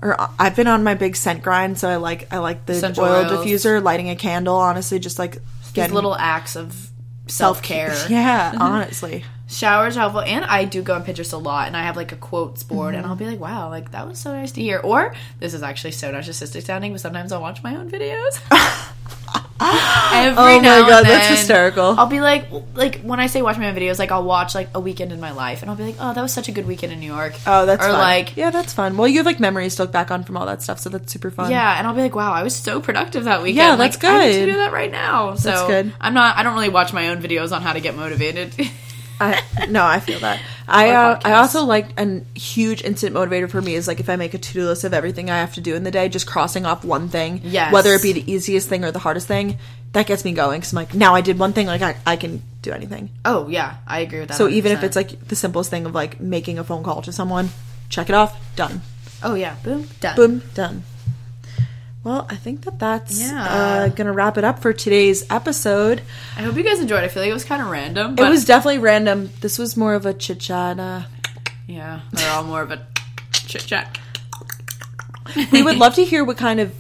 [SPEAKER 2] Or uh, I've been on my big scent grind, so I like I like the
[SPEAKER 3] Essential
[SPEAKER 2] oil
[SPEAKER 3] oils.
[SPEAKER 2] diffuser, lighting a candle. Honestly, just like
[SPEAKER 3] These
[SPEAKER 2] getting
[SPEAKER 3] little Mm-hmm. acts of self care.
[SPEAKER 2] Yeah, honestly,
[SPEAKER 3] showers are helpful and i do go on pinterest a lot and i have like a quotes board
[SPEAKER 2] Mm-hmm.
[SPEAKER 3] and i'll be like wow like that was so nice to hear or this is actually so narcissistic sounding but sometimes i'll watch my own videos Every
[SPEAKER 2] Oh my
[SPEAKER 3] now
[SPEAKER 2] God,
[SPEAKER 3] and
[SPEAKER 2] that's
[SPEAKER 3] then,
[SPEAKER 2] hysterical.
[SPEAKER 3] I'll be like, like when I say watch my own videos, like I'll watch like a weekend in my life, and I'll be like, oh, that was such a good weekend in New York.
[SPEAKER 2] oh that's
[SPEAKER 3] or
[SPEAKER 2] fun.
[SPEAKER 3] like, yeah.
[SPEAKER 2] yeah, that's fun. Well, you have like memories to look back on from all that stuff, so that's super fun.
[SPEAKER 3] and I'll be like, wow, I was so productive that weekend.
[SPEAKER 2] Yeah, that's
[SPEAKER 3] Like, I get to
[SPEAKER 2] good.
[SPEAKER 3] do that right now. So
[SPEAKER 2] good.
[SPEAKER 3] I'm not. I don't really watch my own videos on how to get motivated.
[SPEAKER 2] I, no, I feel that. I uh, I
[SPEAKER 3] podcasts.
[SPEAKER 2] also like a huge instant motivator for me is like if I make a to do list of everything I have to do in the day, just crossing off one thing,
[SPEAKER 3] Yes.
[SPEAKER 2] whether it be the easiest thing or the hardest thing, that gets me going. Because I'm like, now I did one thing, like I, I can do anything.
[SPEAKER 3] oh yeah, I agree with that.
[SPEAKER 2] So even if
[SPEAKER 3] 100%.
[SPEAKER 2] it's like the simplest thing of like making a phone call to someone, check it off, done,
[SPEAKER 3] oh yeah, boom, done,
[SPEAKER 2] boom, done. Well, I think that that's
[SPEAKER 3] Yeah.
[SPEAKER 2] uh, gonna wrap it up for today's episode.
[SPEAKER 3] I hope you guys enjoyed. I feel like it was kind of random.
[SPEAKER 2] It
[SPEAKER 3] But
[SPEAKER 2] was definitely random. This was more of a chit chat. Uh,
[SPEAKER 3] Yeah, they're all more of a chit chat.
[SPEAKER 2] we would love to hear what kind of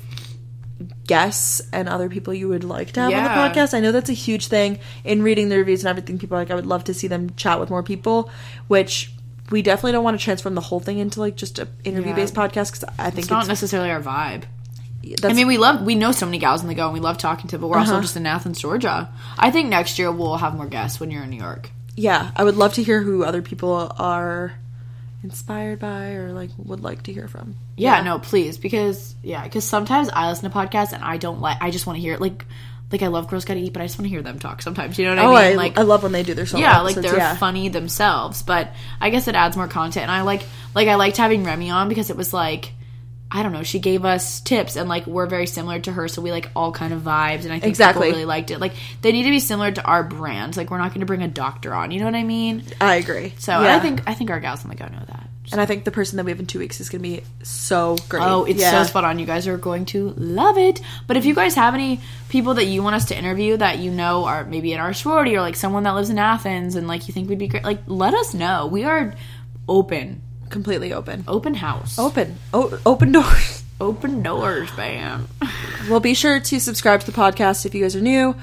[SPEAKER 2] guests and other people you would like to have
[SPEAKER 3] Yeah.
[SPEAKER 2] on the podcast. I know that's a huge thing in reading the reviews and everything. People are like, I would love to see them chat with more people, which we definitely don't want to transform the whole thing into like just a interview based podcast because I think
[SPEAKER 3] It's
[SPEAKER 2] it's,
[SPEAKER 3] not necessarily our vibe.
[SPEAKER 2] that's
[SPEAKER 3] I mean, we love we know so many gals in the go, and we love talking to, but we're also just in Athens, Georgia. I think next year we'll have more guests when you're in New York.
[SPEAKER 2] yeah. I would love to hear who other people are inspired by or like would like to hear from.
[SPEAKER 3] Yeah, no, please, because yeah, because sometimes I listen to podcasts and I don't like. I just want to hear it. Like, like I love girls gotta eat, but I just want to hear them talk. Sometimes you know what
[SPEAKER 2] Oh,
[SPEAKER 3] I
[SPEAKER 2] I,
[SPEAKER 3] mean? like,
[SPEAKER 2] I love when they do their solo
[SPEAKER 3] yeah, like
[SPEAKER 2] episodes,
[SPEAKER 3] they're
[SPEAKER 2] yeah.
[SPEAKER 3] funny themselves. But I guess it adds more content, and I like like I liked having Remy on because it was like I don't know, she gave us tips and like we're very similar to her, so we like all kind of vibes and I think
[SPEAKER 2] Exactly.
[SPEAKER 3] people really liked it. Like they need to be similar to our brands. Like we're not gonna bring a doctor on, you know what I mean?
[SPEAKER 2] I agree.
[SPEAKER 3] So and I think I think our gals on the go know that.
[SPEAKER 2] and I think the person that we have in two weeks is gonna be so great.
[SPEAKER 3] Oh, it's
[SPEAKER 2] Yeah.
[SPEAKER 3] so spot on. You guys are going to love it. But if you guys have any people that you want us to interview that you know are maybe in our sorority or like someone that lives in Athens and like you think would be great, like let us know. We are open.
[SPEAKER 2] completely open.
[SPEAKER 3] Open house.
[SPEAKER 2] Open. O- open doors.
[SPEAKER 3] Open doors, bam.
[SPEAKER 2] Well, be sure to subscribe to the podcast if you guys are new.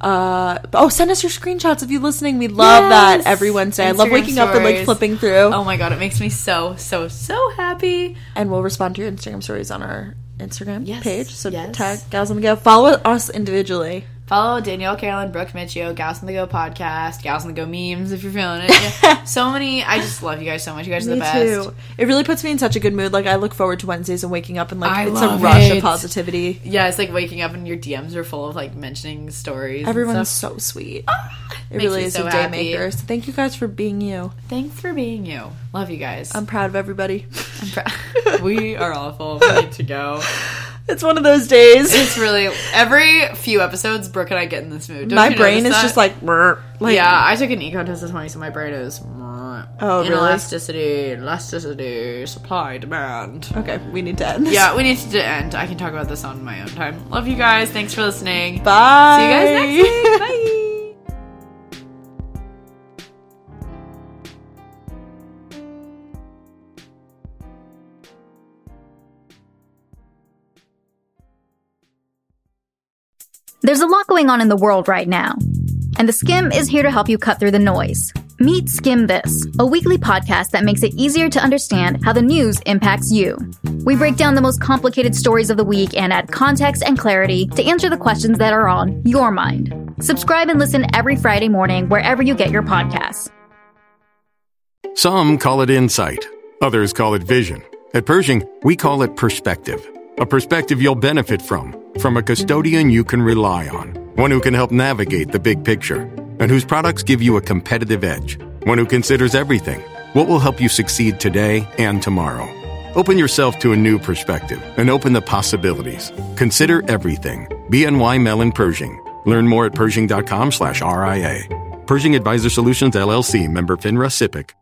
[SPEAKER 2] Uh, oh, send us your screenshots if you're listening. We love
[SPEAKER 3] Yes.
[SPEAKER 2] that every Wednesday. I love
[SPEAKER 3] Instagram
[SPEAKER 2] waking up and like
[SPEAKER 3] stories.
[SPEAKER 2] flipping through,
[SPEAKER 3] Oh my god, it makes me so, so, so happy.
[SPEAKER 2] and we'll respond to your Instagram stories on our Instagram
[SPEAKER 3] Yes.
[SPEAKER 2] page. So
[SPEAKER 3] Yes.
[SPEAKER 2] tag gals on the go. Follow us individually.
[SPEAKER 3] Follow Danielle Carolyn, Brooke Michio, Gals on the Go podcast, Gals on the Go memes if you're feeling it. Yeah. so many. I just love you guys so much. You guys are the best.
[SPEAKER 2] It really puts me in such a good mood. Like I look forward to Wednesdays and waking up and like
[SPEAKER 3] I
[SPEAKER 2] it's a
[SPEAKER 3] love
[SPEAKER 2] rush
[SPEAKER 3] it.
[SPEAKER 2] of positivity.
[SPEAKER 3] Yeah, it's like waking up and your DMs are full of like mentioning stories. and
[SPEAKER 2] Everyone's
[SPEAKER 3] stuff.
[SPEAKER 2] so sweet. It
[SPEAKER 3] Ah, Makes
[SPEAKER 2] really
[SPEAKER 3] me
[SPEAKER 2] is
[SPEAKER 3] so
[SPEAKER 2] a day
[SPEAKER 3] happy.
[SPEAKER 2] maker. So thank you guys for being you.
[SPEAKER 3] Thanks for being you. Love you guys.
[SPEAKER 2] I'm proud of everybody.
[SPEAKER 3] we are awful. We need to go.
[SPEAKER 2] It's one of those days.
[SPEAKER 3] It's really every few episodes, Brooke and I get in this mood. Don't
[SPEAKER 2] My
[SPEAKER 3] you
[SPEAKER 2] brain is
[SPEAKER 3] notice that?
[SPEAKER 2] just like, "Brr." like
[SPEAKER 3] yeah, I took an econ test this morning, so my brain is oh
[SPEAKER 2] really?
[SPEAKER 3] inelasticity, elasticity, supply demand.
[SPEAKER 2] Okay, we need to end. This.
[SPEAKER 3] Yeah, we need to end. I can talk about this on my own time. Love you guys. Thanks for listening.
[SPEAKER 2] Bye.
[SPEAKER 3] See you guys next week. Bye.
[SPEAKER 5] There's a lot going on in the world right now, and The Skim is here to help you cut through the noise. Meet Skim This, a weekly podcast that makes it easier to understand how the news impacts you. We break down the most complicated stories of the week and add context and clarity to answer the questions that are on your mind. Subscribe and listen every Friday morning wherever you get your podcasts.
[SPEAKER 6] Some call it insight, others call it vision. At Pershing, we call it perspective. A perspective you'll benefit from, from a custodian you can rely on, one who can help navigate the big picture, and whose products give you a competitive edge, one who considers everything, what will help you succeed today and tomorrow. Open yourself to a new perspective and open the possibilities. Consider everything. BNY Mellon Pershing. Learn more at Pershing.com slash RIA. Pershing Advisor Solutions LLC member FINRA SIPC.